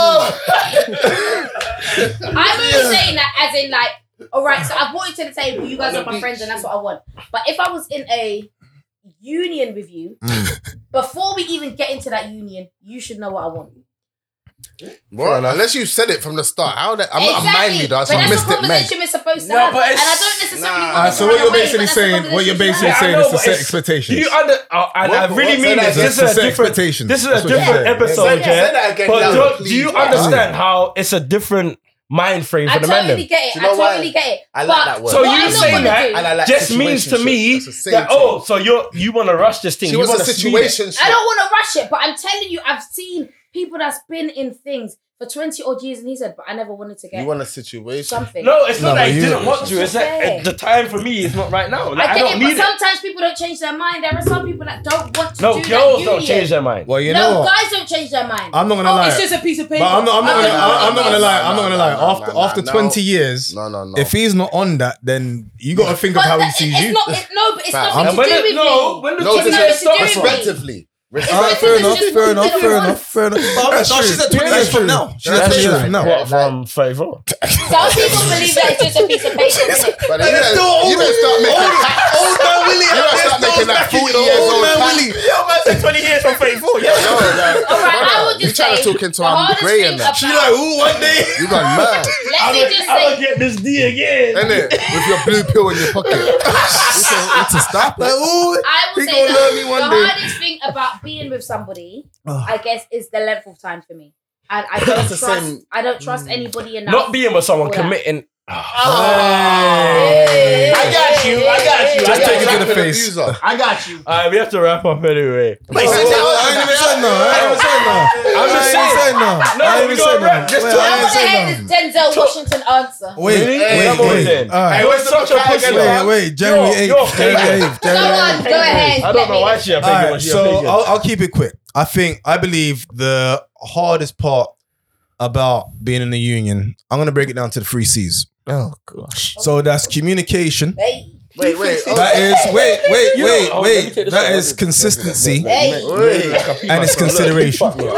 H: [LAUGHS]
C: I'm only saying that as in like, all right, so I've brought you to the table. You guys are my friends, and that's what I want. But if I was in a union with
D: [LAUGHS]
C: you, before we even get into that union, you should know what I want.
D: Well, unless you said it from the start, how that I'm not a mind reader,
C: But
D: so I
C: that's
D: missed
C: the
D: it, man.
C: conversation we're supposed to
H: No,
C: have,
H: but
C: and
H: it's-
C: I don't necessarily.
D: Nah.
C: want
B: Ah,
C: to
B: so
C: run
B: what you're
C: away, but
B: basically
C: that's the
B: saying? What you're
C: conversation you
B: basically
C: have.
H: I
B: saying
H: know,
B: is to
H: but
B: set
H: it's- Do
B: expectations.
H: you under? Uh, and
D: What-
H: I really
D: what-
H: mean
D: say
H: this.
D: that
H: This is
D: again.
H: a
B: Set
H: different.
B: expectations.
H: This is
B: That's
H: a
B: what you're
H: different
B: saying.
H: episode,
C: Yeah.
H: yeah.
D: Say that again,
H: But
D: Gavin,
H: do, do you
D: please.
H: understand how it's a different mind frame
C: I
H: for the man?
C: totally
H: then?
C: get it.
D: Do
C: I
D: you know why?
C: totally get it.
D: I like
C: but
D: that word.
H: So
C: what I'm
H: you
C: not
H: saying
C: gonna
H: that,
C: do-
D: And I like
H: Just means to
D: situationship.
H: me
D: That's the same
H: that
D: thing.
H: oh, so you you want to rush this thing?
D: She
H: you
D: wants
H: want
D: a
H: to
D: situation.
C: I don't want to rush it, but I'm telling you, I've seen people that's been in things for 20 odd years, and he said, but I never wanted to get
D: You want a situation?
C: something.
H: No, it's
B: No,
H: not that
B: but
H: he
B: you-
H: didn't want to. It's that
C: Okay.
H: uh, the time for me is not right now. Like,
C: I
H: I,
C: get
H: don't
C: it,
H: need
C: but
H: it.
C: sometimes people don't change their mind. There are some people that don't want to
H: No,
C: do that
H: girls
C: union.
H: don't change their mind.
B: Well, you
C: no,
B: know what?
C: guys don't change their mind.
B: I'm not gonna
C: oh,
B: lie.
C: it's just a piece of paper.
B: But I'm not. I'm not
C: Oh,
B: gonna.
C: no, no,
B: I'm not
C: no,
B: gonna
C: no.
B: lie. I'm not gonna lie.
D: No, no, no,
B: After
D: no,
B: after
D: no.
B: 20 years,
D: No, no, no.
B: if he's not on that, then you got to think of
C: But
B: how he
C: that-
B: sees
C: it's
B: you.
C: Not, it's, no, but it's
D: Fam,
C: nothing
H: And
C: to
H: when
C: do
H: it,
C: with
H: no,
C: me.
H: when the
D: No,
H: chicken
C: it's
H: gets
C: nothing to
H: stopped,
C: do with me.
D: respectively.
C: It's
B: All right,
C: nothing
B: fair
C: to do
B: enough.
C: with
B: Fair
C: me.
B: enough. Fair enough. Fair enough. That's
F: No, she's
B: true.
F: at 20 years
B: That's
F: from
B: true.
F: now.
B: She's at 20 years from now.
H: What from favour?
C: Some people believe that it's just a piece of paper. isn't it?
D: But you don't, you don't start making that.
F: Old man Willie.
D: You don't start making that 40 years old.
F: Old man
D: pack.
F: Willie.
E: Yo, man, said 20 years from 34. Yeah.
D: No, no.
C: All right, I would
D: You're
C: just
D: trying
C: say
D: to talk into
C: the
D: I'm
C: hardest
D: grey
C: thing
D: in that.
C: about-
F: Ooh, one day.
D: You gone mad,
C: Let me just
H: I'm
C: say
H: gonna get this D again.
D: innit? With your blue pill in your pocket. It's a- it's a stop it.
C: I will
D: He
C: say
D: gonna
C: that
D: learn me one
C: the
D: day.
C: hardest thing about being with somebody, I guess, is the length of time for me. And I don't
D: That's the
C: trust.
D: same.
C: I don't trust anybody enough.
H: Not being with someone,
C: for that.
H: committing.
C: Hey.
E: I got you, I got you, I
D: Just
E: got
D: take
E: you.
D: it to the
B: Rapid
D: face.
E: I got you.
H: Alright, we have to wrap up anyway.
E: Wait, so tell us
B: I ain't even
E: about-
B: said no. I ain't even said no.
H: I'm just
B: I ain't
H: saying.
B: even said no.
H: No,
B: [LAUGHS] I ain't
H: we
B: even
H: gonna
B: said
H: wrap.
B: no.
H: Just
B: Wait,
H: talk.
B: I
C: I
B: ain't
C: want to
B: said
C: hear
B: no.
C: this Denzel Washington answer.
B: Wait,
H: Really?
B: wait,
H: Come on
B: wait.
H: then.
B: All right.
H: It was such a pussy.
B: Wait, wait. January
H: You're- you're
B: 8th. January
H: hating.
B: 8th.
C: Go
B: January 8th.
C: on, go ahead.
H: I
C: Let
H: don't know
C: me-
H: why she
B: All
H: offended
B: right,
H: what she
B: so uh,
H: offended.
B: I'll, I'll keep it quick. I think I believe the hardest part about being in the union, I'm gonna break it down to the three C's.
E: Oh, gosh.
B: So that's communication.
C: Hey,
D: Wait, wait. oh,
B: That is wait, wait,
H: You
B: wait,
H: know- oh, let me take
B: wait.
H: this
B: That
H: one.
B: is consistency
C: hey,
D: Wait.
B: and it's
A: [LAUGHS]
B: consideration.
C: hey!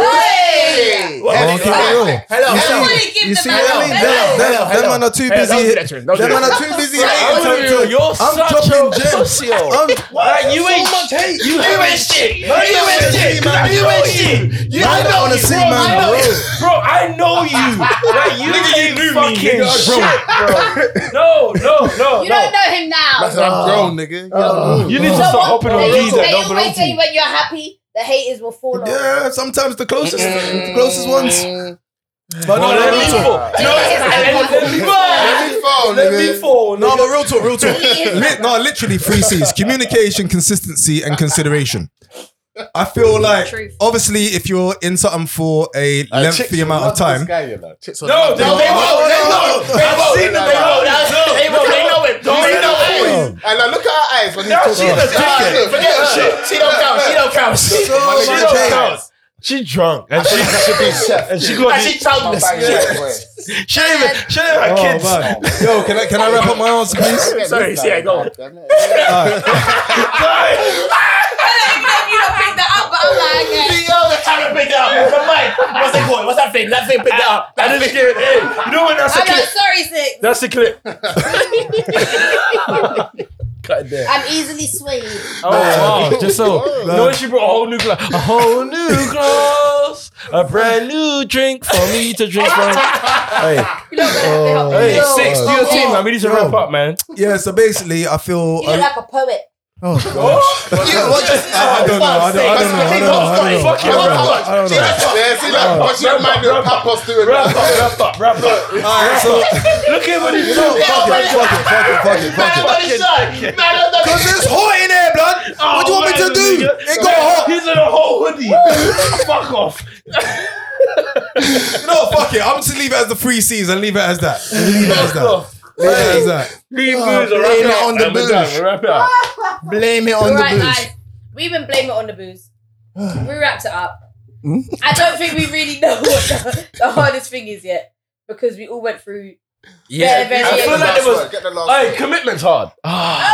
B: I'll keep it real.
E: Hello.
B: You
C: I
B: see,
C: want to give
B: you
C: them
B: see
C: a
B: what I mean?
C: medal.
B: Them, them,
E: hello.
B: them man are too
E: Hey, don't do
B: busy.
E: that to him, don't do
B: Them man
E: that.
B: are too busy.
H: I'm
B: hating
H: telling you,
B: to- I'm
H: you're such
B: dropping
H: a
B: gems.
H: socio.
B: I'm
H: Like, you ain't
F: hate.
H: You ain't shit. You ain't shit. You ain't shit. You
B: I don't wanna see
H: bro,
B: man
H: I know
B: grow.
H: you. Bro, I know you. Like you ain't fucking shit, bro. No, no, no,
C: You
H: no.
C: don't know him now.
D: That's what
H: Uh,
D: I'm grown, nigga. Yeah.
H: You need to
C: So
H: stop
C: what-
H: hopping on
C: they,
H: these that
C: they
H: don't belong
C: always
H: to
C: say
H: you.
C: when you're happy, the haters will fall off.
B: Yeah, sometimes the closest,
H: Mm.
B: the closest ones. But
H: No,
B: no,
H: let
B: no,
H: me
B: real
H: fall.
B: talk.
H: No, let let me fall.
D: Let me fall,
H: Let me
D: nigga.
H: fall.
B: No,
H: nigga.
B: but real talk,
H: [LAUGHS]
B: real talk.
C: Please.
B: Lit- no, literally three C's: communication, consistency, and consideration. I feel like
C: Truth.
B: obviously if you're in something for a
H: Uh,
D: Like, chicks
B: lengthy
D: will
B: amount of
D: love this
B: time,
D: guy, you know. Chicks will
A: No,
D: love
A: they- they
D: him.
A: won't, they won't. They've seen him, they won't.
D: no, no, no.
E: They won't, they know it. They know it.
D: And now look at her eyes when
A: No,
D: he's
A: she's a ticket.
E: Forget her shit. She don't count. She don't count. She
B: So
D: My
A: She
D: nigga
B: much
A: don't
D: Jay.
A: count. She drunk and she should be and she got
E: and she
A: she,
E: childless.
A: she ain't even she ain't even
B: Oh,
A: kids.
B: man. Yo, can I can I wrap up my answer, please?
E: Sorry, see, I go.
C: you don't pick that up, but I'm like, yeah.
E: Yo, they're trying to pick that up. The mic. [LAUGHS] What's that called? What's that thing? That thing picked that up.
A: I didn't get it. You know what? That's a
C: I'm like,
A: clip.
C: sorry, six.
A: [LAUGHS] That's a clip. Cut it there.
C: I'm easily swayed.
A: Oh, wow. just so. No, she brought a whole new glass, a whole new glass, a brand new drink for me to drink from. hey,
C: You don't really have to help me.
A: hey, six, do your
C: Yo.
A: team, man. We need to
B: Yo.
A: wrap up, man.
B: Yeah, so basically I feel uh,
C: You look like a poet.
B: Oh gosh. I I don't know. I don't I don't know. I don't know. I don't know.
A: Fucking
B: I don't know.
A: wrap
B: I don't know. Oh.
D: Yeah, see, like, what your man doing, Papa's doing
A: Wrap
D: that.
A: up, wrap up, wrap up.
B: All right, so
A: Look at what he's
B: you know,
A: doing.
B: fuck it, fuck it, fuck it, fuck it, fuck it.
C: [LAUGHS]
B: Cause it's hot in here, blood.
A: Oh,
B: what do you want me to do? It got hot.
A: He's in a whole hoodie. Fuck off.
B: You know, what, fuck it. I'm just leave it as the free C's and leave it as that. Leave it as that. Leave it as that.
A: Leave booze or
E: blame
A: wrap it
E: it
A: up.
E: on the
A: And we're done.
E: booze.
A: We're wrap it up.
E: Blame it on
C: All right,
E: the booze.
C: guys. We've been blaming it on
A: [SIGHS]
C: the booze. We wrapped it up.
A: Hmm?
C: I don't think we really know [LAUGHS] what the, the hardest thing is yet because we all went through. Yeah, very,
A: I
C: very
A: feel
C: good.
A: like it was.
D: Get the last
A: Hey,
D: word.
A: commitment's hard. Ah.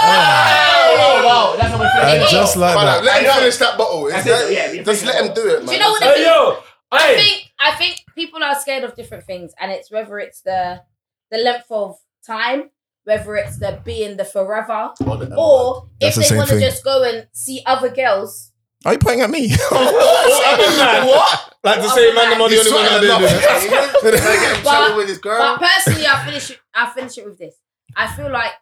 E: Oh, wow. That's how we feel.
B: And Uh, just like
D: Hold on,
B: that.
D: Let him finish that bottle. It's
E: That's it,
D: like-
E: yeah, we
D: Just
E: finish
D: let him do it, man.
C: Do you know what
A: Hey, yo.
C: I
A: Hey.
C: think I think people are scared of different things, and it's whether it's the the length of time, whether it's the being the forever, or
B: Oh, That's the
C: if they
B: same
C: want to
B: thing.
C: just go and see other girls.
E: Are you pointing at me?
A: What?
B: Like
C: the same man, I'm
B: the
D: He's sweating enough. He's getting in trouble with his
C: But
D: girl.
C: personally, I finish it- I finish it with this. I feel like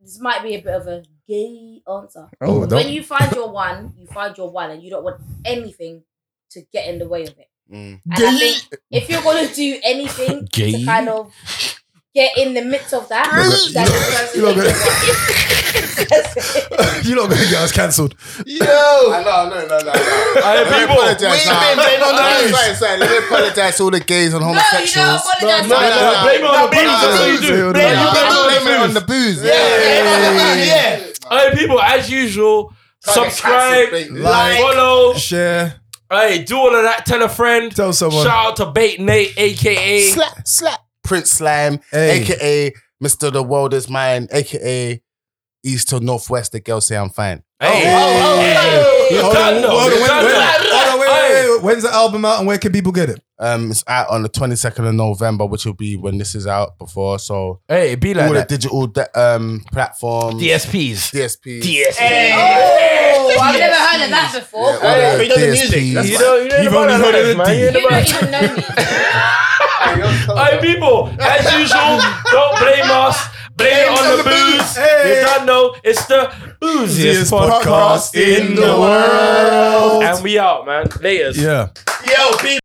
C: this might be a bit of a gay answer.
B: Oh,
C: When
B: don't.
C: you find your one, you find your one, and you don't want anything to get in the way of it.
D: Mm.
C: And I think if you're gonna do anything to kind of get in the midst of that, then
B: You
C: [LAUGHS]
B: lot gonna-
C: it's [LAUGHS] gonna-
B: You lot gonna get us cancelled.
D: I know, I know, no, no, no.
A: Hey,
D: Let me
A: people.
D: apologize.
E: we ain't been blaming on the
D: Sorry,
E: booze.
D: sorry, sorry. Let me apologize to all the gays and
C: No, you don't
D: homosexuals.
C: apologize.
A: No,
D: no,
A: no,
D: no.
A: blame it on the booze. That's what you do.
B: No,
A: Blame
D: No,
A: you
D: I'm
A: blame it
D: not
A: on the
D: blaming it on the booze.
E: Yeah.
A: Hey people, as usual, subscribe,
B: Like,
A: follow,
B: share,
A: hey, do all of that, tell a friend.
B: tell someone.
A: Shout out to Bait Nate, aka
D: Slap, slap. Prince Slime,
B: Hey.
D: aka Mr. The World is Mine, aka East to Northwest, the girls say I'm fine.
B: Yeah, Hold on,
A: Hold on,
B: oh. hold on, wait,
A: Uganda.
B: wait, hold on, wait, wait,
A: Hey.
B: wait. When's the album out and where can people get it?
D: Um, it's out on the 22nd of November, which will be when this is out before. So
A: Hey, be
D: all
A: like
D: the
A: that.
D: digital de- um platforms,
A: DSPs.
D: DSPs.
C: Oh, I've never heard of that before.
D: Yeah, all the
E: He does the music.
D: DSPs.
E: That's
A: You know, you know
B: You've
A: about
B: only
A: that
B: heard
A: life,
B: of the
A: man. You
C: You
A: know about-
C: don't even know me.
A: Hey people, as usual, don't blame us. Blame it on the booze.
B: Hey.
A: You don't know it's the booziest
B: Booziest
A: podcast
B: podcast
A: in
B: in
A: the
B: the
A: world.
B: world.
A: And we out, man. Laters.
B: Yeah.
E: Yo, people.